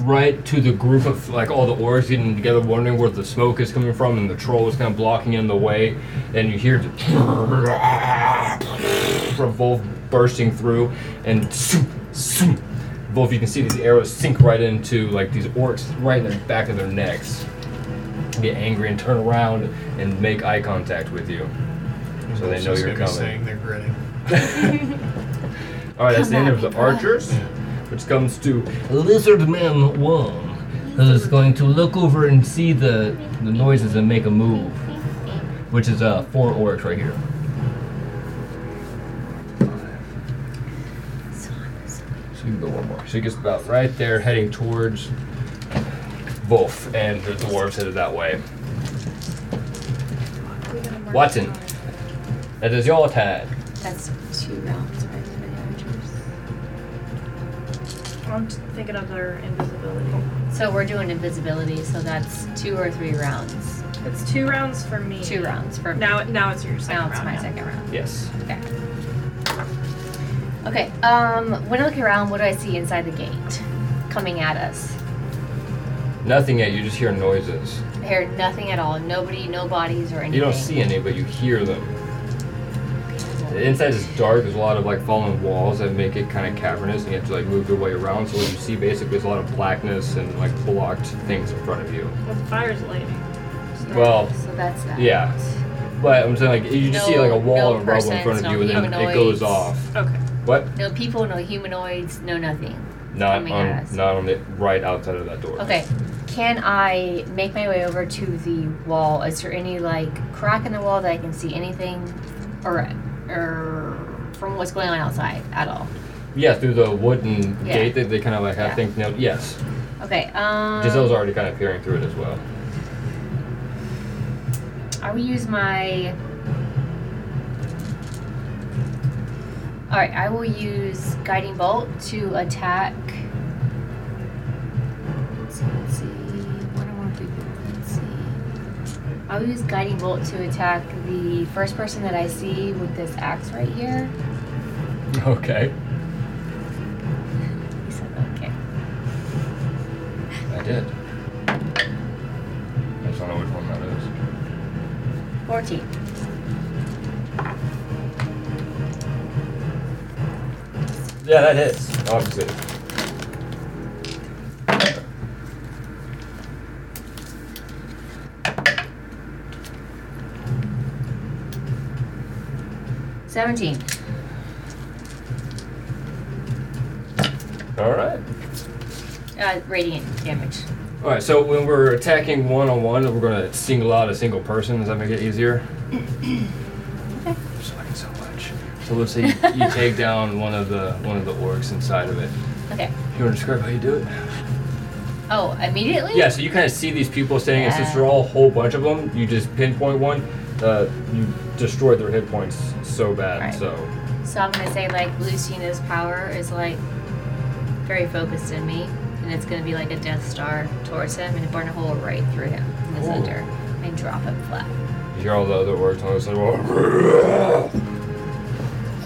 right to the group of like all the orcs getting together, wondering where the smoke is coming from, and the troll is kind of blocking in the way. And you hear the revolve bursting through, and Wolf, you can see these arrows sink right into like these orcs right in the back of their necks. Get angry and turn around and make eye contact with you. So they It's know just you're gonna be coming. Saying they're grinning. All right, that's the Come end at of me, the bro. archers, which comes to Lizardman One, who is going to look over and see the the noises and make a move, which is uh four orcs right here. So you can go one more. So he gets about right there, heading towards Wolf, and the dwarves headed that way. Watson, that is your time. That's two rounds. Right? I'm t- thinking of their invisibility. So we're doing invisibility, so that's two or three rounds. It's two rounds for me. Two rounds for Now, now it's your Now second it's round. my yeah. second round. Yes. Okay. Okay. Um, when I look around, what do I see inside the gate coming at us? Nothing yet. You just hear noises. I hear nothing at all. Nobody, no bodies or anything. You don't see any, but you hear them. The inside is dark. There's a lot of like fallen walls that make it kind of cavernous, and you have to like move your way around. So what you see basically is a lot of blackness and like blocked things in front of you. Well, the fire's lighting. Well, So that's that. yeah. But I'm saying like you just see like a wall No- no of rubble in persons, front of no you, and then it humanoids. goes off. Okay. What? No people, no humanoids, no nothing. Not Coming at us. on, not on the right outside of that door. Okay. Can I make my way over to the wall? Is there any like crack in the wall that I can see anything, or, or from what's going on outside at all? Yeah, through the wooden Yeah. gate that they kind of like have Yeah. Uh-huh. things nailed. Yes, Okay. Um. Giselle's already kind of peering through it as well. I will use my. Alright, I will use Guiding Bolt to attack. Let's see, let's see. One or more people. Let's see. I will use Guiding Bolt to attack the first person that I see with this axe right here. *laughs* Okay. He said, okay. I did. I just don't know which one that is. 14. Yeah, that is. Obviously. Seventeen. All right. Uh, radiant damage. All right. So when we're attacking one on one, we're gonna single out a single person. Does that make it easier? I'm sweating so much. So let's say you, you take down one of the one of the orcs inside of it. Okay. You want to describe how you do it? Oh, immediately? Yeah, so you kind of see these people standing, and since Yeah. there are a whole bunch of them, you just pinpoint one. Uh, you destroy their hit points so bad. Right. So So I'm gonna say like Lucina's power is like very focused in me, and it's gonna be like a Death Star towards him and burn a hole right through him in the Ooh. center and drop him flat. you hear all the other orcs on the *laughs* side. "Whoa."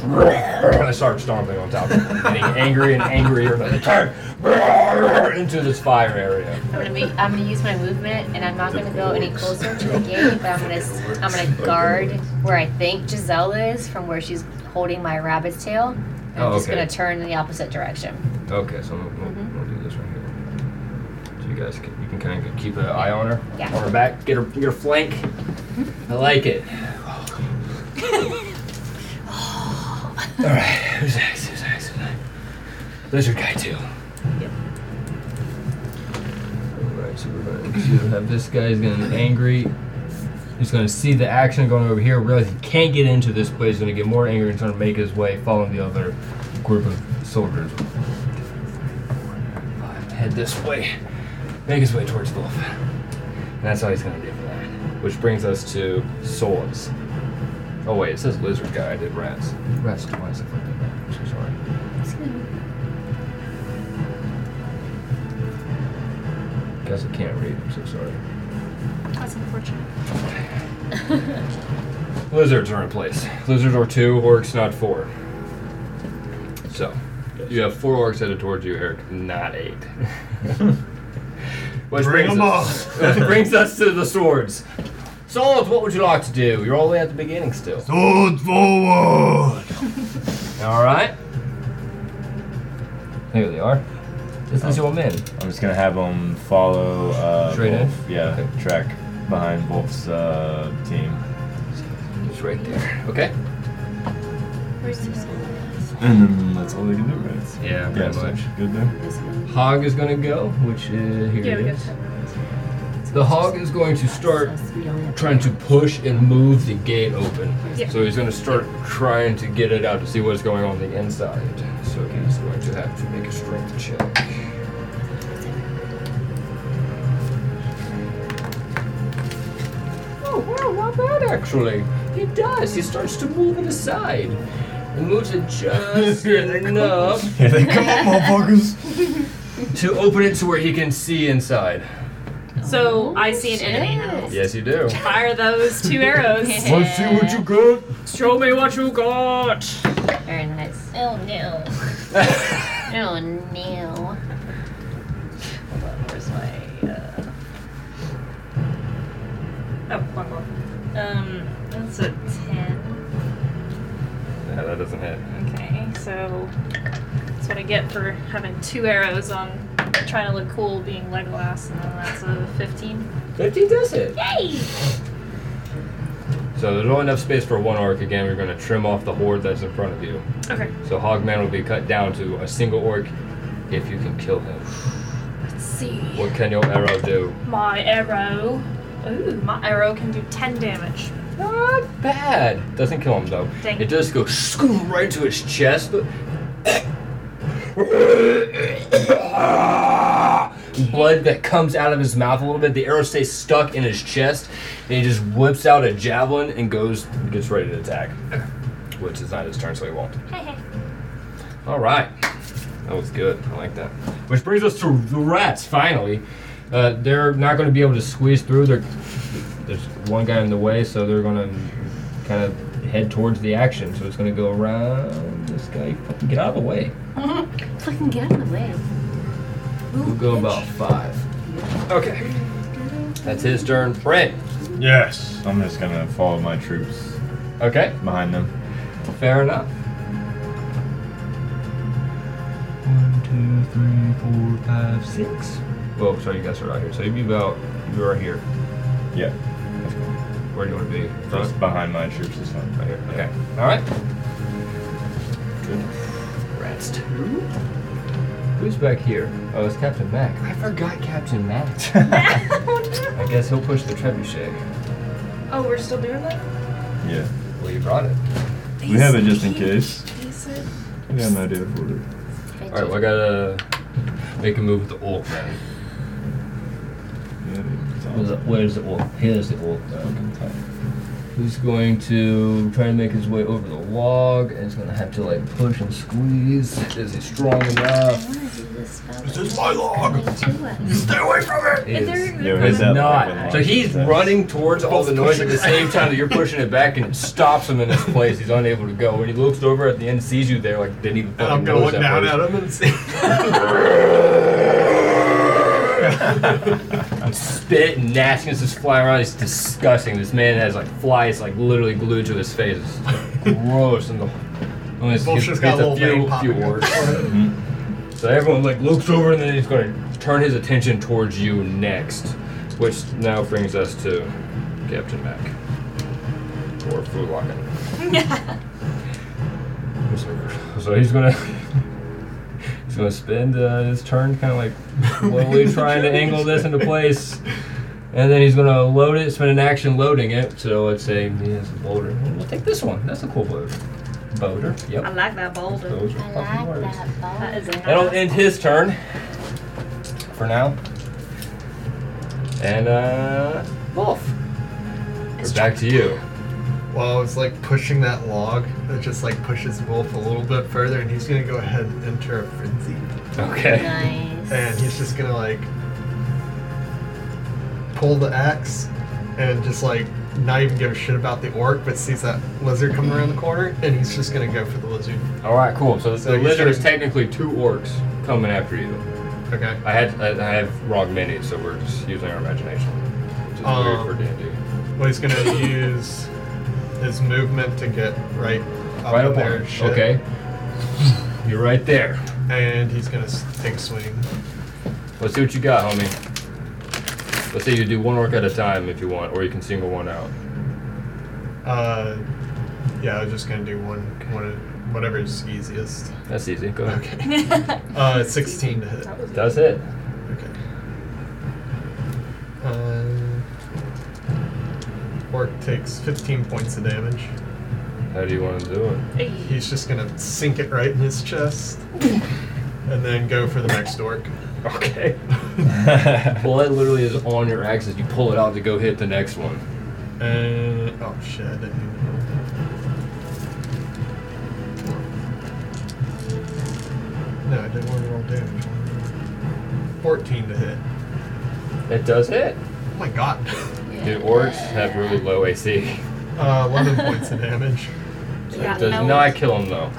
They start stomping on top of them, getting angry and angrier. And they turn *laughs* into this fire area. I'm gonna be I'm gonna use my movement, and I'm not gonna go any closer to the gate, but I'm gonna s- I'm gonna guard where I think Giselle is from where she's holding my rabbit's tail. And Oh, I'm just okay. gonna turn in the opposite direction. Okay, so we'll, we'll, we'll do this right here. So you guys can, you can kind of keep an eye on her, Yeah. on her back, get her get her flank. I like it. All right, who's next? Who's next? Who's next? Lizard guy too. Yep. All right, so we're gonna, so we have this guy's getting angry. He's gonna see the action going over here, realize he can't get into this place. He's gonna get more angry and trying to make his way, following the other group of soldiers. Head this way, make his way towards Wolf. And that's all he's gonna do for that. Which brings us to swords. Oh wait, it says lizard guy. I did rats. Rats twice. I clicked on that. I'm so sorry. Guess I can't read. I'm so sorry. That's unfortunate. Lizards are in place. Lizards are two, orcs not four. So, you have four orcs headed towards you, Eric, not eight. *laughs* Which Bring brings 'em us- Which brings us to the swords. Swords, what would you like to do? You're all the way at the beginning still. Sword forward! All right. Here they are. This is your men. I'm just gonna have him follow. Uh, Straight in? Wolf. Yeah, Okay. track behind Wolf's uh, team. It's right there. Okay. Where's this one? And then that's all they can do, right? Yeah, Yeah, so good there. This one. Hog is gonna go, which is here Yeah, it we got is. ten rounds. The hog is going to start So we only have- trying to push and move the gate open. Yeah. So he's going to start trying to get it out to see what's going on the inside. So he's going to have to make a strength check. Oh, well, not bad actually. He does. He starts to move it aside. Muta *laughs* just enough Here they come, motherfuckers. to open it to where he can see inside. So I see an enemy now. Yes, you do. Fire those two *laughs* arrows. Let's see what you got. Show *laughs* me what you got. Very nice. Oh no. oh no. Hold on, where's my? Uh... Oh, one more. Um, that's a ten. Yeah, that doesn't hit. Okay, so that's what I get for having two arrows on trying to look cool, being Legolas, and then that's a fifteen. 15 does hit. Yay! So there's only enough space for one orc again. We're going to trim off the horde that's in front of you. Okay. So Hogman will be cut down to a single orc if you can kill him. Let's see. What can your arrow do? My arrow. Ooh, my arrow can do 10 damage. *laughs* Not bad. Doesn't kill him though. Dang. It does go scoop right into his chest. Blood that comes out of his mouth a little bit. The arrow stays stuck in his chest, and he just whips out a javelin and goes gets ready to attack. Which is not his turn, so he won't. All right, that was good. I like that. Which brings us to the rats. Finally, uh, they're not going to be able to squeeze through. They're there's one guy in the way, so they're gonna kind of head towards the action. So it's gonna go around this guy. Fucking get out of the way. Fucking get out of the way. We'll go about five. Okay. That's his turn. Brent. Yes. I'm just gonna follow my troops Okay. behind them. Fair enough. One, two, three, four, five, six. Well, sorry, you guys are out here. So you'd be about you are here. Yeah. Where do you want to be? Front? Just behind my troops is fine. Right here. Okay. All right. Good. Rats two. Who's back here? Oh, it's Captain Mac. I forgot Captain Mac. I guess he'll push the trebuchet. Oh, we're still doing that? *laughs* Yeah. Well, you brought it. We have it just in case. He said *laughs* We got an idea for it. All right, well, I gotta make a move with the orc then. Yeah, it's Where's the, awesome. where's the orc? Here's the orc. Then. Who's going to try to make his way over the log and is gonna have to like push and squeeze. Is he strong enough? This is my log. You stay away from it. He is. Yeah, his It's other not. weapon So he's launches. running towards all the noise at the *laughs* same time that you're pushing it back, and it stops him in his place. He's unable to go. When he looks over at the end, sees you there, like didn't even. And fucking I'm gonna notice look that down was- at him and see. Spit and nastiness is flying around. It's disgusting. This man has like flies, like literally glued to his face. It's gross. And the only gets, Vulture's got gets a little a vein few, few popping. words. So everyone like looks over, and then he's going to turn his attention towards you next, which now brings us to Captain Mac or Fulakin. So he's gonna he's gonna spend uh, his turn kind of like slowly trying to angle this into place, and then he's gonna load it. Spend an action loading it. So let's say he has a boulder. We'll take this one. That's a cool boulder. Boulder. I Yep. like that boulder. Those are fucking I like words. that ball. That is a nice. That'll end his turn for now. And uh, Wolf, we're back to you. While I was like pushing that log, it just like pushes Wolf a little bit further, and he's gonna go ahead and enter a frenzy, Okay. Nice. and he's just gonna like pull the axe and just like not even give a shit about the orc, but sees that lizard coming around the corner, and he's just gonna go for the lizard. All right, cool. So, So the you lizard is should- technically two orcs coming after you. Okay. I had I, I have wrong minis, so we're just using our imagination, which is Um, weird for D and D. Well, he's gonna use his movement to get right up Right in up there. on. and shit. Okay. You're right there. And he's gonna s- take a swing. Let's see what you got, homie. Let's say you do one orc at a time if you want, or you can single one out. Uh, yeah, I was just gonna do one, one whatever's easiest. That's easy. Go ahead. Okay. Uh, 16 to hit. That's it. Okay. Uh, Orc takes 15 points of damage. How do you want to do it? He's just gonna sink it right in his chest, and then go for the next orc. Okay. *laughs* well, that literally is on your axis. You pull it out to go hit the next one. Uh, And oh shit, I didn't even roll. No, I didn't want to roll damage. 14 to hit. It does hit. Oh my god. *laughs* Dude, orcs have really low AC. Uh, 11 points of damage. It does not kill him though.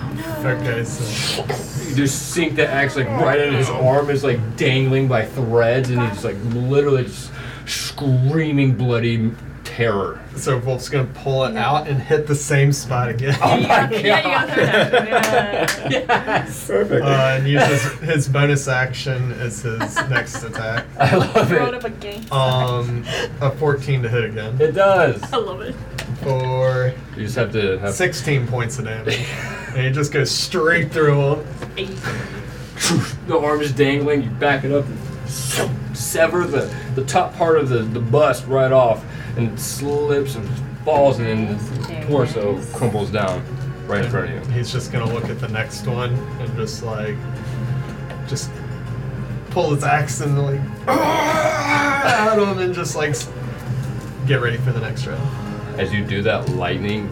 That guy's. Uh, You just sink the axe like right in his arm is like dangling by threads, and he's just, like literally just screaming bloody terror. so Wolf's gonna pull it out and hit the same spot again. Oh my god! Yeah, you got thrown *laughs* out. yes. Perfect. *laughs* Uh, and *laughs* uses his bonus action as his next attack. I *laughs* love Rolled up it. a game. Um, a 14 to hit again It does. I love it. for You just have to have 16 points of damage. *laughs* And he just goes straight through him. the arm is dangling. You back it up, and sever the, the top part of the, the bust right off, and it slips and falls, and then the torso crumbles down right in front of you. He's just gonna look at the next one and just like, just pull his axe and like, *laughs* "Ah!" at him and just like, s- get ready for the next round. As you do that, lightning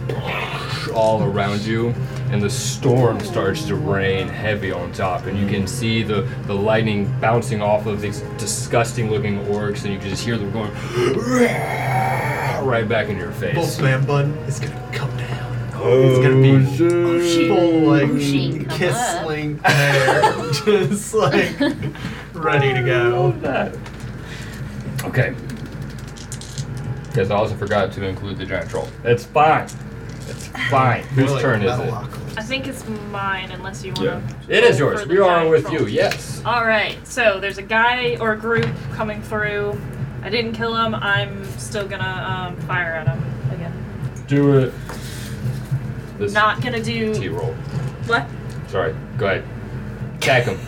all around you, and the storm starts to rain heavy on top, and you can see the, the lightning bouncing off of these disgusting looking orcs, and you can just hear them going right back in your face. Wolfman Bun is gonna come down. oh, It's gonna be Oh, full like Ocean, Oh, come up. kissling hair, *laughs* just like ready to go. Okay. Because I also forgot to include the giant troll. It's fine. It's fine. Whose Like turn is it? Metalocalypse. I think it's mine, unless you want Yeah. to. It is yours. For We the are giant with troll. you. Yes. All right, so there's a guy or a group coming through. I didn't kill him. I'm still gonna um, fire at him again. Do it. This Not gonna T do roll. what? Sorry. Go ahead. Attack him.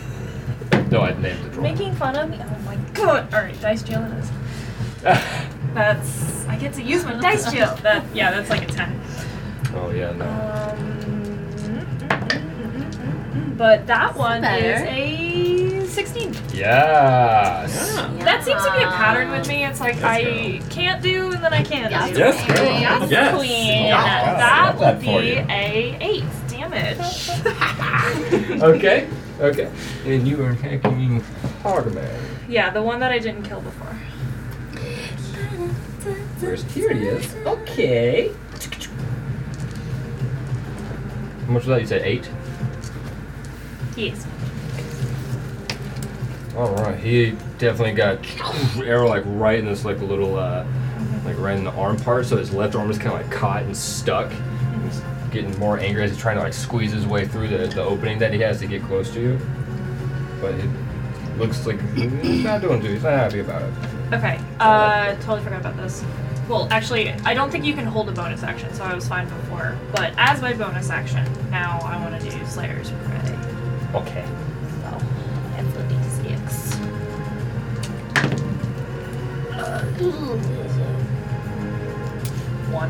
No, I named the troll. Making fun of me? Oh my god! All right, dice jail it is. That's I get to use my dice jail. That yeah, that's like a ten. *laughs* mm, oh yeah, no. Um, but that one better. is a sixteen. Yes. That seems to be a pattern with me. It's like I can't do and then I can Yeah. do. Yes, girl. Yes, Yes. queen. Yeah. That Love that would for be you. a eight damage. *laughs* Okay. Okay. And you are hacking hard man. yeah, the one that I didn't kill before. Where's curious? Okay. How much was that? You said eight? Yes. All right, he definitely got arrow like right in this like little uh, like right in the arm part, so his left arm is kind of like caught and stuck. He's getting more angry as he's trying to like squeeze his way through the, the opening that he has to get close to you. But it looks like mm, he's not doing too. He's not happy about it. Okay. Uh, totally forgot about this. Well, actually, I don't think you can hold a bonus action, so I was fine before. But as my bonus action, now I want to do Slayer's Prey. Okay. So that's a d6. One.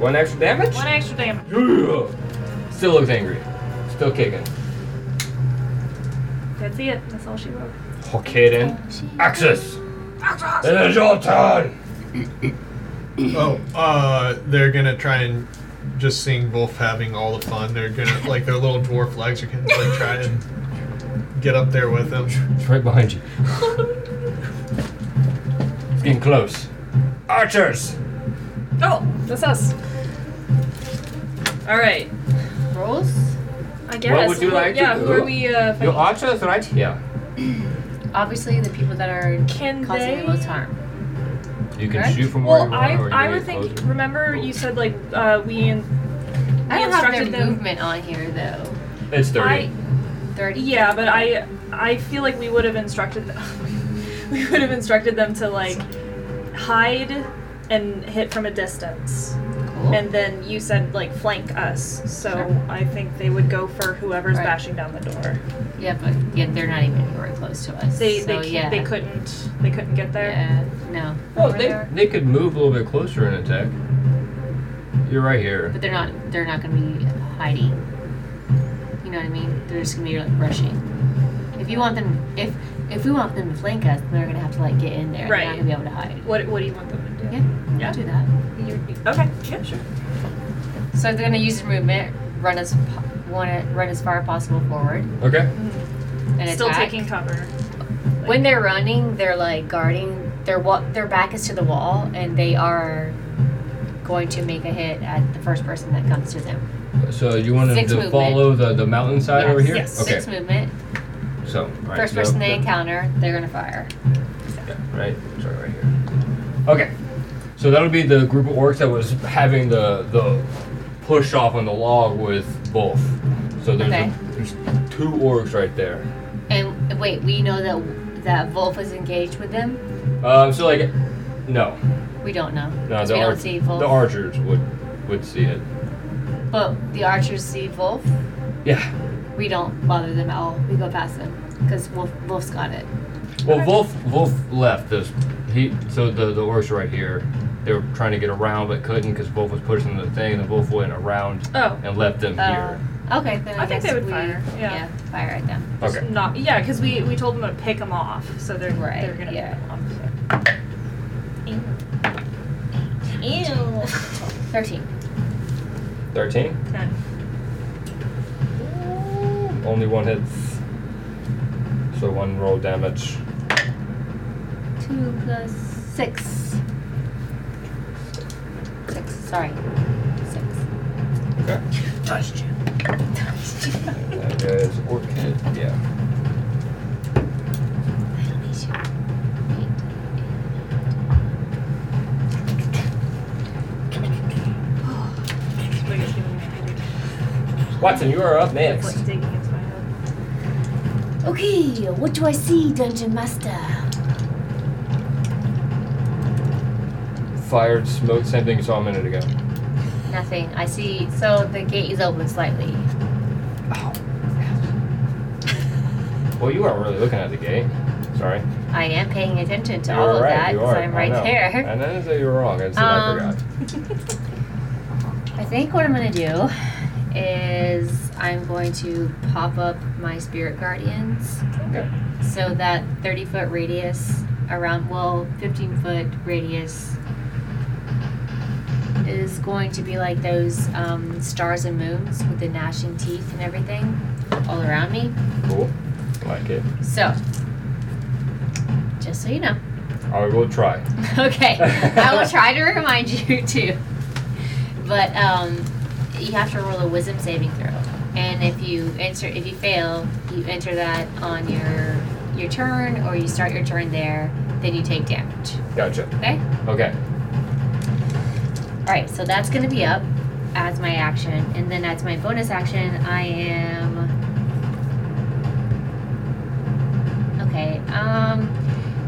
One extra damage. One extra damage. Yeah. Still looks angry. Still kicking. That's it. That's all she wrote. Okay then. Axis. Axis. It is your turn. Oh, uh, they're gonna try and just seeing Wolf having all the fun. They're gonna like their little dwarf legs are gonna like try and get up there with him. It's right behind you. it's getting close. Archers. Oh, that's us. All right. Rolls? I guess. would you Well, like to Yeah, do? who are we? Uh, Your fighting? archer is right here. Obviously, the people that are Can causing they? the most harm. You can Correct? shoot from where Well, you I are. or you I can would get think. closer. Remember, you said like uh, we and I don't have their instructed them- movement on here though. It's I. thirty. 30? Yeah, but I I feel like we would have instructed *laughs* them. we would have instructed them to like hide and hit from a distance, Cool. and then you said like flank us. So Sure. I think they would go for whoever's Right. bashing down the door. yeah, but yeah, they're not even anywhere close to us. They so, they can't, yeah. they couldn't they couldn't get there. Oh, Yeah, no. Well, Over they, there. they could move a little bit closer and attack. You're right here. But they're not. They're not going to be hiding. You know what I mean? They're just going to be like rushing. If you want them, if if we want them to flank us, they're going to have to like get in there. They're Right. not going to be able to hide. What what do you want them to do? Yeah. Yeah. Do that. You, okay. Yeah. Sure. So they're going to use their movement, run as po- want to run as far as possible forward Okay. and Still attack. taking cover. When they're running, they're like guarding their wa- their back is to the wall, and they are going to make a hit at the first person that comes to them. So you want them Six to movement. follow the, the mountainside Yes, Uh, over here? yes. Okay. Six movement. So all right, first so- person they encounter, they're gonna fire. Right? Sorry, right here. Okay. So that'll be the group of orcs that was having the the push off on the log with both. So there's, a- Okay. there's two orcs right there. And wait, we know that that Wolf is engaged with them. Um, so like, no, We don't know. no, 'cause the, we ar- don't see Wolf. the archers would would see it. but the archers see Wolf. Yeah. We don't bother them at all. We go past them because Wolf Wolf's got it. Well, Wolf Wolf left this. He so the the orcs are right here. They were trying to get around but couldn't because Wolf was pushing the thing. And Wolf went around Oh. and left them Uh, here. okay, then I, I think guess they would we- fire, yeah. fire at them. Okay. Not yeah, because we we told them to pick them off, so they're Right, they're gonna yeah. pick them off. So. *laughs* Thirteen. Thirteen. Ew. Only one hit. So one roll damage. Two plus six. Six. Sorry. Six. *laughs* Okay. And that is orc hit. Yeah. Like, it's giving me a headache. Watson, you are up It's next. like digging into my *laughs* head. Okay, what do I see, Dungeon Master? Fired smoke. Same thing you saw a minute ago. Nothing. I see. So the gate is open slightly. Oh. Well, you weren't really looking at the gate. Sorry. I am paying attention to You're all of right, that you because are. I'm I right know. there. I didn't say you were wrong. I said Um, I forgot. *laughs* I think what I'm gonna do is I'm going to pop up my spirit guardians. Okay. So that 30 foot radius around, well, 15 foot radius is going to be like those um, stars and moons with the gnashing teeth and everything all around me. Cool. Like it. So, just so you know. I will try. *laughs* Okay, I will try to remind you *laughs* too. But um, you have to roll a wisdom saving throw, and if you enter, if you fail, you enter that on your your turn, or you start your turn there. Then you take damage. Gotcha. Okay. Okay. All right. So that's going to be up as my action, and then as my bonus action, I am. Okay. Um.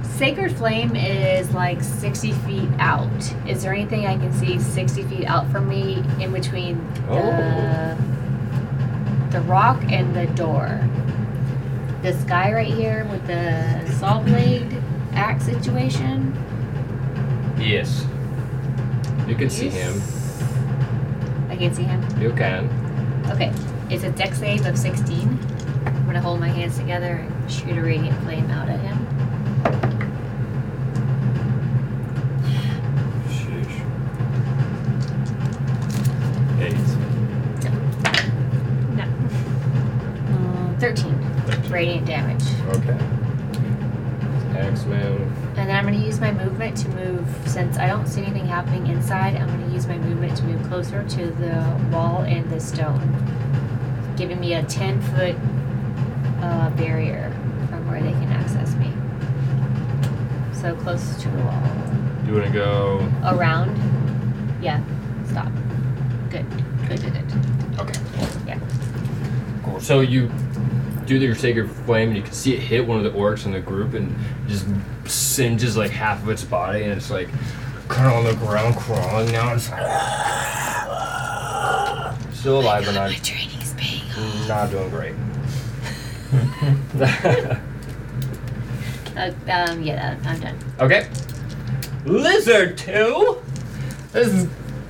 Sacred Flame is like 60 feet out. Is there anything I can see 60 feet out from me in between the, Oh. the rock and the door? This guy right here with the saw blade axe situation. Yes. You can see Yes. him. I can see him. You can. Okay. It's a deck save of 16. I'm going to hold my hands together and shoot a radiant flame out at him. Sheesh. Eight. No. Mm, 13 radiant damage. Okay. X Men. And then I'm going to use my movement to move, since I don't see anything happening inside, I'm going to use my movement to move closer to the wall and the stone, giving me a 10 foot uh, barrier from where they can access me. So close to the wall. You wanna go? Around. Yeah, stop. Good, good, good, good. Okay. Yeah. Cool. So you do your sacred flame, and you can see it hit one of the orcs in the group, and just singes like half of its body, and it's like kind of on the ground crawling now. It's still alive, but My not training's paying off. not doing great. *laughs* Uh, um, yeah, that- I'm done. okay. Lizard two is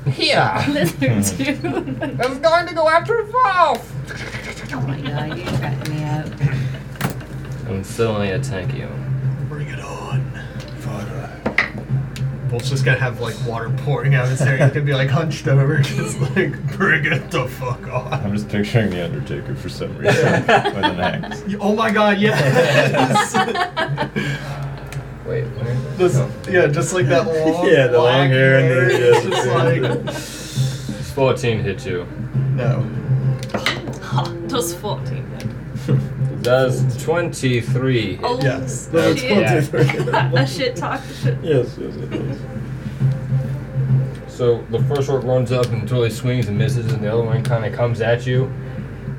here. Lizard two. It's going to go after Valve. oh my god, *laughs* you're cracking me up. I'm still only attack you. Bring it on. Father. Wolf's just gonna have like water pouring out of his hair. He's gonna be like hunched over, *laughs* just like bring it the fuck on. I'm just picturing the Undertaker for some reason *laughs* with an axe. You- Oh my god, yes! *laughs* Wait, where? This- yeah, just like that long, Yeah, the long black hair and the- It's yeah. just like Does 14 hit you? no. Ha, does 14 then. Does 23 hit Oh, Yes. shit. Yeah. *laughs* a shit talk. a shit- Yes, yes, it is. So the first orc runs up and totally swings and misses, and the other one kind of comes at you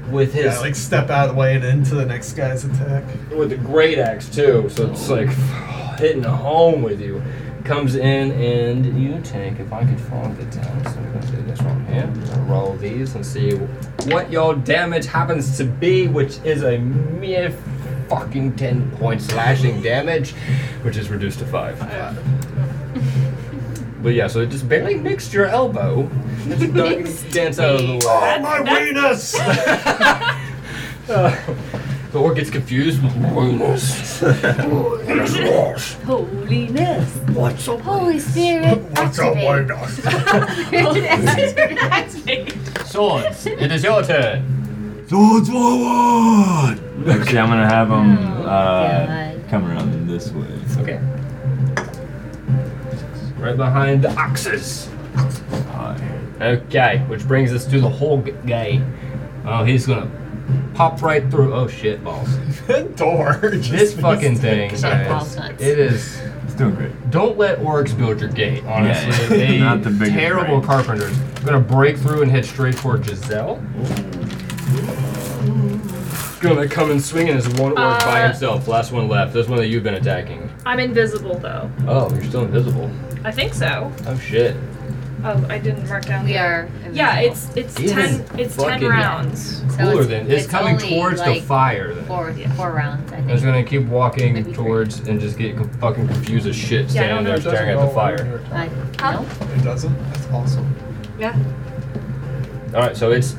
with his Yeah, like step out of the way and into the next guy's attack. with a great axe too. So it's like *sighs* hitting home with you. Comes in and you take. If I could fall it down, so I'm gonna do this one here. I'm gonna roll these and see what your damage happens to be, which is a mere fucking ten point slashing damage, which is reduced to five. But yeah, so it just barely mixed your elbow. It just dunk- dance out of the way. Oh my weenus! *laughs* The orc gets confused. *laughs* What's Holiness. up? Holy *laughs* Spirit. What's up, activate. weenus? *laughs* Swords, it is your turn. Swords forward! Actually, I'm gonna have him Oh, uh, God. come around this way. Okay. Right behind the oxes. Hi. Okay, which brings us to the whole g- guy. Oh, he's gonna pop right through. Oh shit, *laughs* balls. Door. just This fucking thing, balls guys. nuts. It is. It's doing great. Don't let orcs build your gate. Honestly, Yeah, they *laughs* not the biggest terrible brain. carpenters. I'm gonna break through and head straight for Giselle. Gonna come and swing and is one orc by Uh, himself. Last one left. This one that you've been attacking. I'm invisible though. Oh, you're still invisible. I think so. Oh shit. Oh, I didn't mark down. We the- are. Yeah, it's it's It is ten. It's ten fucking- rounds. So Cooler it's- than it's, coming only, towards like, the fire. Then. Four, four rounds, I I'm just think. gonna keep walking Maybe three. towards and just get com- fucking confused as shit, Yeah, I standing don't know there staring at the fire. Like, Huh? no? It doesn't? That's awesome. Yeah. All right, so it's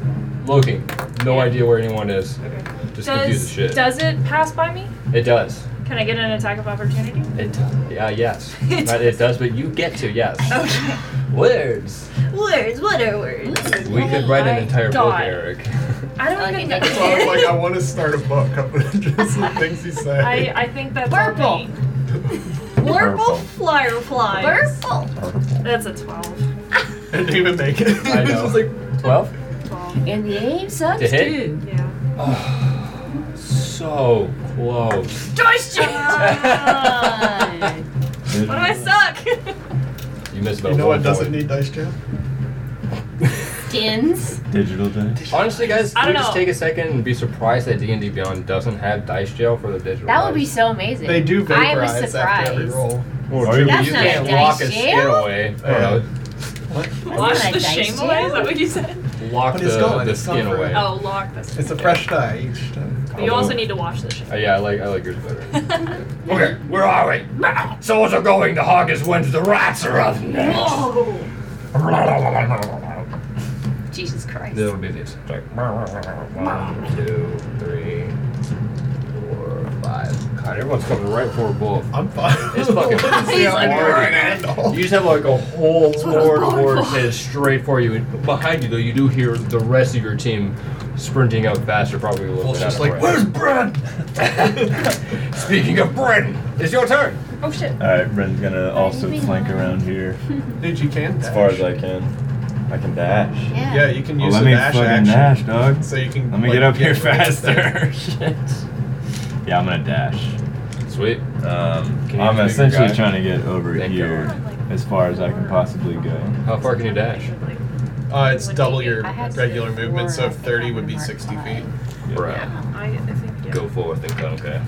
looking. No Yeah. idea where anyone is. Okay. Just confused as Does shit. does it pass by me? It does. Can I get an attack of opportunity? It does. Yeah. Yes. It Not it does, but you get to yes. Oh. Okay. Words. Words. What are words? Oh We could write an my entire book, God. Eric. *laughs* I don't Okay, even *laughs* next So I was know. like, I want to start a book. I'm *laughs* gonna just the things he said. I, I think that's Purple. on me. Purple. Purple fireflies. Purple. That's a twelve. I *laughs* didn't even make it. *laughs* I know. It's just like, Twelve. Twelve. And the aim To sucks hit? *laughs* too. Yeah. So close. Joyce. Uh, God. *laughs* What do I suck? You missed about you know one what doesn't point. need dice jam? *laughs* Skins. Digital day? Honestly, guys, I can we don't just know. take a second and be surprised that D and D Beyond doesn't have dice jail for the digital. That would be dice. so amazing. They do I was vaporize after every surprised. roll. Well, Or true, you but could you use can't dice walk a skid jail? away. I don't Wash like the dice shame away. Is jail. that what you said? know, lock But the, it's gone, the it's skin gone away. forever. Oh, lock this. It's a fresh die each time. But you also need to wash the shame. Uh, yeah, I like I like yours better. okay, where are we? Souls are going. The hog is wins. The rats are up next. Oh. Jesus Christ. That'll be this. It's like one, two, three, four, five. God, everyone's coming right for a wolf. I'm fine. It's fucking- Honestly, *laughs* I'm He's already like, *laughs* handled. You just have like a whole what I was horde going horde for. headed straight for you. And behind you, though, you do hear the rest of your team sprinting out faster, probably a little Wolf's bit just out of like, breath. where's *laughs* bread? Speaking of Britain, it's your turn. *laughs* oh shit. Alright, Bren's gonna also Moving flank on. around here Dude, you can dash. as far as I can. I can dash. Yeah. Yeah, you can Well, use let the me dash fucking action. dash, dog. So you can. Let me like, get up *laughs* here away with *laughs* faster. that. Shit. Yeah, I'm gonna dash. Sweet. Um, Can you I'm do your essentially guy? trying to get over Thank here God. as far as I can possibly go. How far can you dash? Uh, it's Would double be- your I had regular four movement, so off the 30 would be top of 60 my feet. Bro, I, I think yeah. go forth and cut. Okay.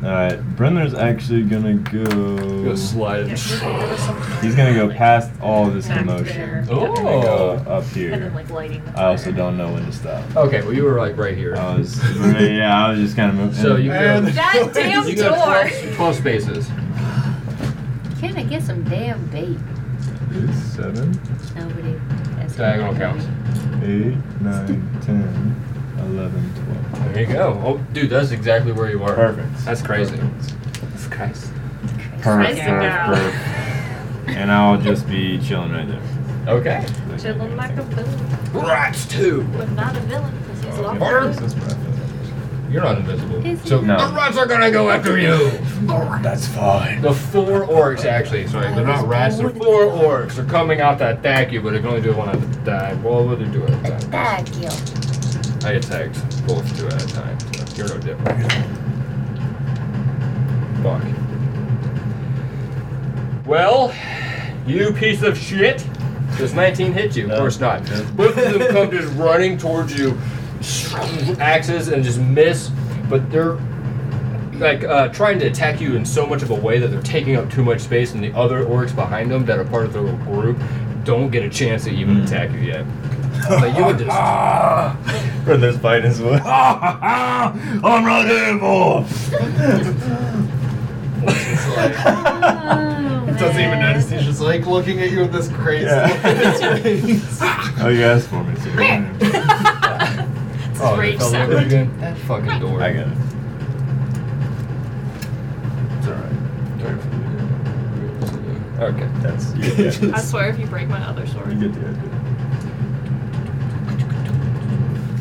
Alright, Brenner's actually gonna go. Go slide. Yeah, we're gonna go somewhere. He's gonna go past all this Back commotion. there. Oh. He's gonna go up And then here. like lighting. I also don't know when to stop. Okay, well you were like right here. I *laughs* was, yeah, I was just kind of moving. So you- And That damn you door. got 12, 12 spaces. Can I get some damn bait? seven, Nobody. has- Diagonal counts. eight, nine, ten, eleven, twelve. There you go. Oh, dude, that's exactly where you were. Perfect. That's crazy. That's crazy. Perfect. Crazy girl. Perfect. and I'll just be chilling right there. Okay. Chilling like a villain, Rats too. but not a villain because he's locked Or- up. That's what I feel. You're not invisible. Is so he? No. the rats are gonna go after you. That's fine. The four orcs actually. Sorry, they're not rats. The four orcs are coming out to attack you, but they can only do one at a time. Well, what do they do at a time? Thank *laughs* you. I attacked both two at a time. So you're no different. Fuck. Well, you piece of shit. Does 19 hit you? Of course not. *laughs* Both of them come just running towards you, axes and just miss, but they're like uh, trying to attack you in so much of a way that they're taking up too much space, and the other orcs behind them that are part of their little group don't get a chance to even attack you *laughs* yet. But you would just *laughs* Or there's fight as well. I'm not evil. *laughs* Oh, Doesn't even notice. He's just like looking at you with this crazy look in his *laughs* face. Oh, you asked for me. So I Oh, that rage fell over sound. again? That fucking door. got it. It's alright. Okay. That's you get, the I swear *laughs* if you break my other sword. you get *laughs* the idea.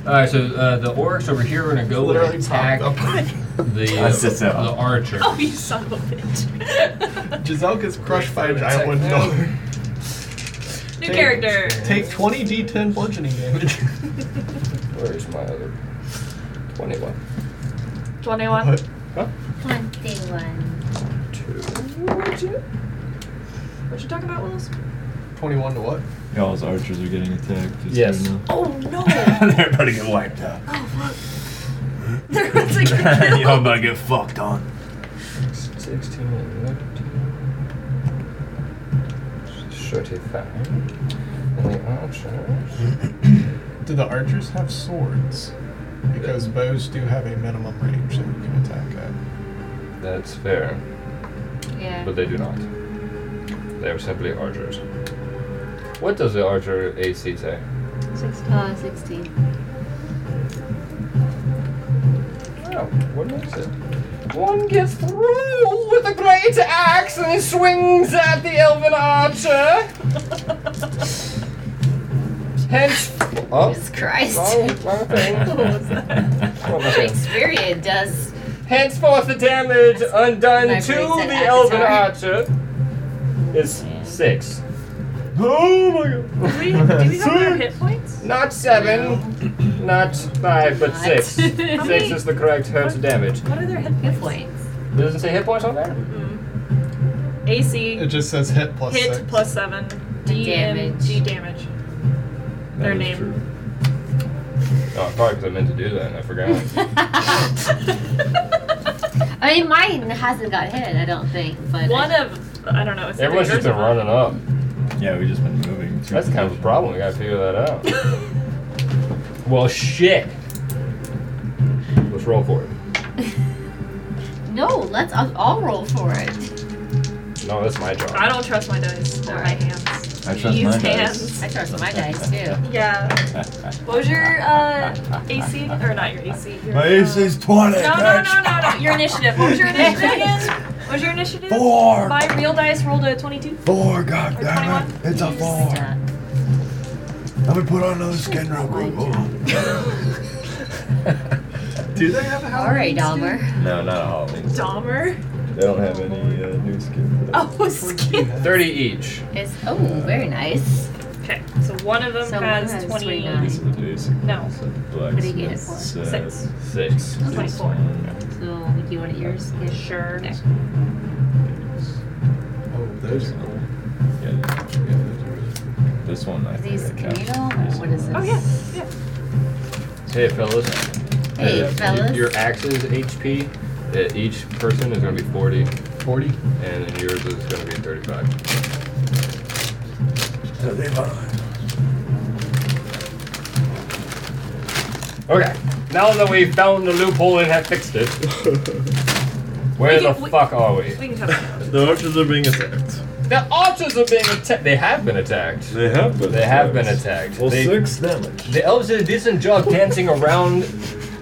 All right. So uh, the orcs over here are gonna go and Literally attack popped the up. *laughs* *laughs* That's just the out. archer. Oh, you *laughs* son of a bitch. Giselle gets crushed by a Attack giant wooden now. dog. *laughs* New Take- character. Take 20 d10 bludgeoning damage. Where is my other twenty-one? 21. Twenty-one. Two. What you talking about, Willis? 21 to what? Y'all's archers are getting attacked. Just Yes. so you know. Oh, no. *laughs* Oh, They're about to get wiped out. *laughs* They're going to get killed. Y'all about to get fucked on. Sixteen and Thirty-five. And the archer. Do the archers have swords? Because bows do have a minimum range that you can attack at. That's fair, Yeah. but they do not. They are simply archers. What does the archer AC say? Six, uh, 16. Oh, what makes it? One gets through with a great axe and swings at the elven archer. Hence, oh, Jesus *laughs* Christ. wrong, wrong thing. *laughs* Wrong thing. Shakespearean does. *laughs* Henceforth, the damage undone My to brain said the elven avatar. archer is six, Oh my god. Do we, do we have their hit points? not seven, not five, but Not. six. Six is the correct hurt to damage. What are their hit Good points? points. Doesn't say hit points on there. AC, It just says hit plus hit six. plus 7. D damage. damage. D damage. Their name. Oh, probably because I meant to do that and I *laughs* forgot. I mean, mine hasn't got hit, I don't think, but. *laughs* One of, I don't know. Is it Everyone's just yours been or mine? running up. Yeah, we just been moving. to That's kind of a problem. We gotta figure that out. well, shit. Let's roll for it. No, let's I'll, I'll roll for it. No, that's my job. *laughs* I don't trust my dice or my Alright. hands. I trust Use my hands. dice. I trust my dice too. Yeah. What was your uh, AC? Or not your AC. Your, My uh, AC's 20. No, no, no, no, no. Your initiative. What was your initiative again? What was your initiative? Four. My real dice rolled a 22. Four, god Or damn it. It's a four. Let me put on another skin real quick. *laughs* Hold Do they have a house? Alright, Elmer. No, not all of them. Dahmer. They don't have any uh, new skin for that. Oh, *laughs* skin. Thirty each. It's oh, very nice. Okay, so one of them So has one has 20. 29. These are the basic No. ones, like the What do you get it blacksmiths, for? uh, Six. Six. That's like this four. one. So, do you want it yours? Yeah. Sure. Okay. Oh, those are cool. Yeah, yeah, This one, I Is think. these I got. communal or what is this? Oh, yeah. yeah. Hey, fellas. Hey, Uh, fellas. Your axes HP. uh, Each person is gonna be forty, 40. and then yours is gonna be thirty-five. on. Leave on. Okay. Now that we've found the loophole and have fixed *laughs* it, where We the can- we- fuck are we? We can cover *laughs* that. The archers are being attacked. The archers are being attacked. They have been attacked. They have been They have been attacked. Well, They- six damage. The elves did a decent job dancing around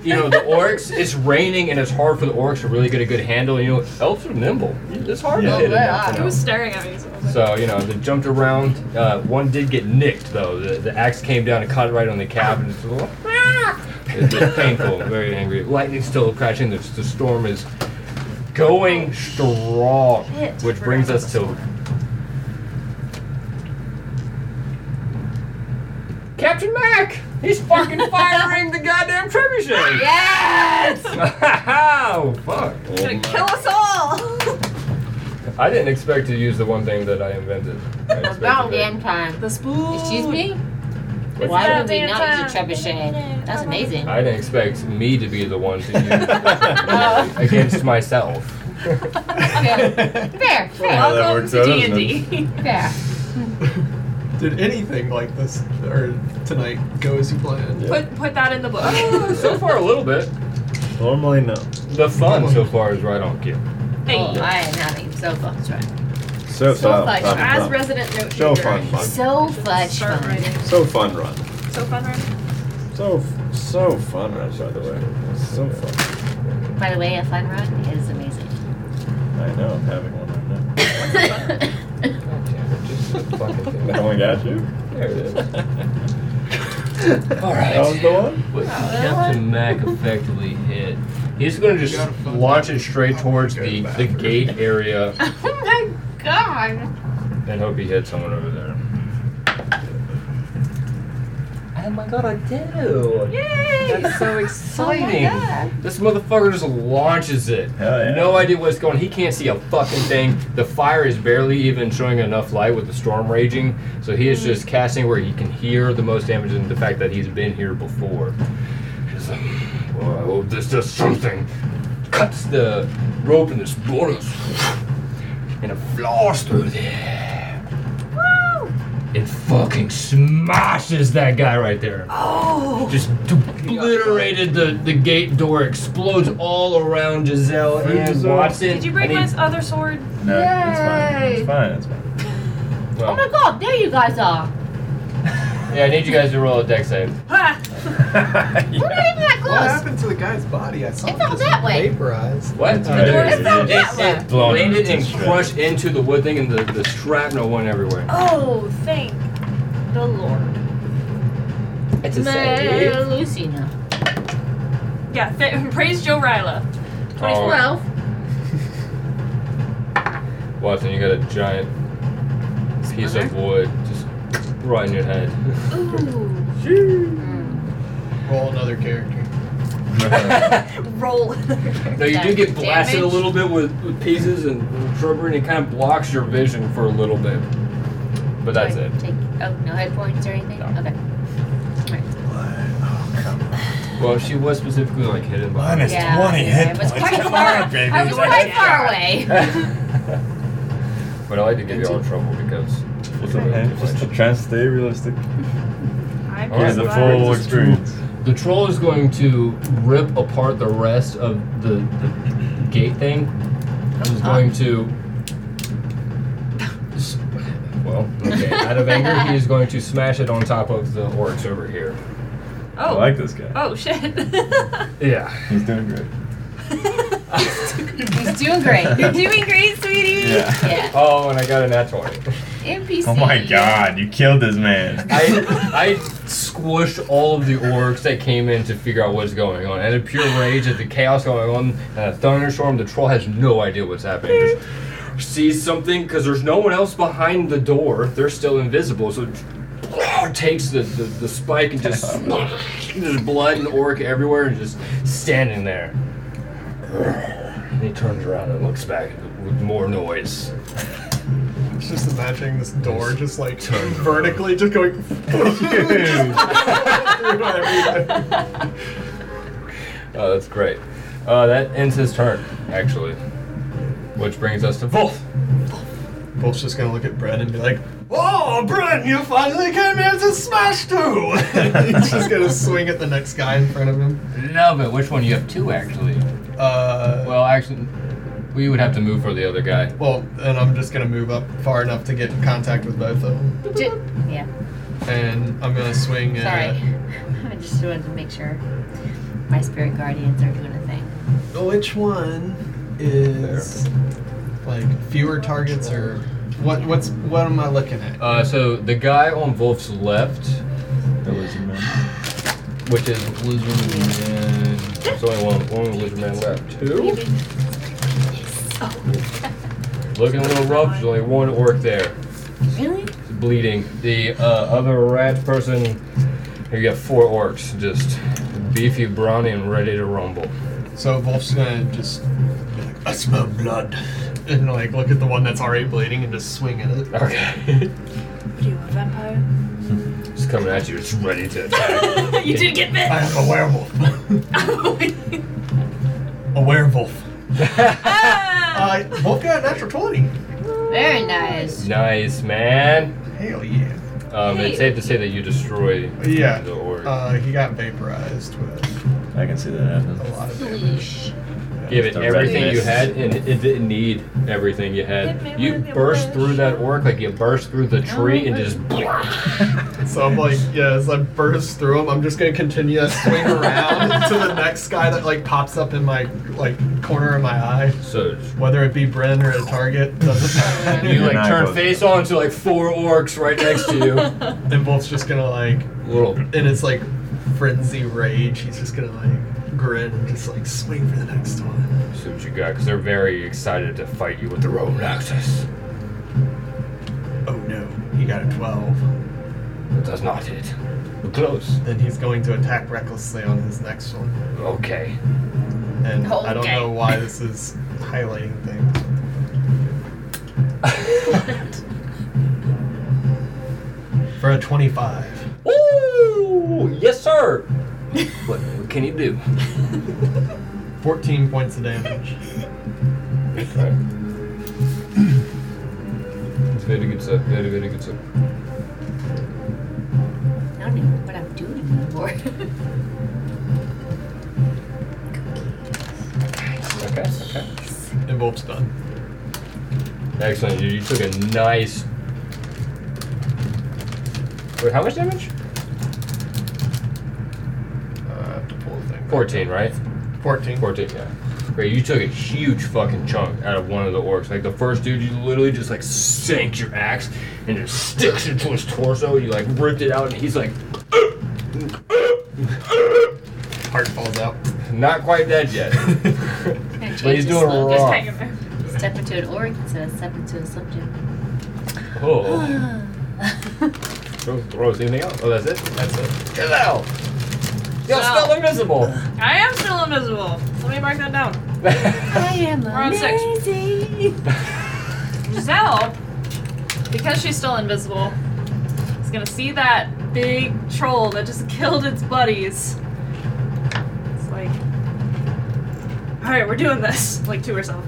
you know, the orcs, it's raining and it's hard for the orcs to really get a good handle. You know, elves are nimble. It's hard Yeah. to hit Oh, they them, you are. know. He was staring at me. So, I was like, So, you know, they jumped around. Uh, one did get nicked, though. The, the axe came down and cut right on the cab, and it's a little. Ah, It's it's painful, very angry. Lightning's still crashing. The, the storm is going strong, Shit. which brings us to. Captain Mac! He's *laughs* fucking firing the goddamn trebuchet! Yes! *laughs* oh, fuck. Oh gonna my- kill us all. I didn't expect to use the one thing that I invented. *laughs* I expected About that- damn time. *laughs* the spoon. Excuse me? What's Why that? would we About not use a damn trebuchet? That's amazing. I didn't expect me to be the one *laughs* to Uh. use it against myself. Fair, *laughs* fair, fair. Well, that Welcome works to out, D doesn't and D. fair. Did anything like this or tonight go as you *laughs* planned? Put put that in the book. *laughs* so far, a little bit. Normally, no. The fun so far is right on cue. Hey. Oh, I am having so much fun. So, So fun. As run. resident note So taker, fun, I fun. So should much start fun. writing. So fun run. So fun, *laughs* right? So, f- so fun run, by the way. So fun. By the way, a fun run is amazing. I know, I'm having one right God damn it, just the fucking thing. now. That one got you? There it is. That was the one? What Captain Mac effectively hit. He's going to just gotta find launch it straight towards Go the, back. the gate area oh my god. and hope he hits someone over there. Oh my god, I do! Yay! That's so exciting. God. this motherfucker just launches it. Hell yeah. No idea what's going. He can't see a fucking thing. The fire is barely even showing enough light with the storm raging. So he is just casting where he can hear the most damage, and the fact that he's been here before. He's like, well, I hope this does something. Cuts the rope and this bullet, and it flaws through there. It fucking smashes that guy right there just obliterated the, the gate door, explodes all around Giselle and Giselle. Watson. Did you bring and my he- other sword? No, it's fine. Yay. It's fine, it's fine. well, Oh my god, there you guys are. Yeah, I need you guys to roll a deck save. Ha! We're not even that What close. happened to the guy's body? I saw It him fell just that way. vaporized. What? Alright, door it's is out just that way. blown landed to and shreds. crushed into the wood thing, and the, the shrapnel went everywhere. Oh, thank the Lord. It's Mary Lucina. Yeah, th- *laughs* praise Joe Ryla. Twelve. Watson, you got a giant piece of wood just right in your head. *laughs* Ooh. Mm. Roll another character. *laughs* Roll. No, you do get Damage. blasted a little bit with, with pieces and shrubbery, and it kind of blocks your vision for a little bit. But that's Sorry, it. Take, oh, no hit points or anything? No. Okay. Well, she was specifically like hidden by. Minus Yeah, 20 yeah, hit it was points. quite Come far. on, baby. I was quite far *laughs* away. *laughs* but I like to give you all trouble because. It's okay. *laughs* Just to try and stay realistic. I'm Alright, Here's just the glad. full experience. The troll is going to rip apart the rest of the, the gate thing. He's going to. Well, okay. Out of anger, he is going to smash it on top of the orcs over here. I Oh. like this guy. Oh shit. *laughs* Yeah. He's doing great. He's doing great. *laughs* You're doing great, sweetie. Yeah. *laughs* yeah. Oh, and I got a nat 20. NPC. Oh my god, you killed this man. *laughs* *laughs* I, I squished all of the orcs that came in to figure out what's going on. And in pure rage at the chaos going on and a thunderstorm, the troll has no idea what's happening. Just sees something because there's no one else behind the door. They're still invisible. So *sniffs* takes the, the, the spike and just *sniffs* there's blood and orc everywhere and just standing there. And he turns around and looks back with more noise. It's just imagining this door just like vertically just *laughs* going through Oh, that's great. Uh, that ends his turn, actually. Which brings us to Wolf. Bolt's just gonna look at Brent and be like, Oh Brent, you finally came here to smash too *laughs* *laughs* He's just gonna swing at the next guy in front of him. Love it. Which one? You have two, actually. Uh Well, actually, we would have to move for the other guy. well, and I'm just gonna move up far enough to get in contact with both of them. J- yeah. And I'm gonna swing Sorry. *laughs* at I just wanted to make sure. my spirit guardians are doing a thing. Which one is like fewer targets or what? What's what am I looking at? Uh, so the guy on Wolf's left, That was a which is Lizard Man. There's only one, one Lizard Man left. Two? Looking a little rough. There's only one orc there. *laughs* Really? bleeding. The uh, other rat person, you got four orcs, just beefy brownie and ready to rumble. *laughs* So Wolf's gonna just be like, I smell blood, and like look at the one that's already bleeding and just swing at it. Okay, What are you, a vampire? just coming at you, just ready to attack. you did *laughs* get bit. I am a werewolf. a werewolf. Ah. uh, Wolf got a natural twenty. Very nice. *laughs* nice man. Hell yeah. Um, It's safe to say that you destroy Yeah. the orc. Uh, he got vaporized with I can see that happening. a lot of damage. Leash. Give it the everything you redness. had, and it didn't need everything you had. Give me You one of burst the through that orc like you burst through the tree and *laughs* just. *laughs* So I'm like, yeah, as I burst through him, I'm just gonna continue that swing *laughs* around to the next guy that like pops up in my like corner of my eye. So Whether it be Bren or a target, doesn't *laughs* matter. you like not turn close. face on to like four orcs right next to *laughs* you. And Bolt's just gonna like, *laughs* Little in his like frenzy rage, he's just gonna like grin and just like swing for the next one. See what you got, because they're very excited to fight you with the Roman axis. Oh no, he got a 12. That does not hit. We're close. Then he's going to attack recklessly on his next one. Okay. And I don't Okay. know why this is highlighting things. For a *laughs* 25. Ooh, yes, sir. what, what can you do? 14 points of damage. Okay. It's very good, sir. Very, very good, sir. I don't even know what I'm doing anymore. *laughs* Okay, okay. And Wolf's done. Excellent, dude. You took a nice. Wait, how much damage? Uh, I have to pull the thing. 14, right? 14. 14, yeah. Great, you took a huge fucking chunk out of one of the orcs. Like the first dude, you literally just like sank your axe and just sticks it to his torso. You like ripped it out, and he's like, Heart falls out. not quite dead yet. *laughs* but he's doing it Just wrong. hang him there. Step into an orc instead of step into a subject. oh, throw, throws anything else? Oh, that's it. That's it. Get out! You're Wow. still invisible. *laughs* I am still invisible. Let me mark that down. I am We're on six. amazing. Giselle, because she's still invisible, is gonna see that big troll that just *laughs* killed its buddies. It's like, all right, we're doing this. Like to herself,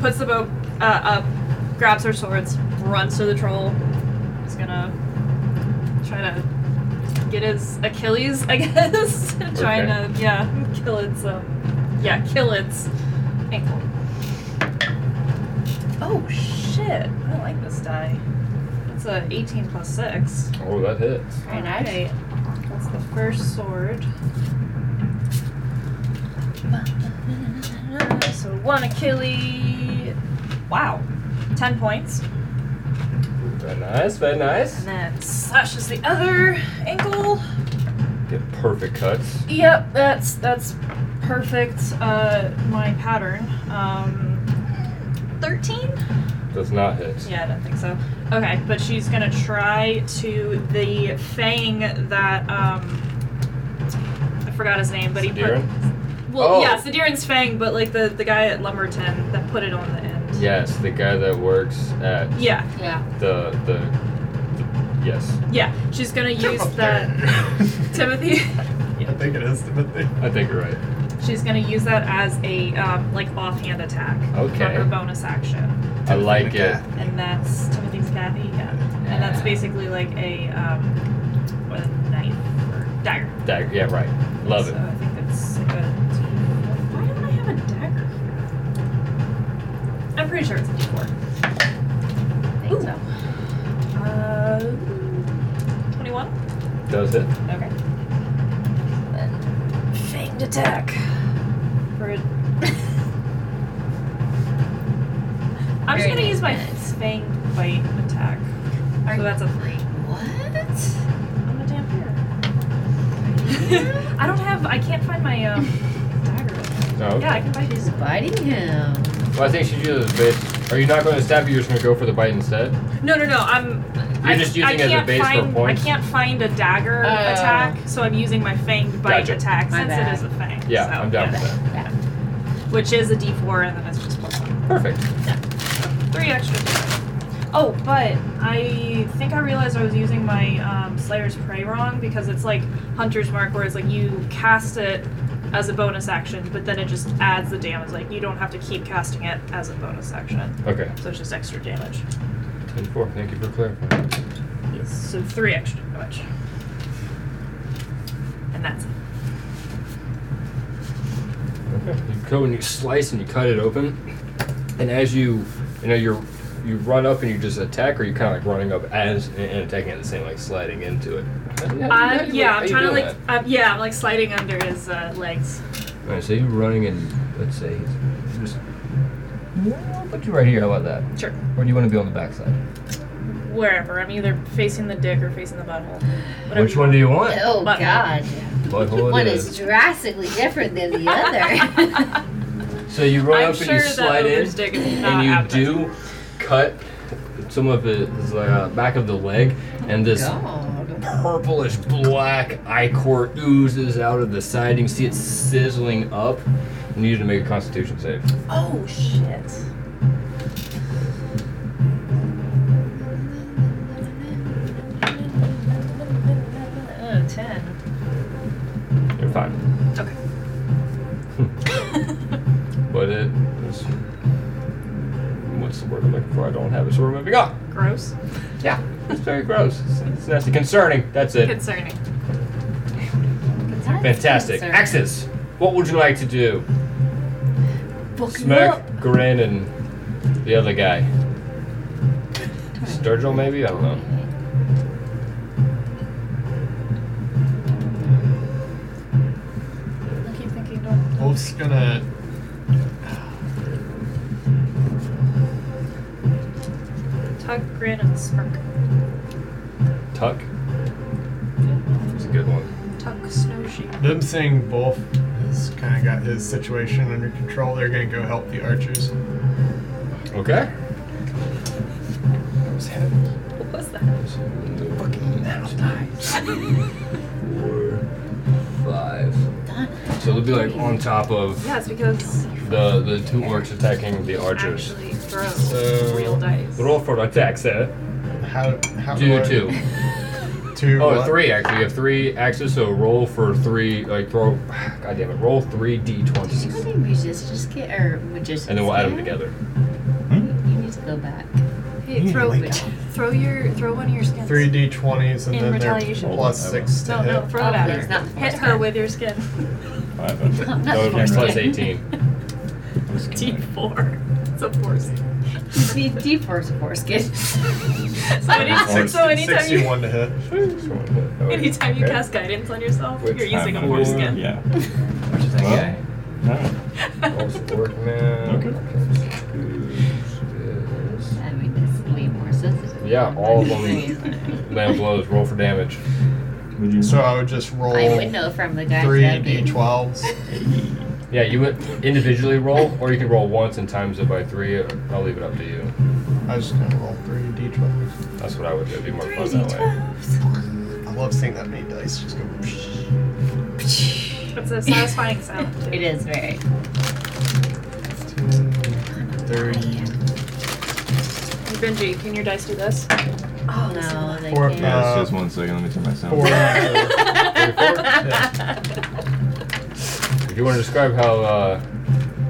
puts the bow uh, up, grabs her swords, runs to the troll. He's gonna try to get his Achilles, I *laughs* guess. Trying to yeah, *laughs* kill its um, yeah, kill its ankle. Oh shit! I like this die. That's a 18 plus six. Oh, that hits. Very nice. Alright, That's the first sword. So one Achilles. Wow. 10 points. Very nice. Very nice. And then slashes the other ankle. Get perfect cuts. Yep, that's that's perfect. Uh, my pattern. Um, 13. Does not hit. Yeah, I don't think so. Okay, but she's gonna try to the fang that um I forgot his name, but he Darren? put well Oh. yeah, Sidiran's fang, but like the the guy at Lumberton that put it on the end. Yes, the guy that works at Yeah, Yeah. the the, the yes. yeah. She's gonna use Up that *laughs* *laughs* there. *laughs* Timothy. I think it is Timothy. I think you're right. She's gonna use that as a um, like offhand attack for Okay. her bonus action, I like it. McGath. and that's Timothy's Kathy. Yeah, and that's Yeah. basically like a um, a knife or dagger. Dag- yeah, right. Love so it. I think that's like a. Why don't I have a dagger here? I'm pretty sure it's a D4. I think so. Uh, 21. Does it? Okay. Fanged attack. For it. *laughs* I'm just Very gonna use my nice. fang bite attack. Are so you- that's a three. What? I'm a damn bear. *laughs* I don't have. I can't find my um, dagger. No. Yeah, I can bite these. He's biting him. Well, I think she uses this bitch. Are you not going to stab? You're just going to go for the bite instead. No, no, no. I'm. You're I, just I using it as a can't base for find, points? I can't find a dagger Oh. attack, so I'm using my fanged bite Gotcha. attack My since bad. it is a fang. Yeah, so, I'm down yeah. with Yeah. Which is a D4, and then it's just plus one. that. Perfect. Three extra. Oh, but I think I realized I was using my um, Slayer's Prey wrong because it's like Hunter's Mark, where it's like you cast it as a bonus action, but then it just adds the damage. Like you don't have to keep casting it as a bonus action, Okay. so it's just extra damage. Ten four. Thank you for clarifying. So three extra damage. And that's it. Okay. You go and you slice and you cut it open, and as you, you know, you're you run up and you just attack, or you kind of like running up as and, and attacking at the same, like sliding into it. How Uh, you- yeah, how I'm you trying to doing like, uh, yeah, I'm like sliding under his uh, legs. that? All right, so you're running and let's say he's just. I'll put you right here. How about that? Sure. Or do you want to be on the backside? Wherever. I'm either facing the dick or facing the butthole. Whatever Which you one do you want? Oh Button. God. Butthole Oh, it One is. is drastically different than the *laughs* other. So you run I'm up sure and you that slide in, ogre's dick is and not you appetizing. do cut some of it, uh, back of the leg, and this Oh God. purplish black ichor oozes out of the side. You can see it sizzling up. I need you to make a constitution save. Oh shit. Oh, 10. You're fine. Okay. But it is. What's the word I'm looking for? I don't have it, so we're moving on. Gross. Yeah. It's very gross. It's, it's nasty. Concerning. That's it. Concerning. Fantastic. Axis, what would you like to do? Book you Smirk, up. Grin, and the other guy. Sturgill, maybe? I don't know. I keep thinking don't. Wolf's gonna. Tug, grin, and smirk. Tuck? It's a good one. Tuck, snowshoe. Them saying Wolf has kind of got his situation under control. They're gonna go help the archers. Okay. That was hit. What was that? Fucking Four, five. So they'll be like on top of Yeah, it's because the the two orcs attacking the archers. actually throw So- real dice. Roll for attacks, eh? How? how Do what? two. Two. Oh, what? three actually. You have three axes, so roll for three. Like throw. *sighs* God damn it. Roll three Did you call d20s, me magician's kid or magician's and then we'll add them kid? together. Hmm? You need to go back. Hey, throw, Wait. throw your, throw one of your skins. Three d20s and In then retaliation. they're plus six to No, no, hit. throw it at It's not her. the Hit first her time. with your skin. *laughs* Five. I'm *laughs* No, not that would be forced. nice. Plus 18. *laughs* D4. It's a four. So, Just be deep for support *laughs* kid. any, *laughs* so anytime you 61 to hit. *laughs* Anytime you Okay. cast guidance on yourself, Which you're using a Five. horse skin. Yeah. *laughs* Which is that Well, guy? *laughs* Alright. Rolls for workman. Okay. I mean, that's way more sensitive. Yeah, all of them. them. *laughs* *laughs* Land blows. Roll for damage. Would you So I would just roll I would know from the guys three that did. *laughs* d12s. Yeah, you would individually roll, or you can roll once and times it by three. or I'll leave it up to you. I was just gonna roll three d12s. That's what I would do. It'd be more fun that way. I love seeing that many dice just go. psh. It's a satisfying sound. too. It is very. 15, 30, Hey, Benji, can your dice do this? Oh no, they Four- Yeah, can't. Uh, it's just one second. Let me turn myself. four. *laughs* yeah. If you want to describe how uh,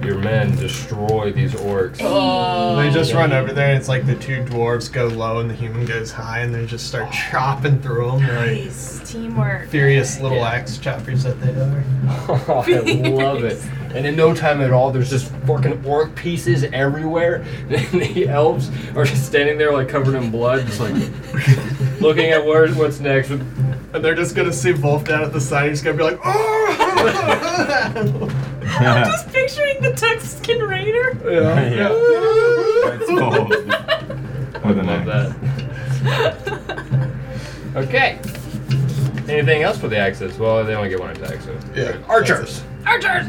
your men destroy these orcs, They just run over there, and it's like the two dwarves go low, and the human goes high, and they just start chopping through them like Nice. Teamwork. furious little Yeah. axe choppers that they are. *laughs* I love it. And in no time at all, there's just fucking orc pieces everywhere. *laughs* And the elves are just standing there, like covered in blood, just like *laughs* looking at where's what's next. *laughs* And they're just gonna see Wolf down at the side. He's gonna be like, "Oh!" *laughs* *laughs* I'm just picturing the Tuscan Raider. yeah. That's bold. Oh. With an Love axe. that. okay. Anything else with the axes? Well, they only get one attack, so. Yeah, Archers! *laughs* Archers!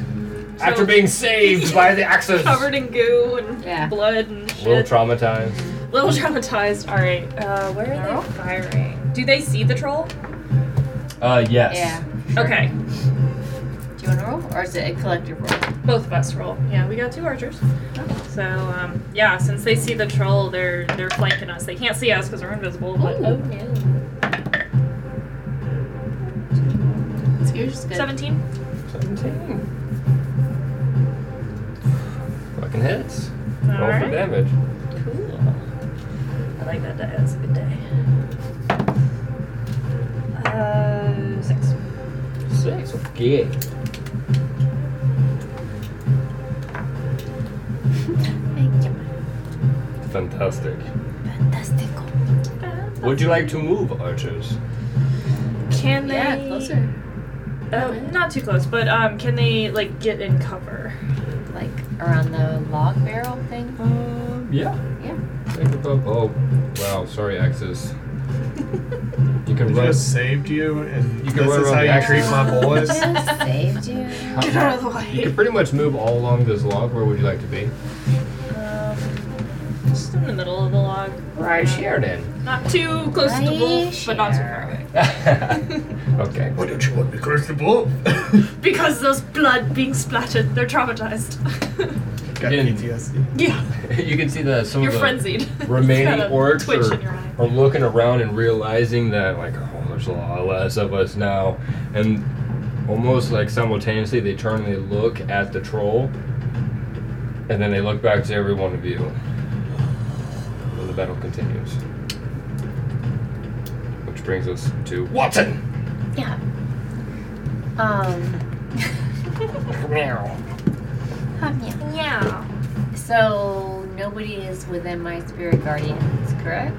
After being *laughs* saved by the axes! Covered in goo and Yeah. blood and A little shit. traumatized. Little traumatized. All right. Uh, where are they firing? Do they see the troll? Uh, yes. Yeah. Okay. Do you want to roll? Or is it a collective roll? Both of us roll. Yeah, we got two archers. So um, yeah, since they see the troll, they're they're flanking us. They can't see us because we're invisible. But no. Yours is good. seventeen. 17. Fucking hits. All Roll for right. damage. Cool. I like that die. That's a good day. Uh, six. Six. Okay. *laughs* Thank you. Fantastic. Fantastico. Would you like to move, archers? Can they? Yeah, closer. Uh, not too close, but um, can they like get in cover? Like around the log barrel thing? Um, yeah. Yeah. Oh, wow. Sorry, *laughs* axes. You can I run. just saved you, and You can this run is around how the you axis. *laughs* treat my boys. Just saved you. Get out of the way. You can pretty much move all along this log. Where would you like to be? Um, just in the middle of the log. Right here, then. Not too close to the wolf, but not too far away. *laughs* okay. Why don't you want me to curse the bull? Because those blood being splattered, they're traumatized. *laughs* *laughs* Got Again. PTSD. *laughs* yeah, You can see that some you're of the frenzied. *laughs* remaining Got a orcs twitch are- in your eye. are looking around and realizing that like oh there's a lot less of us now and almost like simultaneously they turn and they look at the troll and then they look back to every one of you Well, the battle continues which brings us to watson Yeah. Um. Meow. Meow. Yeah. So nobody is within my spirit guardians, correct?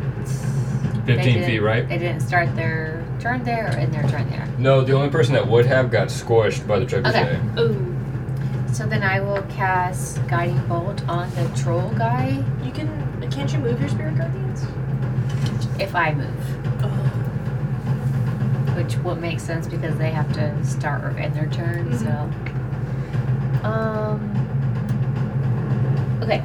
They 15 feet didn't- right They didn't start their turn there or in their turn there. no the only person that would have got squished by the trebuchet Okay. Ooh. So then I will cast Guiding Bolt on the troll guy You can. Can't you move your spirit guardians? if I move, Oh. which would make sense because they have to start or end their turn. So, um, okay.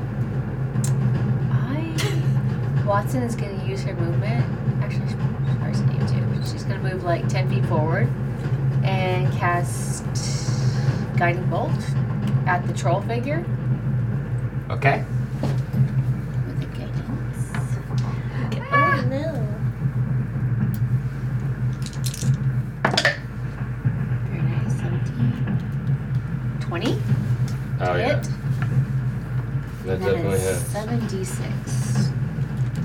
I Watson is going to use her movement. Actually, she probably doesn't need to. She's going to move like ten feet forward and cast Guiding Bolt at the troll figure. okay With a guidance. Oh no. Very nice. 17. 20? oh yeah Hit. that That definitely is hit 7d6. Oh my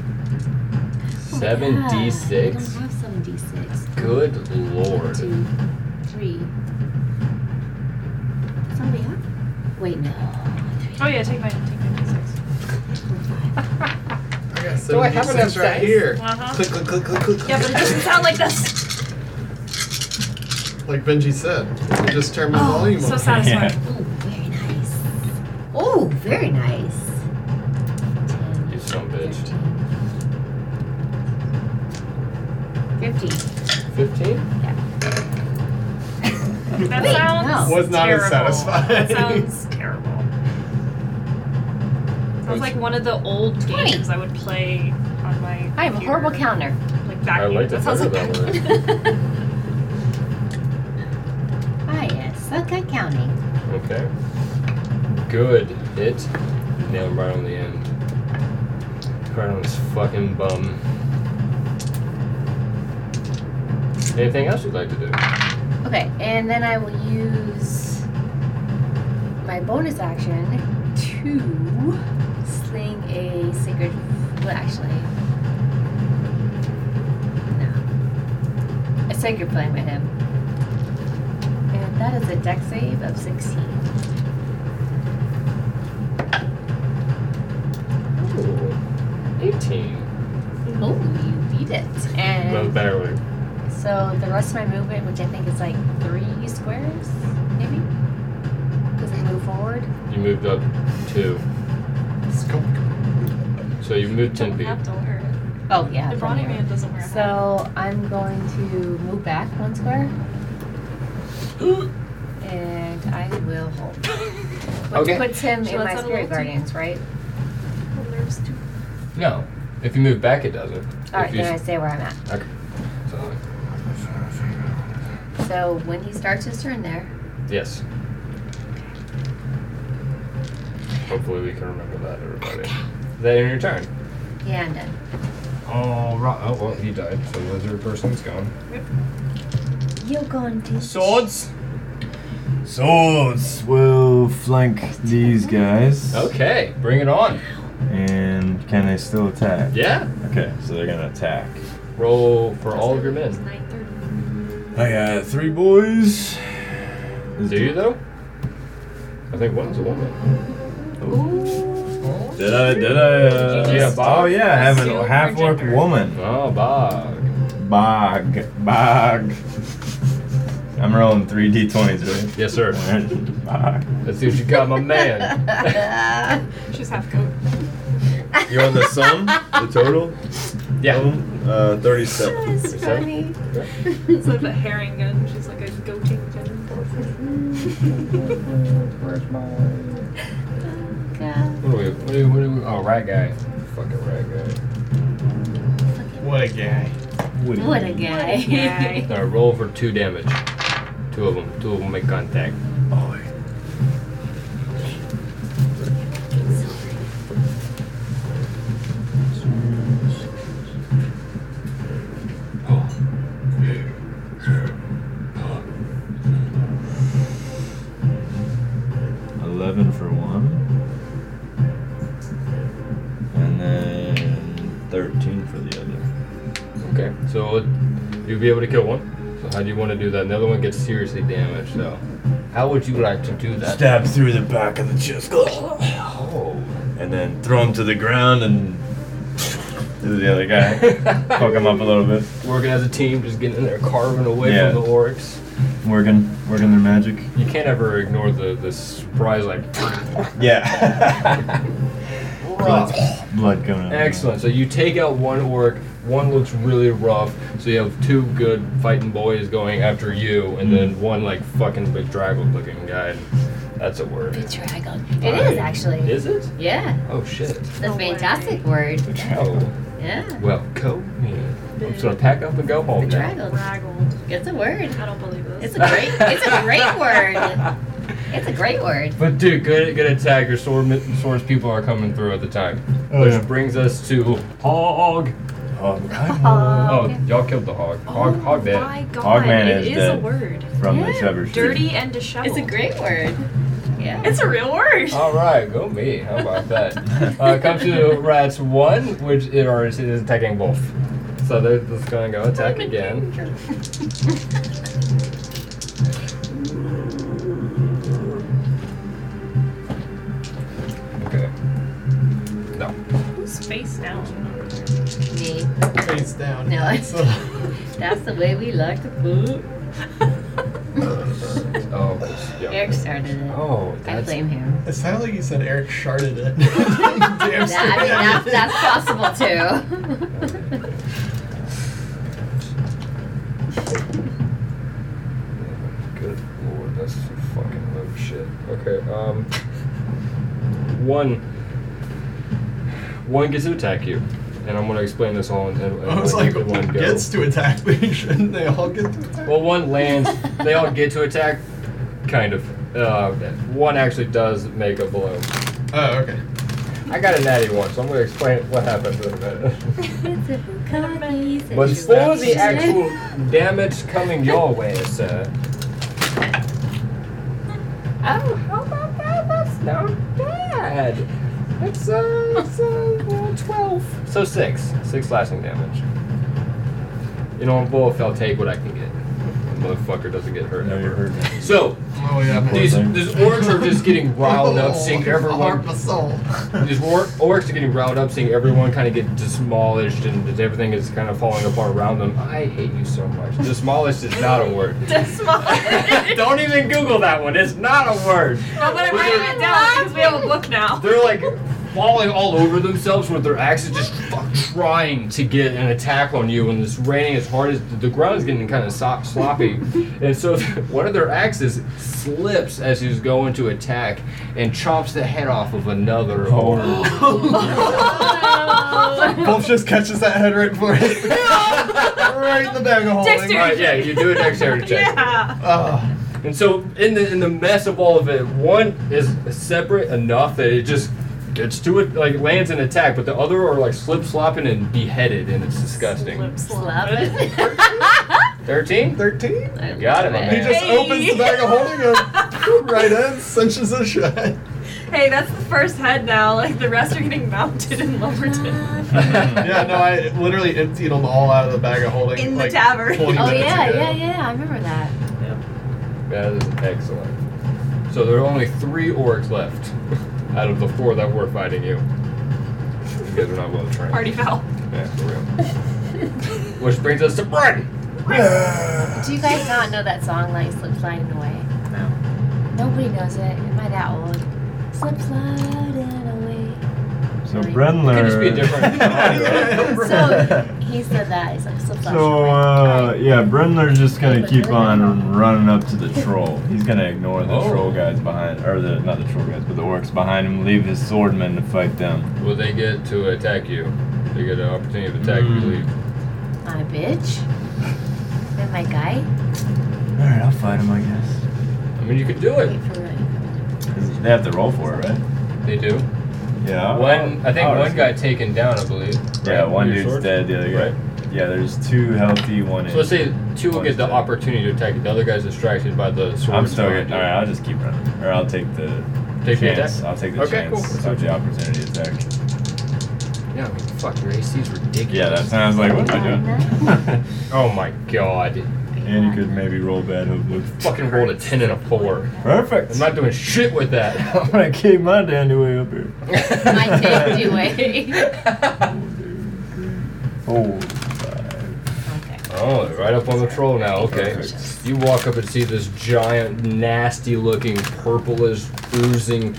Oh, God, I don't 7d6 have 7d6. good lord Two, three. Somebody have? Wait, no. Three, Oh yeah, take my take my *laughs* d6. four, five. I got Do I have 76 enough right dice? here? Uh huh. Click, click, click, click, click. Yeah, but it doesn't sound like this. Like Benji said, you just turn my Oh, volume so *laughs* up. satisfying. Ooh, very nice. Ooh, very nice. You son of a bitch. 10, 15. 15 That Wait, sounds no. Was not as terrible. That satisfying. sounds terrible. Sounds like one of the old Twenty. games I would play on my. I am a horrible computer. counter. Like back. I like that the sounds like sound of back. I am suck at counting. Okay. Good. Hit. Nailed him right on the end. Right on his fucking bum. Anything else you'd like to do? Okay, and then I will use my bonus action to sling a sacred. Well, actually, no, a sacred flame at him, and that is a deck save of sixteen. Ooh. 18. Oh, you beat it! Not And barely. So the rest of my movement, which I think is like three squares, maybe, because I move forward. You moved up two, Let's go. so you moved ten Don't feet. have to wear it. Oh yeah. The from brawny here. man doesn't wear a hat. So I'm going to move back one square. And I will hold. Which Okay. puts him So in that's my not a spirit little guardians, right? There's two No, if you move back, it doesn't. All right, If you then I stay where I'm at. s- okay. So, So when he starts his turn there, yes. Hopefully, we can remember that, everybody. Is that in your turn? yeah, I'm done. All right. Oh well, he died, so the lizard person's gone. You're going to. Swords. Swords will flank these guys. Okay, bring it on. And can they still attack? Yeah. Okay, so they're gonna attack. Roll for all of your men. nine thirty. I got three boys. Do you though? I think one's a woman. Did I? Did I? Uh, Yeah, Bob. Oh yeah, I have Seal a half orc projector. woman. Oh, Bog. Bog, bog. *laughs* I'm rolling three d20s, Yes, sir. right? *laughs* Bog. Let's see what you got, my man. *laughs* She's half goat. You want the sum? The *laughs* total? yeah. Uh, 37. That's So- funny. It's like the herring gun. She's like a goating gun. Oh, God, What are we? What are we? What are we oh, right guy. Fucking right What a guy. What a guy. *laughs* guy. guy. All right, roll for two damage. Two of them. Two of them make contact. Oh, Eleven for one, and then thirteen for the other. Okay. So it- you'll be able to kill one. So how do you want to do that? The other one gets seriously damaged. So how would you like to do that? Stab through the back of the chest. Oh. And then throw him to the ground and This is the *laughs* other guy. Fuck him up a little bit. Working as a team, just getting in there, carving away Yeah. from the oryx. Working, working their magic. You can't ever ignore the the surprise like. *laughs* Yeah. blood, blood coming out. Excellent. So you take out one orc. One looks really rough. So you have two good fighting boys going after you, and then one like fucking big dragon looking guy. That's a word. Bedraggled. It is I- actually. Is it? Yeah, Oh shit. the No way. fantastic word. Oh. Yeah. Well, go me. I'm just gonna pack up and go home now. Bedraggled. Raggled. It's a word. I don't believe this. It's a great. It's *laughs* a great word. It's a great word. But dude, good good attack. Your sword swords people are coming through at the time, which brings us to hog. Oh, *laughs* Oh, y'all killed the hog. Hog, hog dead. My God, Hogman it is is a dead. word. from the Yeah, Sever *laughs* Dirty and disheveled. It's a great word. Yeah. It's a real word. Ah. All right, go me. How about that? *laughs* Uh, come to rats one, which it already is attacking wolf. So they're just gonna go attack again. Okay. No. Who's face down? *laughs* Me. Face down. No, *laughs* it's- So- That's the way we like to food. Oh. Yeah. Eric started it. Oh, I that's blame him. It sounded like you said Eric sharded *laughs* it. Damn That, I mean, that's, straight. that's possible too. good lord. That's some fucking low shit. Okay. Um. One. One gets to attack you, and I'm gonna explain this all in, in, in *laughs* I was like, in *laughs* one go. gets to attack me, *laughs* shouldn't they all get to attack? Well, one lands. They all get to attack, kind of. Uh, one actually does make a blow. Oh, okay. I got a natty one, so I'm going to explain what happens in a minute. *laughs* *laughs* But It's for the actual damage coming your way, sir. Oh, how about that? That's not bad. It's uh, it's uh, well, twelve. So six, six slashing damage. You know, Wolf, I'll take what I can get. The motherfucker doesn't get hurt No, ever. you're hurt. So, Oh yeah, man. These, these orcs are just *laughs* getting *laughs* riled up, seeing Oh, everyone. These war- orcs are getting riled up, seeing everyone kind of get demolished, and just everything is kind of falling apart around them. I hate you so much. Demolished is not a word. Don't even Google that one. It's not a word. No, but I'm writing it down because we have a book *laughs* now. They're like falling all over themselves with their axes, just fuck, trying to get an attack on you. And it's raining as hard as the ground is getting kind of so- sloppy. And so *laughs* one of their axes slips as he's going to attack and chomps the head off of another orc. Wolf just catches that head right before it. *laughs* right in the bag of holding. All right, yeah, you do a dexterity check. Yeah. Oh, And so in the in the mess of all of it, one is separate enough that it just gets to it, like lands an attack, but the other are like slip slopping and beheaded, and it's disgusting. Slap it. Thirteen. 13? You got it, my He man. just Hey. opens the bag of holding and *laughs* right in, cinches it shut. *laughs* Hey, that's the first head now. Like the rest are getting mounted and lowered. in. *laughs* Yeah, no, I literally emptied them all out of the bag of holding. In the like, tavern. 20 Oh minutes yeah, ago. yeah, yeah. I remember that. *laughs* That is excellent. So there are only three orcs left *laughs* out of the four that were fighting you. You guys are not well trained. Party foul. Yeah, for real. Which brings us to Bryn. Do you guys not know that song, like Slip Sliding Away? No. Nobody knows it. Am I that old? Slip Sliding Away. So Right. Brenler. Could just be a different *laughs* *laughs* So he said that. He's like Slip Sliding So Away. uh, Alright. yeah, Brenler's just gonna But keep they're on running up to the troll. He's gonna ignore the Oh. troll guys behind, or the not the troll guys, but the orcs behind him. Leave his swordmen to fight them. Will they get to attack you? They get an opportunity to attack you. Hmm. Mm. leave. uh, I'm a bitch. And my guy. All right, I'll fight him, I guess. I mean, you could do it. Wait for me. They have to roll for it, right? They do. Yeah. One, I think one one got taken down, I believe. Yeah, Right? one Your dude's sword? dead. The other guy. Yeah, there's two healthy. One. So let's is- say two will get the opportunity to attack you. The other guy's distracted by the sword. I'm still behind getting. you. All right, I'll just keep running, or I'll take the Take the chance. attack? I'll take the Okay, cool. chance So of the opportunity attack. Yeah, I mean, fuck, your AC's ridiculous. Yeah, that sounds like what am I Oh my god. doing? *laughs* and you could maybe roll bad hook. Fucking rolled a 10 and a 4. Perfect. I'm not doing shit with that. *laughs* *laughs* I'm gonna keep my dandy way up here. My dick *laughs* *laughs* anyway. *laughs* Oh, okay. Oh, right up on the troll now. Okay. Perfect. You walk up and see this giant, nasty looking, purplish, bruising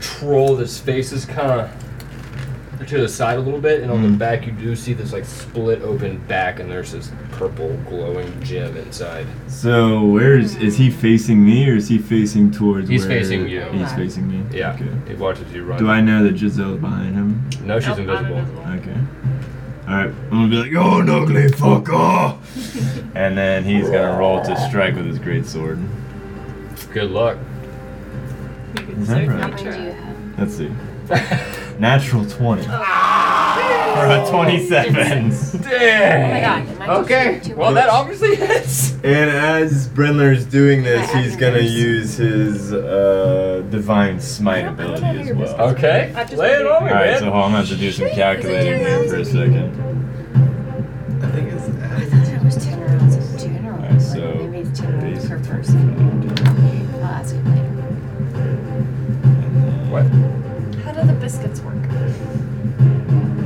troll. This face is kind of to the side a little bit, and on Mm-hmm. the back, you do see this like split open back, and there's this purple glowing gem inside. so where's is he facing me or is he facing towards? He's where- facing you. He's facing me. Yeah. Okay. It watches you run. Do I know that Giselle's behind him? No, she's Nope, not invisible. invisible. Okay. All right. I'm gonna be like, "Oh, "Yo, an *laughs* ugly fucker," and then he's gonna roll to strike with his great sword. Good *laughs* luck. Is that How right? many do you have? Let's see. Natural 20. *laughs* For a 27. Oh my Dang. god. am I too- too Well, that obviously hits. *laughs* and as Brendler's doing this, My he's gonna eyes. use his uh, divine smite ability as well. Okay. I just- Lay it on me, Alright, man. so hold on, I'm gonna have to do some calculating here for a second. I think it's I thought it was 10 rounds in general. Alright, so like maybe it's 10 rounds per basic- person. I'll ask him later. What? How do the biscuits work?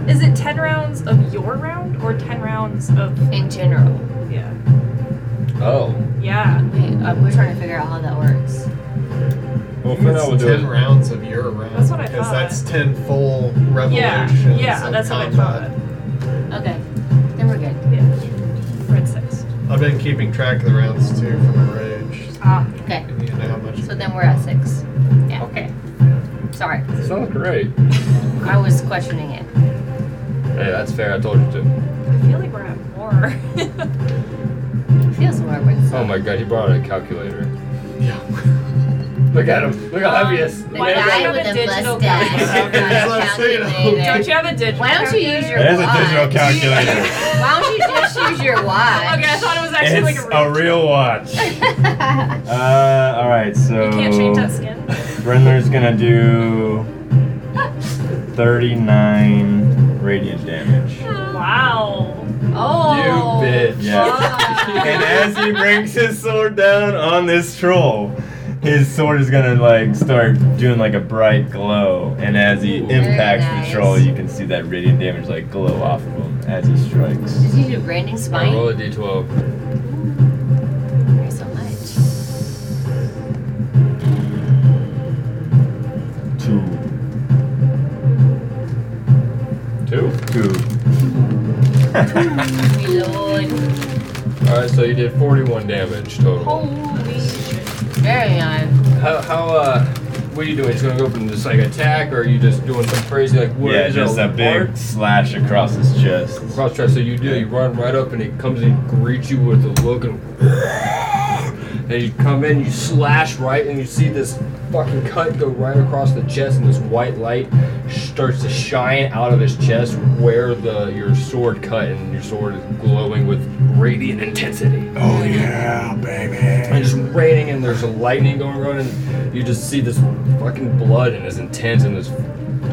Is it 10 rounds of your round or 10 rounds of. In general. Yeah. Oh. Yeah. Wait, uh, we're trying to figure out how that works. Well, I think it's 10 rounds of your round. That's what I Because thought. that's 10 full Yeah. revolutions. Yeah, of that's what I combat. thought. Okay. Then we're good. Red six. I've been keeping track of the rounds too for my rage. Ah. Okay. You know how much. So then we're at six. Yeah. Okay. Sorry. Sounds great. I was questioning it. Hey, that's fair. I told you to. I feel like we're at war. *laughs* Feels more weird. Oh my god, he brought a calculator. Yeah. *laughs* Look at him. Look how heavy he is. The Why don't you guy have with a the digital mustache. calculator? That's what I'm Calculator. calculating. Don't you have a digital? Why don't you use calculator? your There's a watch? digital *laughs* calculator. Why don't you just use *laughs* your watch? Okay, I thought it was actually it's like a real watch. Uh, alright, so. You can't change that skin. *laughs* Brendler's gonna do 39 radiant damage. Wow. *laughs* *laughs* Oh. You bitch. Yeah. and as he brings his sword down on this troll, his sword is gonna like start doing like a bright glow, and as he impacts Very nice. the troll, you can see that radiant damage like glow off of him as he strikes. Did you do branding spine? Roll a d12. Thank you so much. Two, Two. two. *laughs* Reload. All right, so you did 41 damage total. Holy shit. Very nice. How, how uh, what are you doing? Just gonna go from this like attack, or are you just doing some crazy like what yeah, is just it, a big slash across his chest. cross chest? So you do, you run right up, and he comes and greets you with a look, and *laughs* and you come in, you slash right, and you see this fucking cut go right across the chest, and this white light starts to shine out of his chest where the your sword cut, and your sword is glowing with radiant intensity. Oh yeah, baby. and it's raining and there's lightning going around and you just see this fucking blood and it's intense and this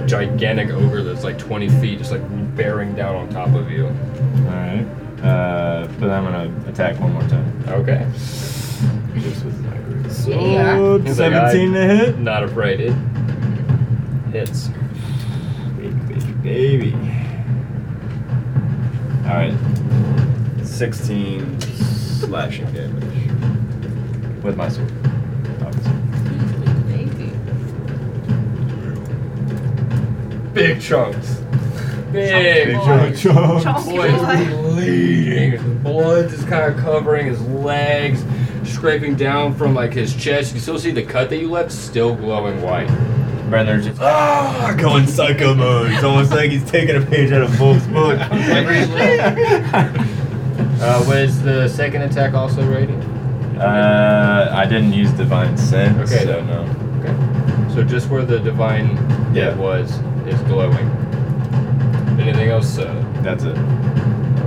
gigantic ogre that's like 20 feet just like bearing down on top of you Alright. Uh, but I'm gonna attack one more time. okay Just with my group. Yeah. He's like, 17 to hit. not afraid it hits Baby, baby, baby. Alright. 16 slashing damage. With my sword. Obviously. Baby. big chunks big chunks Chunky Boy, he's boy. bleeding. His blood is kind of covering his legs, scraping down from like his chest. You can still see the cut that you left, still glowing white. Brenner's just ah, going psycho mode. It's almost like he's taking a page out of Wolf's book. Uh, what is the second attack also rated? uh, I didn't use divine sense, Okay. so no. Okay. So just where the divine Yeah. it was is glowing. Anything else? Uh, That's it.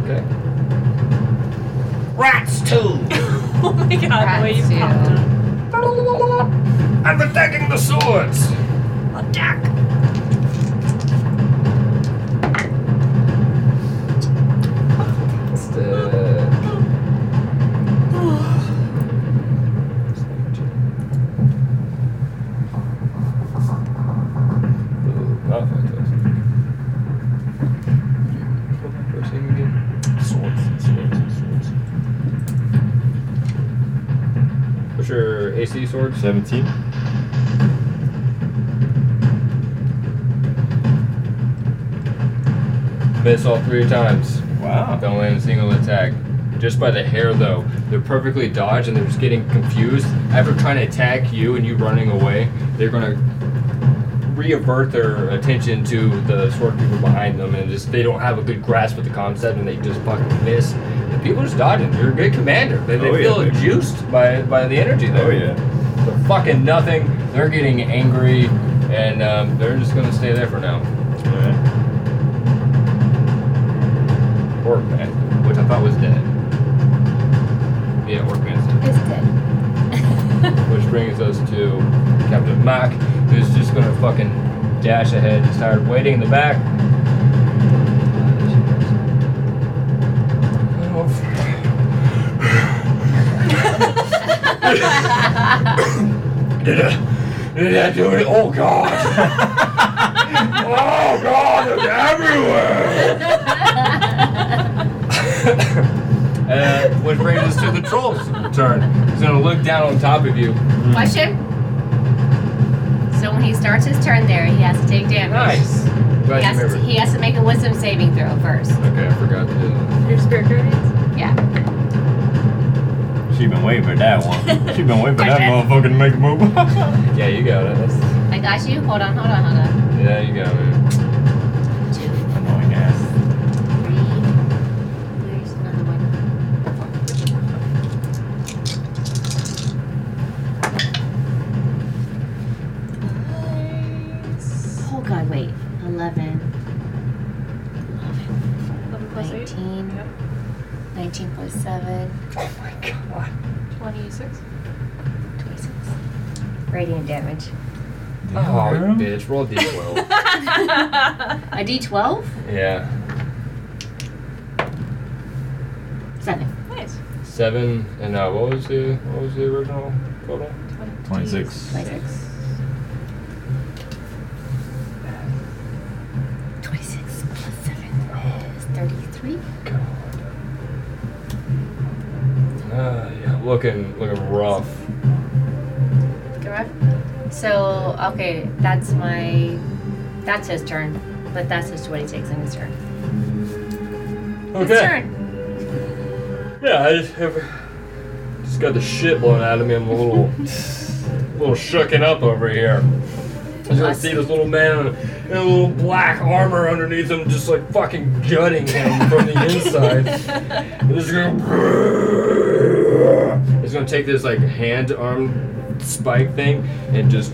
okay. Oh my god, the way you Rats, yeah. popped up. I'm attacking the swords. Attack! It's the Oh, fuck those. First thing again. Swords, swords, swords. What's your AC swords? 17. Miss all three times. Wow. Don't land a single attack. Just by the hair, though, they're perfectly dodged and they're just getting confused. After trying to attack you and you running away, they're gonna reavert their attention to the sword people behind them, and just they don't have a good grasp of the concept, and they just fucking miss. The people just dodging. You're a good commander. They, they Oh, yeah, feel baby. juiced by by the energy there. Oh yeah. They're fucking nothing. They're getting angry, and um, they're just gonna stay there for now. Alright. Orc man, which I thought was dead. Yeah, Orc man's dead. It's dead. Which brings us to Captain Mack, who's just gonna fucking dash ahead. He's tired of waiting in the back. did I, did I do it? Oh god! oh god, it's everywhere! *laughs* uh, which brings us to the troll's turn. He's gonna look down on top of you. Question? So when he starts his turn there, he has to take damage. Nice. He Glad has, you to, remembered. he has to make a wisdom saving throw first. Okay, I forgot to do that. Your spirit guardians? Yeah. She been waiting for that one. She been waiting for that motherfucker to make a move. Yeah, you got it. That's, I got you. Hold on, hold on, hold on. yeah, you got it. Annoying ass. Three. There's another one. Oh god, wait. 11. 11 plus 8? 19. Yep. 19 plus 7. Oh my god. 26. 26. Radiant damage. Oh, you bitch. Roll *laughs* d12. A d12? yeah. 7. Nice. Seven and uh, what was the what was the original total? 26. 26. 26 plus 7 is 33. God. Uh, yeah, looking looking rough. Correct? So, okay, that's my. That's his turn. But that's his 26 in his turn. Okay. Yeah, I just have just got the shit blown out of me. I'm a little little shooken up over here. I just see this little man in a little black armor underneath him, just like fucking gutting him from *laughs* the inside. And this is *laughs* gonna. He's gonna take this like hand arm spike thing and just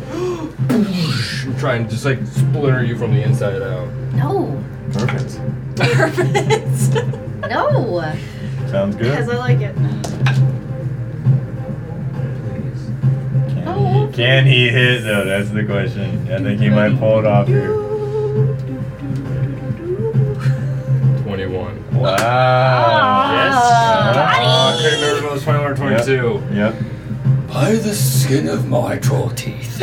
*gasps* try and just like splinter you from the inside out. No. Perfect. Perfect. No. *laughs* *laughs* Sounds Because good. I like it. Can he, can he hit though? That's the question. I think he might pull it off here. Twenty-one. Wow. Yes. Ah, I couldn't remember if it was 21 or 22. Yep. By the skin of my troll teeth.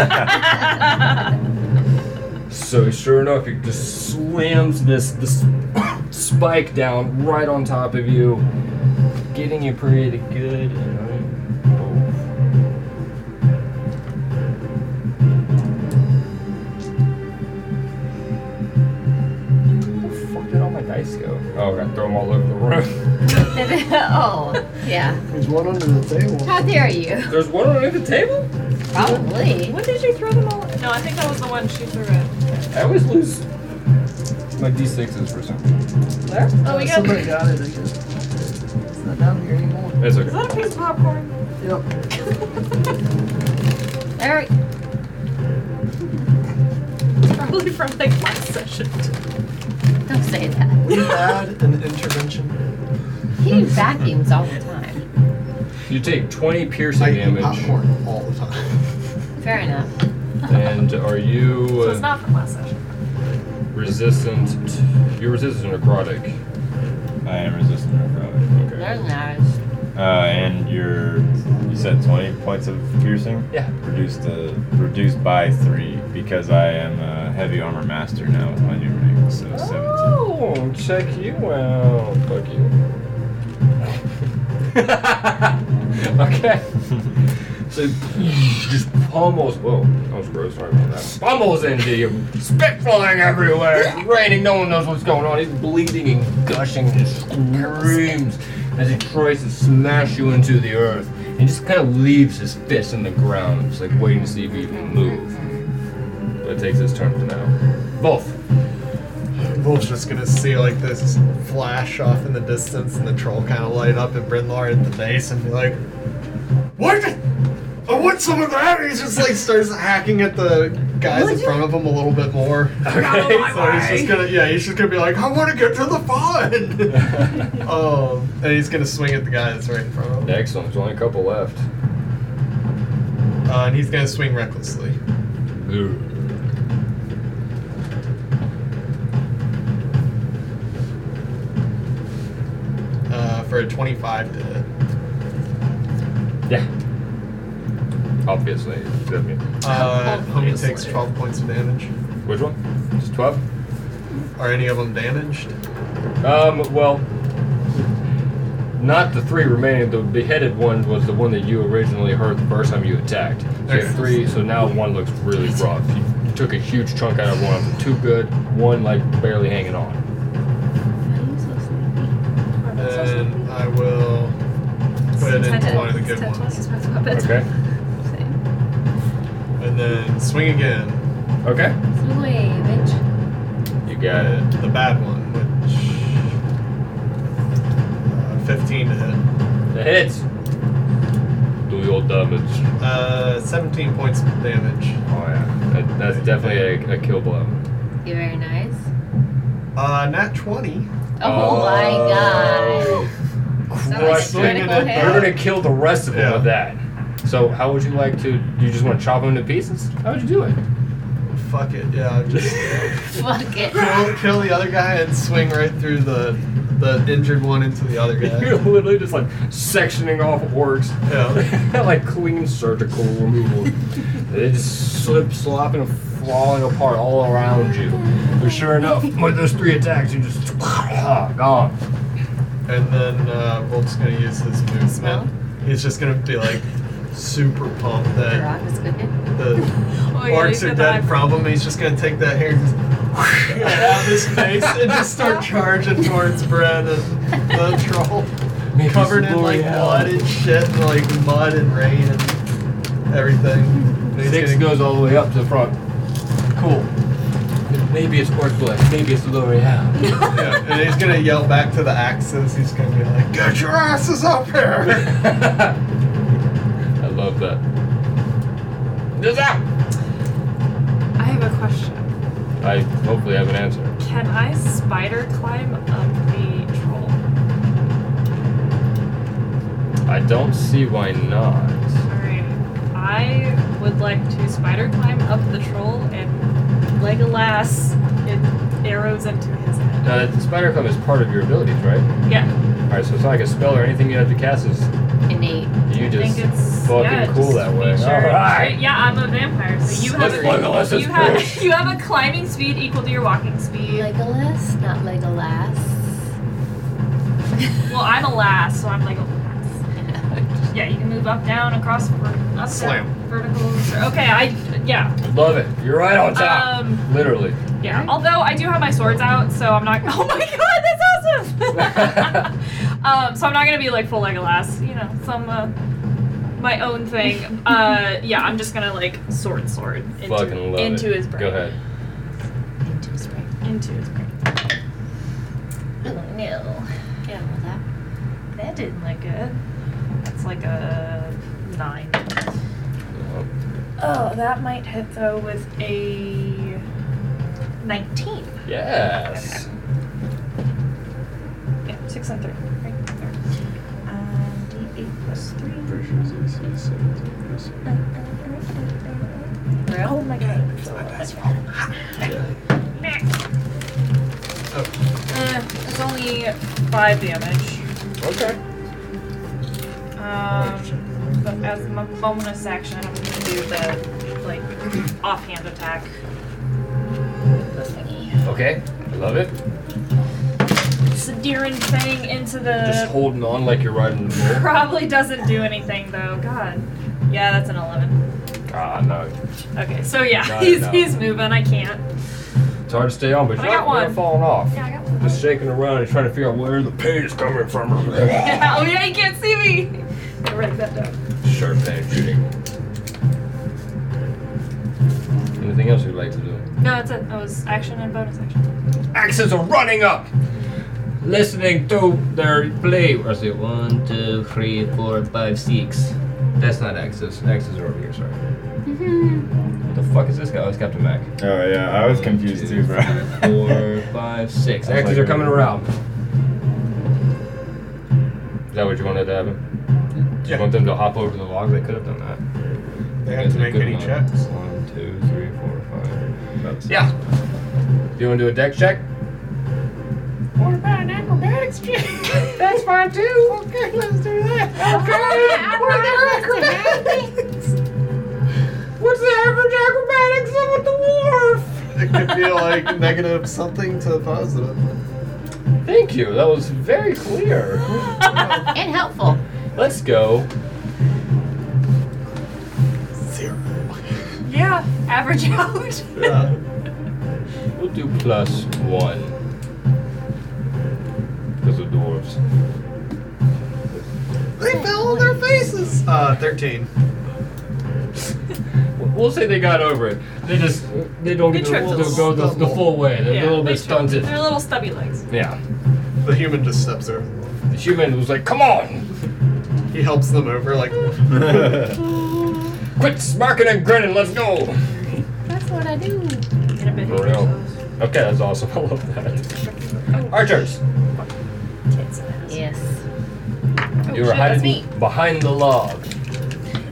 *laughs* so sure enough, he just slams this this *coughs* spike down right on top of you, getting you pretty good. And I, oh. Where the fuck did all my dice go? Oh, I gotta throw them all over the room. *laughs* oh, yeah. There's one under the table. *laughs* How dare you? There's one underneath the table. Probably. When did you throw them all? No, I think that was the one she threw it. I always lose my d6s for some reason. Oh, we got. Somebody got it, I guess. It's not down here anymore. That's Is that a piece of popcorn? Yep. All right. Probably from like last session. Don't say that. We had an intervention. He vacuums all the time. You take 20 piercing I eat damage, popcorn all the time. Fair enough. and are you So it's uh, not from last session. resistant? To, you're resistant to necrotic. I am resistant to necrotic. Okay. Very nice. Uh, and you're, you said 20 points of piercing? Yeah. Reduced to reduced by three because I am a heavy armor master now with my new rank, so 17. Oh, check you out. Fuck you. okay. *laughs* So just pummels. Whoa, that was gross. Sorry about that. Pummels into you. Spit flying everywhere. It's raining. No one knows what's going on. He's bleeding and gushing and screams as he tries to smash you into the earth. And just kind of leaves his fist in the ground, just like waiting to see if you even move. But it takes his turn for now. Both. Wolf's just gonna see like this flash off in the distance and the troll kind of light up at Brynlar in the face and be like, What? the- I want some of that! And he just like starts hacking at the guys in front of him a little bit *laughs* more. Okay, So he's just gonna, yeah, he's just gonna be like, I want to get to the fun! *laughs* um, and he's gonna swing at the guy that's right in front of him. Excellent. There's only a couple left. Uh, and he's gonna swing recklessly. Uh, for a 25 to hit. Yeah. Obviously. it's definitely- Uh, homie Obviously. takes 12 points of damage. Which one? Just 12? Are any of them damaged? Um, well, not the three remaining. The beheaded one was the one that you originally hurt the first time you attacked. So you have Okay. three, so now one looks really rough. You took a huge chunk out of one of them. Two good, one like barely hanging on. Then I will put it into one of the good ones. Okay? And then swing again. Okay. Sway, bitch. You got it. The bad one, which. Uh, 15 to hit. That hits. Do your damage. Uh, 17 points of damage. Oh, yeah. That, that's definitely a, a kill blow. You're very nice. Uh, nat 20. Oh, my god. Crushing. critical hit. You're Oh. gonna kill the rest of them Yeah. with that. So how would you like to? You just want to chop them to pieces? How would you do *laughs* it? Fuck it, yeah. Just *laughs* Fuck it. *laughs* kill, kill the other guy and swing right through the the injured one into the other You're guy. literally just like sectioning off orcs. *laughs* Yeah. like clean surgical *laughs* removal. they just slip, slopping, and falling apart all around you. But sure *laughs* enough, with those three attacks, you just *laughs* ah, gone. And then uh, Volk's gonna use his movement. He's just gonna be like super pumped that Rock is good. the *laughs* Oh, yeah, he's orcs are got dead the from him. He's just gonna take that hair and just out of his face *laughs* and *laughs* just start charging towards Brad and the troll, Maybe it's covered the in like glory hell. blood and shit, and like mud and rain and everything. And he's Six gonna- goes all the way up to the front. Cool. Maybe it's orc blood. Maybe it's *laughs* L'Oreal. Yeah, and he's gonna yell back to the axes. He's gonna be like, "Get your asses *laughs* up here!" I love that. This out. I have a question. I hopefully have an answer. Can I spider climb up the troll? I don't see why not. Alright. I would like to spider climb up the troll and Legolas it arrows into his head. Now, the spider climb is part of your abilities, right? Yeah. All right, so it's not like a spell or anything you have to cast. Is Innate. you I just think it's fucking yeah, cool just that way. feature- All right. Yeah, I'm a vampire, so you have Let's Legolas a, is you have cool. you have a climbing speed equal to your walking speed. Legolas, not Legolas. Well, I'm a lass, so I'm Legolas. Yeah, you can move up, down, across, ver- up, Slam. down, verticals. Okay, I yeah. Love it. You're right on top. Um, Literally. yeah. Although I do have my swords out, so I'm not. *laughs* Oh my god, that's awesome! um, so I'm not gonna be like full Legolas, you know, some uh, my own thing. Uh, yeah, I'm just gonna like sword, sword into, Fucking love into it. his brain. Go ahead. Into his brain. Into his brain. Oh no. Yeah, well, that. That didn't look good. That's like a nine. Oh, that might hit though with a 19. Yes. Yeah, 6 and 3. Right there. Um, d8 plus 3. Pretty sure it's AC 17 plus Oh my god. It's Oh, Uh, it's only 5 damage. Okay. Um, but as my bonus action, I'm gonna do the, like, offhand attack. Okay. I love it. Sedarin thing into the. Just holding on like you're riding the bull. Probably doesn't do anything though. God. Yeah, that's an 11. Ah, no. Okay, so yeah, Not he's enough. he's moving. I can't. It's hard to stay on, but But you're I got not, you're not one. falling off. Yeah, I got one. Just shaking around and trying to figure out where the pain is coming from. *laughs* Yeah, oh yeah, you can't see me. Okay, write that down. Sharp pain shooting. Anything else you'd like to do? No, that's it. That was action and bonus action. Axes are running up, listening to their play. Or is it one, two, three, four, five, six? That's not axes. Axes are over here. Sorry. Mm-hmm. the fuck is this guy? Oh, it's Captain Mac. Oh yeah, I was confused too, bro. Four, five, six. I was Axes like, are coming around. Is that what you wanted to happen? Do you Yeah. want them to hop over the log? They could have done that. They have to make any checks. One, two, three, four, five. That's- Yeah. Do you want to do a deck check? What about an acrobatics check? That's fine too. Okay, let's do Oh, that. Okay, *laughs* What's the average acrobatics of the wharf? It could be like negative something to *laughs* positive. Thank you. That was very clear. *laughs* And helpful. Let's go. Zero. Yeah, average *laughs* out. Yeah. We'll do plus one. Because of dwarves. They fell on their faces. Uh, thirteen. We'll say they got over it. They just they don't They get tripped the, a they'll go the, the stumble. full way. They're yeah, a little they bit should- stunted. They're little stubby legs. Yeah. The human just steps over. the wall. The human was like, "Come on, He helps them over like. *laughs* oh, quit smirking and grinning. Let's go." That's what I do. In a bit. For real. Okay, that's awesome. *laughs* I love that. Oh. Archers, Yes. you were Oh, shit, that's me. hiding behind the log.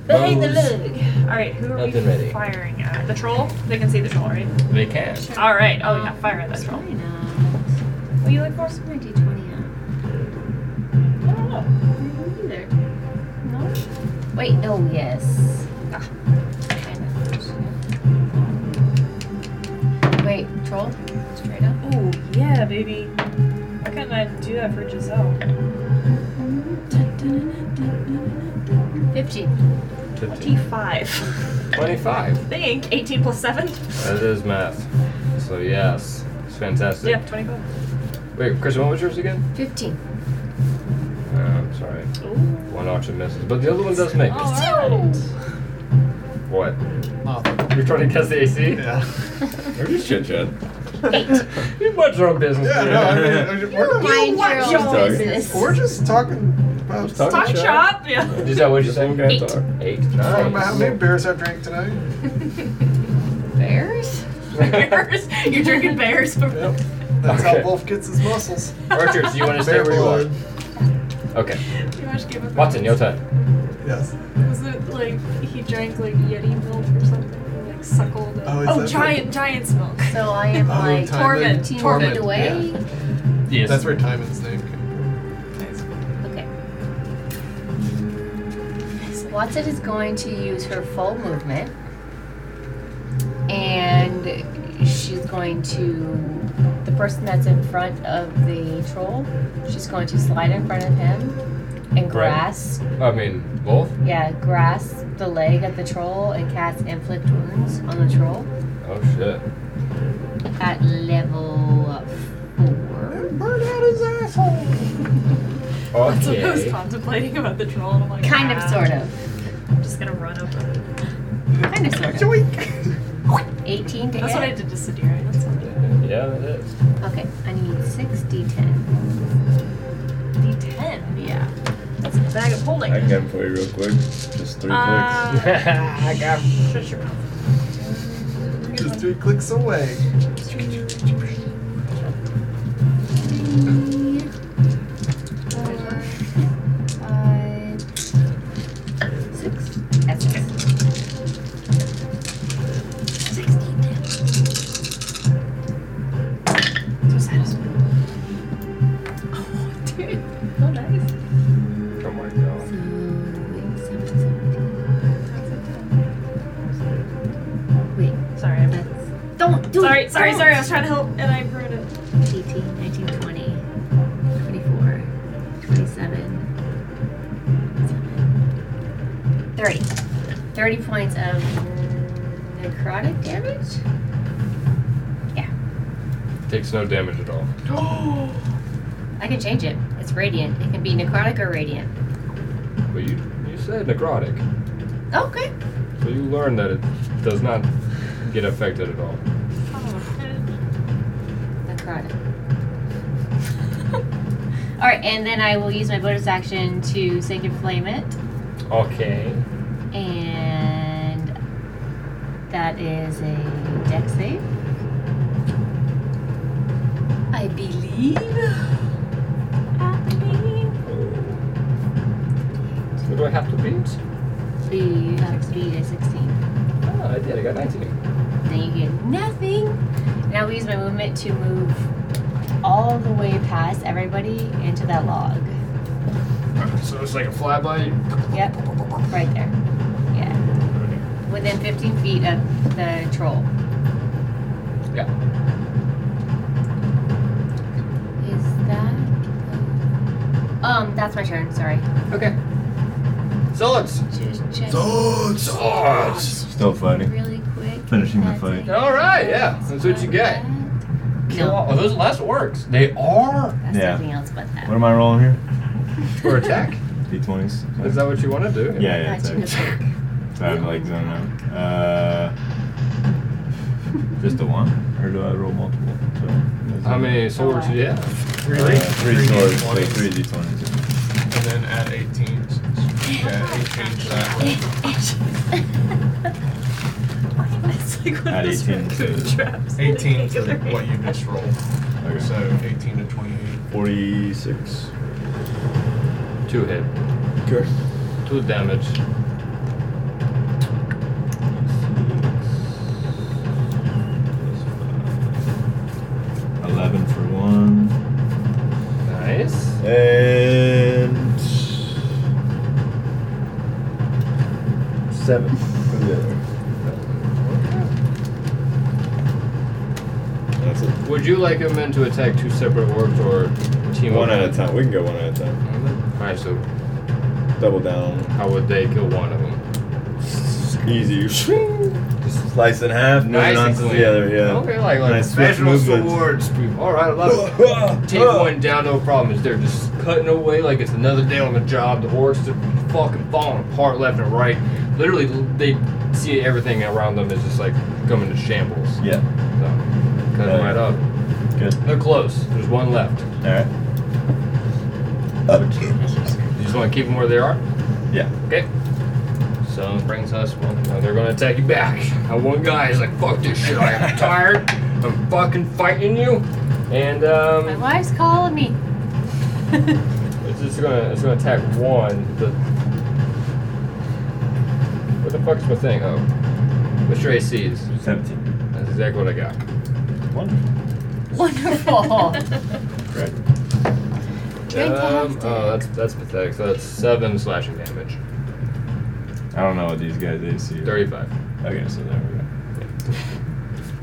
Behind the Bows. lug. Alright, who are we Nothing ready. firing at? The troll? They can see the troll, right? They can. Alright, oh yeah, fire at that troll. Why not? What do you look for? Where's my d20 at? Wait, no, yes. Ah, kinda. Wait, troll? Straight up? Ooh, yeah, baby. Why couldn't I do that for Giselle? 50. *laughs* 25. 25. Think 18 plus 7? That is math. So, yes. It's fantastic. Yeah, 25. Wait, Christian, what was yours again? 15. Uh, I'm sorry. Ooh. One auction misses, but the other one does make Oh. it. Alright. What? Oh, You're trying to guess the AC? yeah. Or just chit chat. *laughs* You mind your own business. Yeah, dude. no, I mean, I mean, we're, not, Mind your your own own business. we're just talking about Just talking Talk shop. shop, yeah. *laughs* Is that what you said? guy Eight. talk. Eight. Talking about how many Nice. beers I drank tonight. Bears? Bears. You're drinking bears. Yep. That's Okay. how Wolf gets his muscles. Archers, do you want to stay where you blood. are? Okay. Too much Game of Watson, your turn. Yes. Thrones. Was it like he drank like Yeti milk or something? Or, Like suckled. it? Oh, is that oh the- giant, giant's milk. So I am Oh, like time. Torment, and- 15 torment, feet away? Yes. That's where Timon's name came from. Okay. Watson is going to use her full movement. And she's going to. The person that's in front of the troll, she's going to slide in front of him and grasp I mean, both? Yeah, grasp the leg of the troll and cast inflict wounds on the troll Oh, shit. at level four. Burn out his asshole! That's what I was Okay. contemplating about the troll, and I'm like, Kind of, ah, sort of. I'm just gonna run up. on it. Kind of, sort of. Joink! 18 to That's what I hit. did to Sidiri. That's what I did. *laughs* Yeah, that *laughs* is. Okay, I need six d10. D10. Yeah. That's a bag of holding. I can get him for you real quick. Just three Uh, I got Shut your mouth. Just three clicks away. Five, six. That's six. So satisfying. Oh, dude. So nice. Oh my god. Wait, Sorry. I'm- that's. Don't do Sorry, it! sorry, don't. sorry. I was trying to help and I ruined it. 18, 19, 20, 24, 27, 30. 30 points of necrotic damage? Takes no damage at all. I can change it. It's radiant. It can be necrotic or radiant. But you, you said necrotic, Oh, Okay. so you learned that it does not get affected at all. Necrotic. *laughs* Alright, and then I will use my bonus action to Sacred Flame it. Okay. And that is a deck save. I believe. What do I have to beat? The you have to beat uh, a 16. Oh, I did. I got 19. Then you get nothing. And I will use my movement to move all the way past everybody into that log. So it's like a flyby? Yep, right there. Yeah. Within 15 feet of the troll. Yeah. Is that. Um, that's my turn. Sorry. Okay. Swords! Just check Swords! Swords! Still fighting. really quick. Finishing the That's fight. it. Alright, yeah. That's what you get. Kill No, all. Oh, those last works. They are that's Yeah. something else but that. What am I rolling here? for attack. D20s. *laughs* Is that what you want to do? Yeah, yeah. That's in the *laughs* Sorry, *laughs* book. sorry I'm like zoning out. Uh, *laughs* just the one, or do I roll multiple? Sorry. How many swords do you have? Really? Uh, three, swords. Wait, D20s. three d20s. And then add 18. Yeah, he changed that one. It's like one At of those 18 raccoon to- traps. *laughs* 18 to what you just rolled. Okay. So 18 to 28. Forty-six. Two hit. Okay. Two damage. Eleven for one. Nice. And Seven for the other. That's it. Would you like him then to attack two separate orcs or team One up? at a time. We can go one at a time. Alright, so Double down. how would they kill one of them? Easy. Just slice in half, move it onto the other. Yeah. Okay, like, like Nice swift professional movements. swords. Alright, I love *laughs* it. *laughs* Take one down, no problem. Is they're just cutting away like it's another day on the job. The orcs are fucking falling apart left and right. Literally, they see everything around them is just like coming to shambles. So, Yeah. cut them right up. Good. They're close. There's one left. All right. You just want to keep them where they are. Yeah. Okay. So it brings us. Well, now they're gonna attack you back. And one guy is like, "Fuck this shit. I am tired. I'm fucking fighting you." And um. My wife's calling *laughs* me. It's just gonna it's gonna attack one. The what the fuck's my thing? Oh, what's your AC's? Seventeen. That's exactly what I got. Wonderful. Wonderful. Correct. Drink Um, tactic. oh, that's that's pathetic. So that's seven slashing damage. I don't know what these guys AC. *laughs* is. Thirty-five. Okay, so there we go.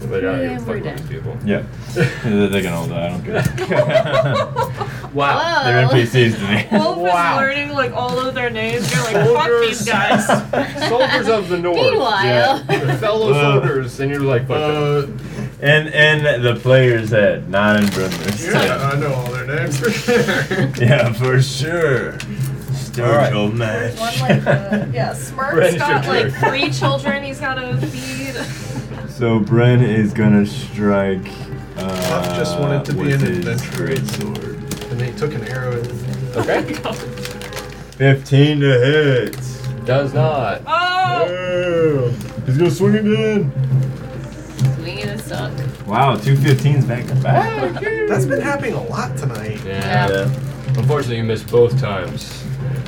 Well, they gotta Yeah, fuck we're with done. these people. *laughs* Yeah. they they can all die. I don't care. Wow. *laughs* They're NPCs to *laughs* me. Wolf Wow. is learning like all of their names. You're like, fuck these *laughs* guys. Soldiers of the North. Meanwhile, Your *laughs* fellow Uh. soldiers, and you're like, fuck them. Uh, And and the players that not in Brindler's. yeah, I know all their names for sure. *laughs* Yeah, for sure. Alright. Sturgill match. There's one like, uh, yeah, Smirk's Brand's got your like jerk. three children he's gotta feed. *laughs* so Bren is gonna strike. Uh, just wanted to be with an his adventurer. Great sword. *laughs* and they took an arrow. And, Okay. Fifteen to hit. *laughs* Does not. Oh! Oh. He's gonna swing again. *laughs* swinging a suck. Wow, two 15s back to back. that's been happening a lot tonight. Yeah. Unfortunately, you missed both times.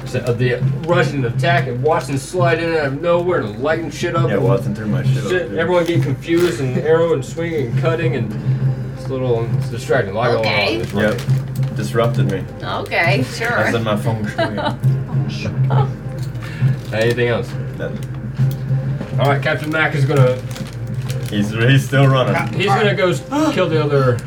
So, uh, the Russian attack and Watson slide in out of nowhere and lighten shit up. Yeah, and Watson threw my shit. shit, up, dude. everyone get confused and arrow and swinging and cutting and it's a little it's distracting. A lot Okay. going on. in Yep. this Disrupted me. Okay, I sure. said my phone was *laughs* ringing. room. Anything else? Nothing. All right, Captain Mac is gonna He's he's still running. he's gonna go s- kill the other.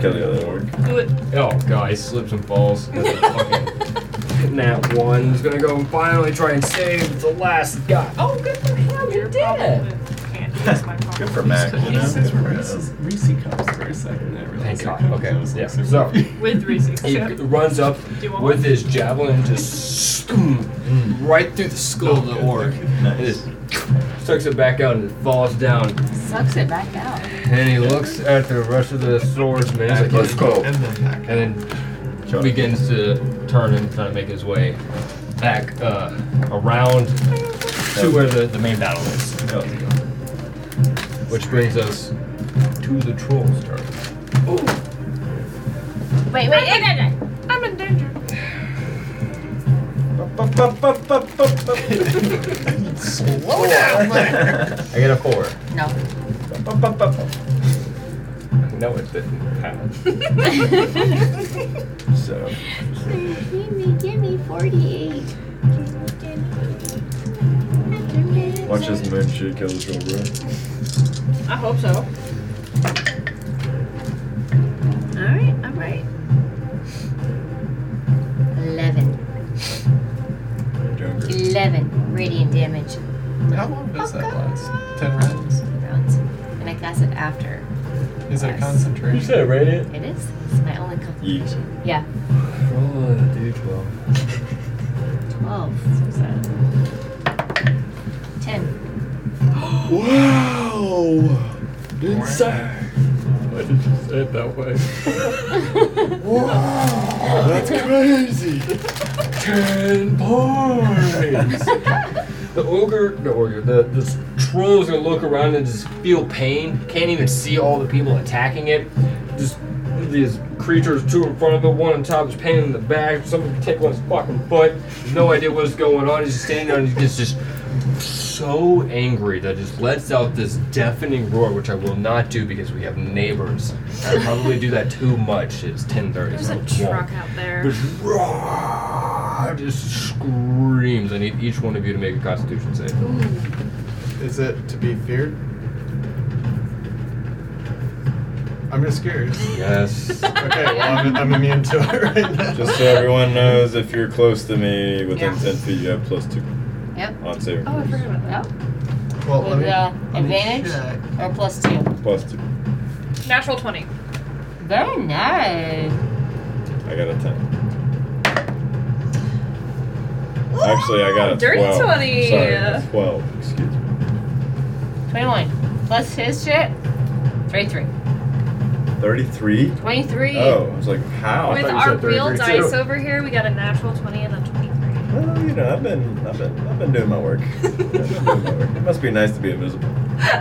Kill the other orc. Do it. Oh god, he slips and falls. *laughs* Fucking Nat one. He's gonna go and finally try and save the last guy. Oh, good for him. You're dead. Can't use my phone. Good for Mac. You know? Since we're Reese's, Reese cups for a second, I realized. Thank God. I Okay. was like, Yeah. so- So. With He 360. runs up you want with one? his javelin and just scoom, right through the skull of the orc. And Oh, Nice. just sucks it back out and falls down. Sucks it back out. And he looks at the rest of the swordsmen. He's like, let's go. And then back. And then begins to turn and try to make his way back uh, around to where the, the main battle is. Go. Which brings us to the troll's turn. Wait, wait, wait, wait, I'm in danger. Oh, Oh, Slow down. man. *laughs* I get a four. No. No, it didn't happen. *laughs* So. Watch this moon shit kill this real bro. I hope so. Alright, alright. Eleven. Junker. Eleven radiant damage. How long does that last? Ten rounds? rounds. And I cast it after. Is it Yes. a concentration? said radiant. It is. It's my only con- Yeet. Yeah. Roll a d12. Oh, Twelve. So sad. Ten. Wow. Why did you say it that way? That's crazy. Ten points. the ogre, the ogre, the this troll is gonna look around and just feel pain. Can't even see all the people attacking it. Just these creatures, two in front of it, one on top, is pain in the back. Somebody can take one's fucking foot. No idea what's going on. He's just standing there and he gets just so angry that just lets out this deafening roar, which I will not do because we have neighbors. I probably do that too much. It's ten thirty. There's a truck out there. Just roar. ah, just screams. I need each one of you to make a Constitution save. Is it to be feared? I'm just curious. *laughs* Yes. Okay, well, I'm, I'm immune to it right now. Just so everyone knows, if you're close to me within Yeah. 10 feet, you have plus two Yep. on saving. Oh, I forgot about that. Oh, well, let with me- uh, let me advantage check. or plus two. Plus two. Natural 20. Very nice. I got a 10. Actually, I got a Dirty 12. 20. Sorry, a 12. Excuse me. 21. Plus his shit. 33. 33? 23. Oh, I was like, how? I With thought you our said 33 real dice too. over here, we got a natural 20 and a 23. Well, you know, I've been, I've been, I've been doing *laughs* my work. I've been doing my work. It must be nice to be invisible. So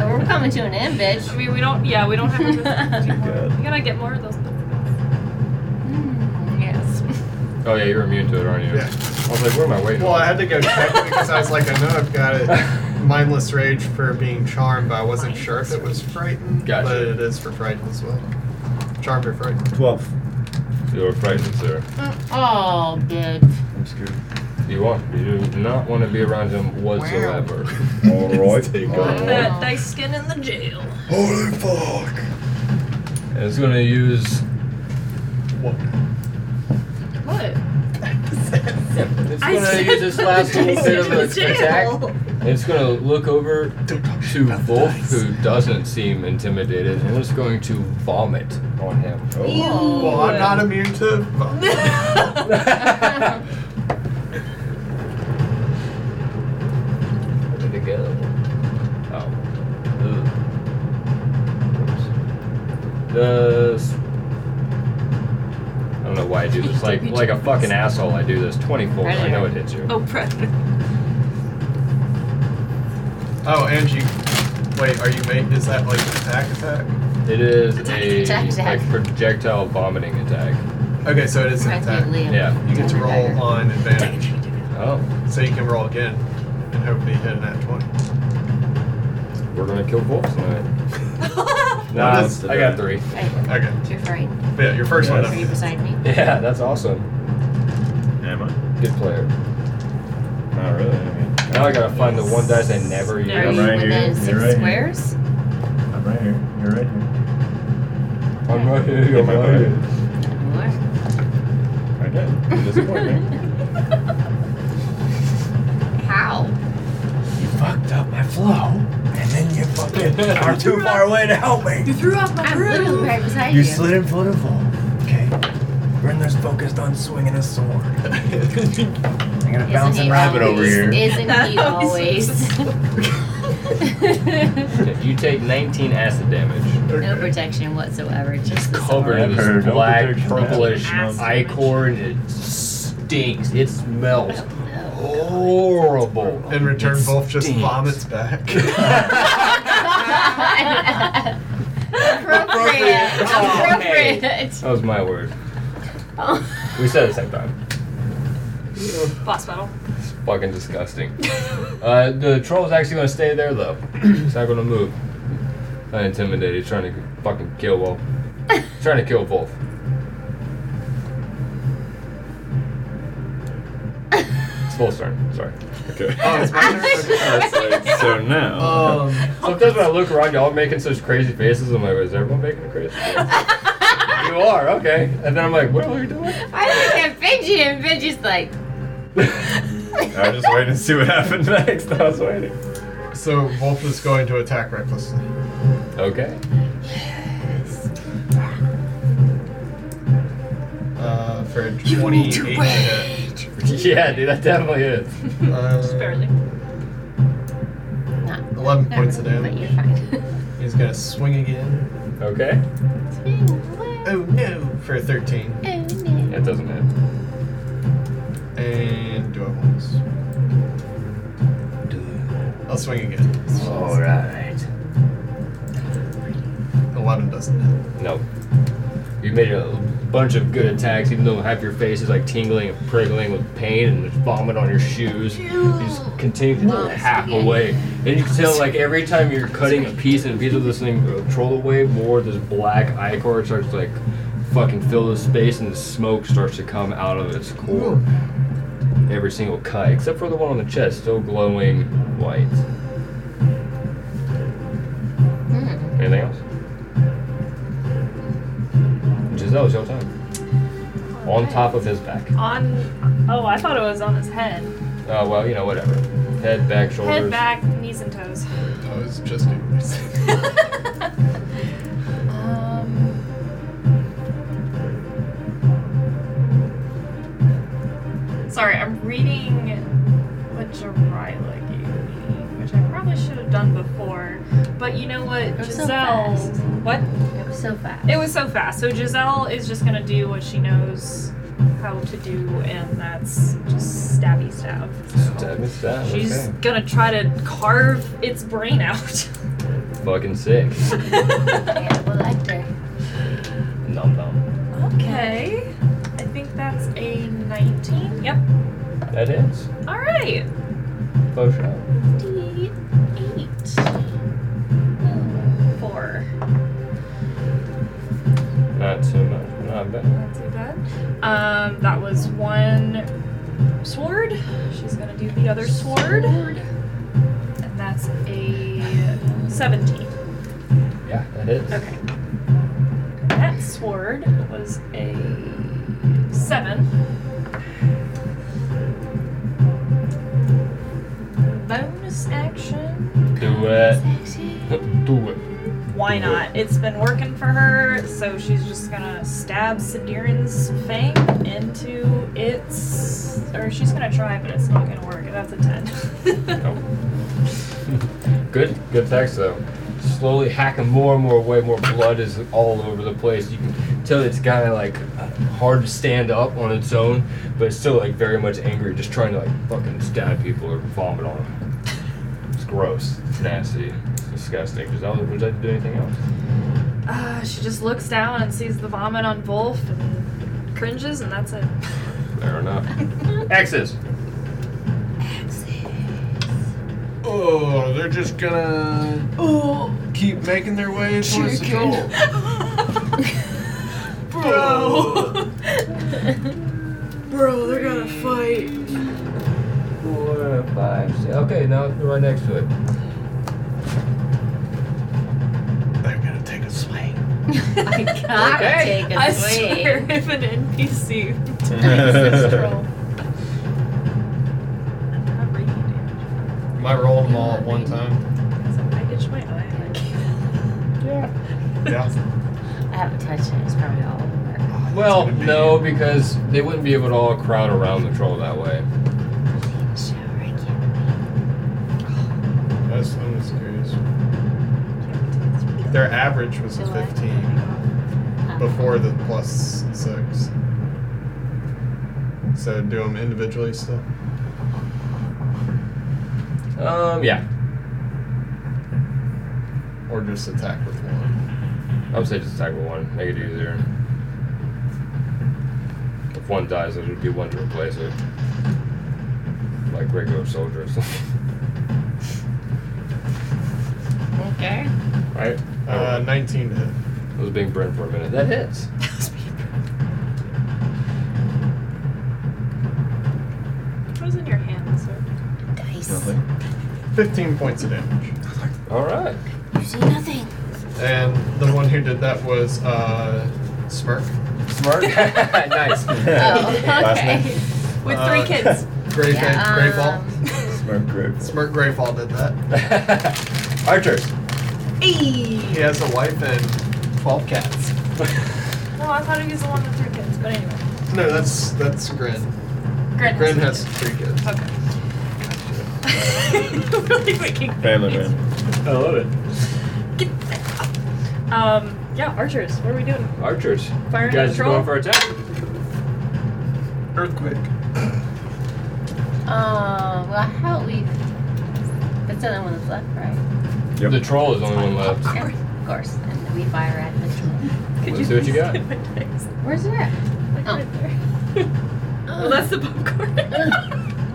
Oh, we're coming to an end, I bitch. mean, we don't. Yeah, we don't have to. Too good. we gotta get more of those. Mm, Mm-hmm. yes. Oh yeah, you're immune to it, aren't you? Yeah. I was like, where am I waiting? Well, I had to go check because I was like, I know I've got it. Mindless rage for being charmed, but I wasn't sure if it was frightened. Gotcha. But it is for frightened as well. Charmed or frightened. 12. you were frightened, sir. Oh, bitch. I'm scared. You want? You do not want to be around him whatsoever. *laughs* All right. Wow. That dice skin in the jail. Holy fuck. And it's gonna use. What? It's gonna use its last little bit of its attack. And it's gonna look over to Wolf, who doesn't seem intimidated, and it's going to vomit on him. Oh. Well, I'm not immune to. Where did it go? Oh. Ugh. Does. I don't know why I do this. Like like a fucking asshole, I do this. 24. I know it hits you. *laughs* Oh, *laughs* predator. Oh, and you. Wait, are you mate? Is that like attack attack? It is attack, a attack. like projectile vomiting attack. Okay, so it is an Reminds me of attack. Liam. Yeah. You get to roll on advantage, Oh, so you can roll again and hopefully hit an at 20. we're gonna kill wolves tonight. What nah, is I got three. Hey, Okay. you're afraid. Yeah, your first one. Are you beside me? Yeah, that's awesome. Am I? Good player. Not really. I mean, Now I gotta find the one dice I never use. Yeah, Are you right here. within 6 You're right here. squares? I'm right here. You're right here. I'm right here. Yeah, I'm my right here. What? bad. I *laughs* did. You disappointed me. How? You fucked up my flow, and then you *laughs* fucking are too far away to help me. You threw off my I'm literally right beside you. You slid and floated full. Okay. Brindler's focused on swinging a sword. I got a Isn't bouncing he rabbit over always- here. Isn't he *laughs* always? Okay, You take 19 acid damage, *laughs* no protection whatsoever. Just the covered sword. in Never, this no black, protection. purplish Acid ichor, and it stinks. It smells No. horrible. In return, It Wolf just stinks. *laughs* vomits back. *laughs* Appropriate. Oh, Appropriate. Appropriate. That was my word. Oh. We said it at the same time. Boss battle. It's fucking disgusting. uh, the troll's actually gonna stay there though. *clears throat* It's not gonna move. Not intimidated, trying to fucking kill Wolf. trying to kill Wolf. it's Wolf's turn. Sorry. Okay. oh, it's my *laughs* turn? That's like, *laughs* so now. Um, Sometimes when I look around, y'all making such crazy faces. I'm like, is everyone making a crazy face? you are, okay. And then I'm like, what are we doing? *laughs* I look at Benji and Benji's like, I was *laughs* just waiting to see what happened next. I *laughs* was waiting. so Wolf is going to attack recklessly. Okay. *laughs* Uh, for 28 to hit. Yeah, dude, that definitely is. Uh, Barely. 11 "Never points of mind, but damage. you're fine. *laughs* He's gonna swing again. Okay. Oh no! For 13. Mm, That doesn't hit. And do I once? I'll swing again. All right. 11 doesn't hit. No. You made a bunch of good attacks, even though half your face is like tingling and prickling with pain and there's vomit on your shoes. You just continue to hack away. And you can tell, like, every time you're cutting a piece and a piece of this thing uh, troll away, more of this black ichor starts, like, fucking fill the space, and the smoke starts to come out of its core. Every single cut, except for the one on the chest, still glowing white. Anything else? Giselle, it's your time. On top of his back. On. Oh, I thought it was on his head. Uh, well, you know, whatever. Head, back, shoulders. Head back, knees and toes. I was just embarrassing. Um, Sorry, I'm reading what Jarila gave me, which I probably should have done before. But you know what, was so Giselle? fast. what? It was so fast. It was so fast. So Giselle is just gonna do what she knows how to do, and that's just stabby stab. Stab is stab, She's okay. gonna try to carve its brain out. *laughs* Fucking sick. Well, *laughs* Lecter. Nom nom. okay. I think that's a 19. Yep. That hits. All right. Close shot. D8. Hmm, Four. Not too much. Not bad. Not too bad. Um, that was one sword. She's gonna do the other sword. And that's a 17. Yeah, that hits. Okay. That sword was a 7. Bonus action. Do it. Do it. Why not? It's been working for her, so she's just gonna stab Sidirin's fang into its. Or she's gonna try, but it's not gonna work. That's a 10. Good, good text though. Slowly hacking more and more away. More blood is all over the place. You can tell it's kind of like uh, hard to stand up on its own, but it's still like very much angry, just trying to like fucking stab people or vomit on them. It's gross. It's nasty. It's disgusting. Does that, would that do anything else? *laughs* Uh, she just looks down and sees the vomit on Wolf and cringes, and that's it. Fair enough. X's. Oh, they're just gonna oh, keep making their way towards the goal. Bro. Bro, they're gonna fight. Four, five, six. Okay, now it's right next to it. They're gonna take a swing. I can't Okay. take a I swing. swear, *laughs* if an NPC. *laughs* I'm not reading it. Am I rolling them all at one time? So I itch my eye. and I can't- Yeah. I haven't touched it. It's probably all over. Well, no, because they wouldn't be able to all crowd around the troll that way. That's I'm just curious. Their average was a 15 Uh-huh. before the plus six. So do them individually still. Um, yeah. or just attack with one. I would say just attack with one. Make it easier. If one dies, it would be one to replace it. Like regular soldiers. Okay. right? Uh, 19 to hit. *laughs* I was being Brent for a minute. That hits. What was in your hand, sir? Dice. 15 points of damage. All right. You see *laughs* nothing. And the one who did that was uh, Smirk. *laughs* Smart. nice. Oh. *laughs* Last name? With Uh, three kids. *laughs* Gray, Yeah, um, Grayfall. Smart group. Smirk Grayfall did that. *laughs* Archers. Hey! He has a wife and 12 cats. No, I thought he was the one with three kids, but anyway. No, that's that's Grin. Grin Grin has three kids. Okay. *laughs* really making Family man. I love it. Get back up. Um, yeah, archers. What are we doing? Archers. Firing you guys are at a troll? going for attack. Earthquake. *laughs* Uh, well, how we? That's the only one that's left, right? Yep. The troll is the only one left. Yeah, of course. And we fire at the troll. Let's see what you *laughs* got. Where's it at? Oh. Well, Oh, that's the popcorn.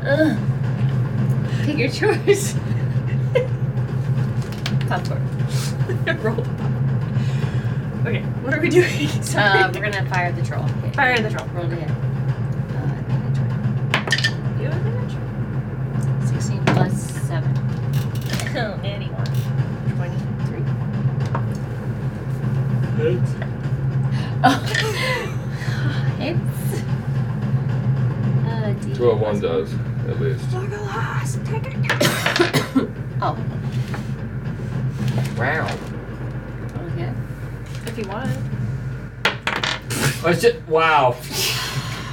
Ugh. Pick your *laughs* choice. *laughs* Roll the popcorn. Okay, what are we doing? *laughs* Sorry. Uh, we're gonna fire the troll. Fire the troll. Roll to hit. Uh, You have advantage. 16 plus 7. Oh, anyone. 23. Oh. *laughs* it's. Uh, D- That's what oh one does, at least. Oh, Wow. okay. If you want. Let's just, wow.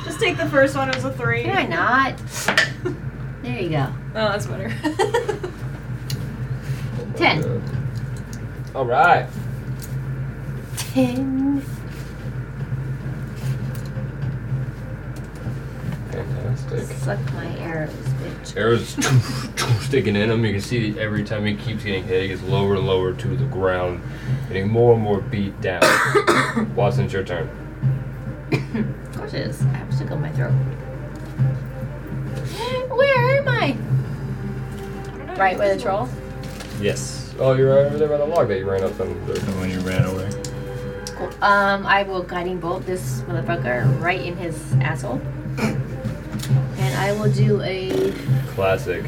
Just take the first one. It was a three. Can I not? There you go. Oh, that's better. Ten. All right. 10. Fantastic. Suck my arrows, bitch. Arrows *laughs* sticking in him. You can see that every time he keeps getting hit, he gets lower and lower to the ground, getting more and more beat down. Watson, it's your turn. *coughs* Of course it is. I have to tickle my throat. *gasps* Where am I? Right where the troll? Yes. Oh, you're right over there by the log that you ran up on. The... And when you ran away. Cool. Um, I will guiding bolt this motherfucker right in his asshole. And I will do a Classic.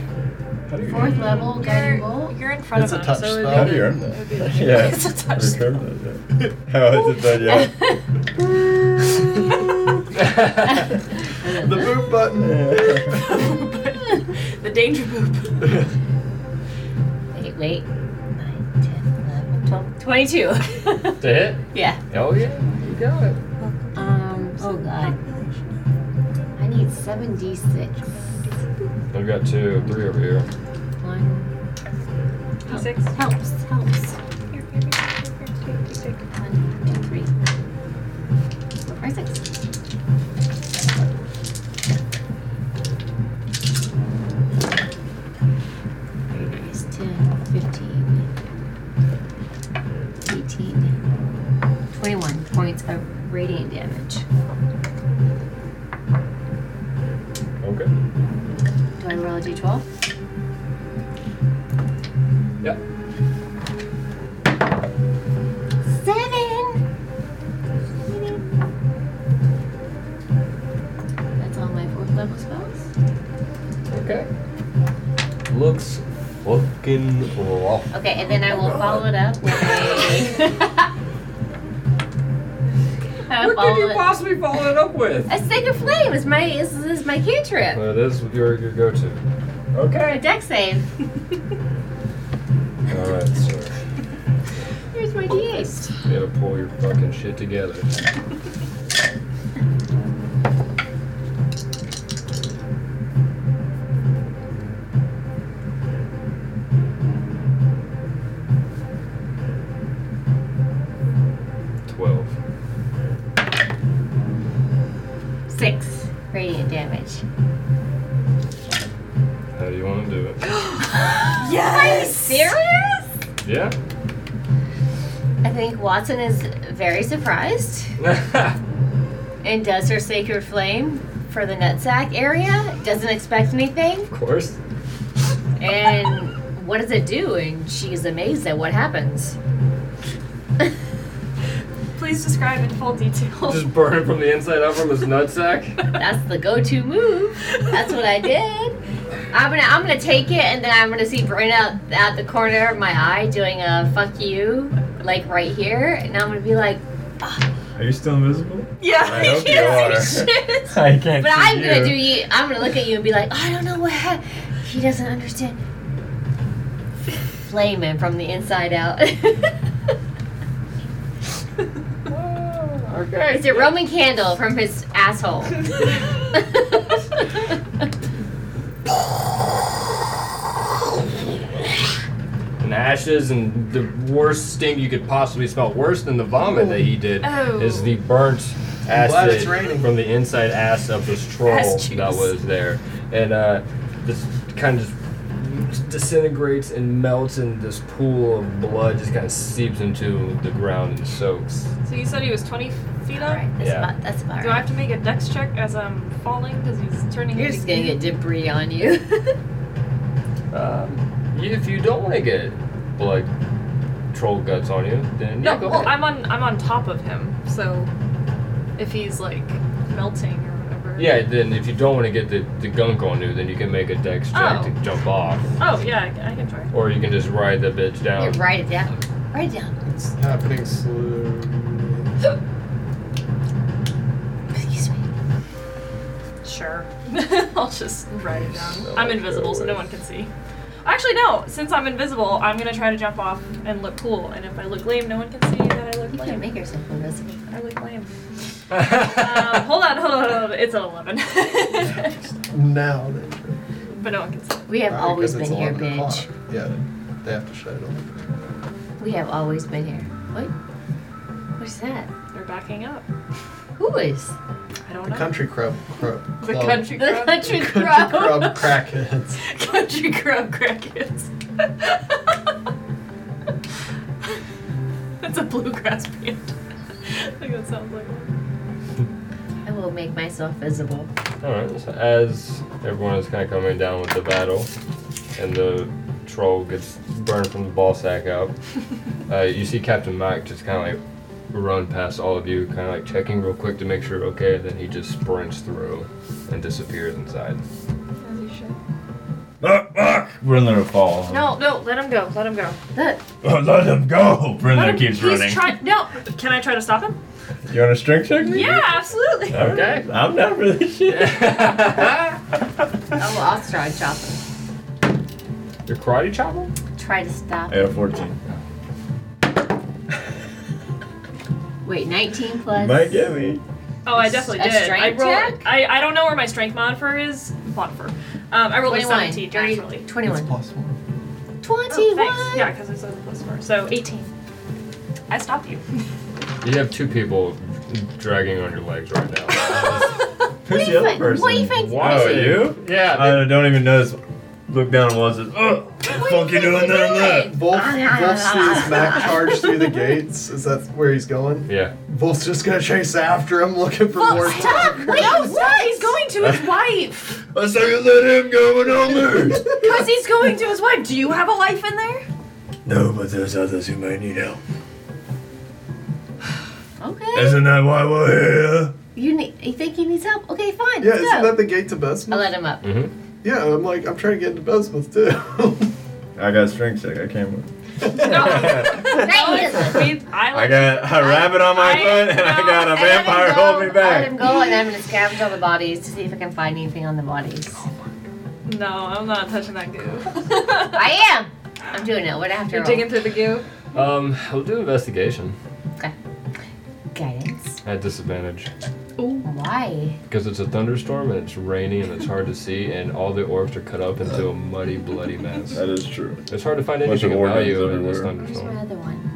fourth level guiding bolt. You're in front It's a of him, touch so it would spell. How do you earn be- it that? would be the- Yeah. *laughs* It's a touch We've heard that, *laughs* yeah. How is it done yet? *laughs* The *laughs* boot button. the danger boop. Wait, wait. 9, 10, 11, 12, 22. *laughs* To hit? yeah. Oh yeah, you got it. Um, oh god. I need 7d6. I've got two, three over here. One. Six. Helps, helps. Here, here, here, here, here, here. One, two, three. Four, five, six. It's 10, 15, 18, 21 points of radiant damage. Okay. Do I roll a d12? Yep. Seven! That's all my fourth level spells. Okay. Looks fucking rough. Okay, and then I will follow it up with a. *laughs* I will What could follow you it- possibly follow it up with? A sacred flame is my is, is my cantrip. That is your your go-to. A Okay. deck save. All right, sir. Here's my d8. You gotta pull your fucking shit together. Twelve. Six radiant damage. How do you want to do it? Serious? Yeah. *laughs* I think Watson is very surprised and does her sacred flame for the nutsack area. Doesn't expect anything. of course. And what does it do? And she is amazed at what happens. Please describe in full detail. Just burn it from the inside out from his nutsack. That's the go-to move. That's what I did. I'm gonna I'm gonna take it and then I'm gonna see Brina out, out the corner of my eye doing a fuck you, like right here, and I'm gonna be like, Are you still invisible? *laughs* *laughs* Yeah. I *laughs* hope you are. shit. I can't But see I'm gonna you. do you. I'm gonna look at you and be like, oh, I don't know what hap- he doesn't understand. Flaming from the inside *laughs* out. *laughs* Okay. it's a Roman candle from his *laughs* asshole. *laughs* and ashes and the worst stink you could possibly smell, worse than the vomit that he did, Oh. is the burnt I'm glad acid it's raining. from the inside ass of this troll Ass juice. that was there, and uh, this kind of just disintegrates and melts, and this pool of blood just kind of seeps into the ground and soaks. So you said he was 20 feet up? Alright, that's Yeah. about that's about Do I right. have to make a dex check as I'm falling because he's turning? You're into- just gonna get debris on you. *laughs* Um, if you don't want to get blood troll guts on you, then No, yeah, go well, ahead. I'm on I'm on top of him, so if he's like melting or whatever. yeah, then if you don't want to get the, the gunk on you, then you can make a dex check Oh. to jump off. Oh yeah, I can, I can try. Or you can just ride the bitch Yeah, *laughs* down. write it down. Write it down. It's happening slowly. Excuse me. Sure. *laughs* I'll just write it down. So I'm invisible, so no one can see. Actually, no. Since I'm invisible, I'm gonna try to jump off and look cool. And if I look lame, no one can see that I look You can lame. make yourself invisible. I look lame. Um, hold on, hold on, hold on. It's an eleven, *laughs* Now, then. but no one can see. We have Probably always 'cause it's been here, 11 bitch. o'clock. Yeah, they have to shut it off. We have always been here. What? What is that? They're backing up. Who is? I don't The know. country club, club *laughs* the Oh. club- country The crowd. country country crowd. club *laughs* crackheads. Country Grub Crickets. That's a bluegrass band. *laughs* I think that sounds like one. I will make myself visible. Alright, so as everyone is kind of coming down with the battle and the troll gets burned from the ball sack *laughs* up, uh, you see Captain Mike just kind of like run past all of you, kind of like checking real quick to make sure okay, then he just sprints through and disappears inside. Look, look! Brindler will fall. No, no, let him go. Let him go. Look, Oh, let him go! Let Brindler him, keeps he's running. Trying, no, can I try to stop him? you want a strength check? me? Yeah, absolutely. Okay. I'm not really shit. *laughs* oh, I'll try to chop him. Your karate chopper? Try to stop. I got 14. Wait, 19 plus. Might get me. Oh, I definitely A did. I strength rolled. check? I, I don't know where my strength modifier is. Modifier. Um, I rolled a 21. 17 Dirty- naturally. 21. Plus one. Oh, 21. thanks. Yeah, because I said plus four. So 18. I stopped you. You have two people dragging on your legs right *laughs* now. Who's What do the you other think- What do you person? think? Why? Oh, you? yeah. they- I don't even notice. Look down and watch it. Oh, What fuck you doing that and that? Wolf, Wolf sees Mac charge through the gates. Is that where he's going? yeah. Wolf's just gonna chase after him, looking for more. Stop! Wait, What? He's going to his wife. I said you let him go and I'll lose. *laughs* Because he's going to his wife. Do you have a wife in there? No, but there's others who may need help. Okay. Isn't that why we're here? You, need, you think he needs help? Okay, fine. Yeah, let's isn't go. that the gate to I Besmouth? let him up. Mm-hmm. Yeah, I'm like, I'm trying to get into Besmouth too. *laughs* I got strength check. I can't move. Right, he doesn't. I got a rabbit on my I- foot and I got a I let him vampire go. holding me I let him back. go and I'm gonna scavenge all the bodies to see if I can find anything on the *laughs* bodies. No, I'm not touching that goo. I am! I'm doing it. What do I have to You're roll? digging through the goo. Um, we'll do investigation Guidance. at disadvantage. Why? Because it's a thunderstorm and it's rainy and it's hard to see, and all the orbs are cut up into a muddy, bloody mess. That is true. It's hard to find Bunch of anything of organs value in this everywhere. Where's thunderstorm. my other one?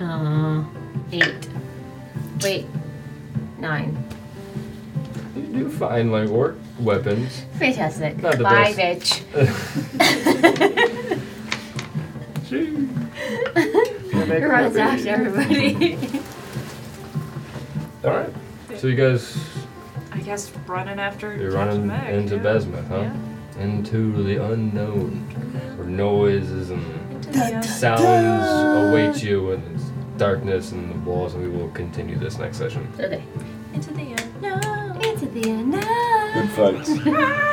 Uh, eight. Wait, nine. You do find like orc weapons. *laughs* Fantastic. Not the Bye, bitch. *laughs* Runs *laughs* after everybody. All right. So you guys, I guess running after. you're running Captain Meg, into yeah. Besmith, huh? Into the unknown, where noises and Yeah. sounds await you, and it's darkness and the walls. And we will continue this next session. okay. uh, Into the end. No. Into the *laughs* Good fights. unknown.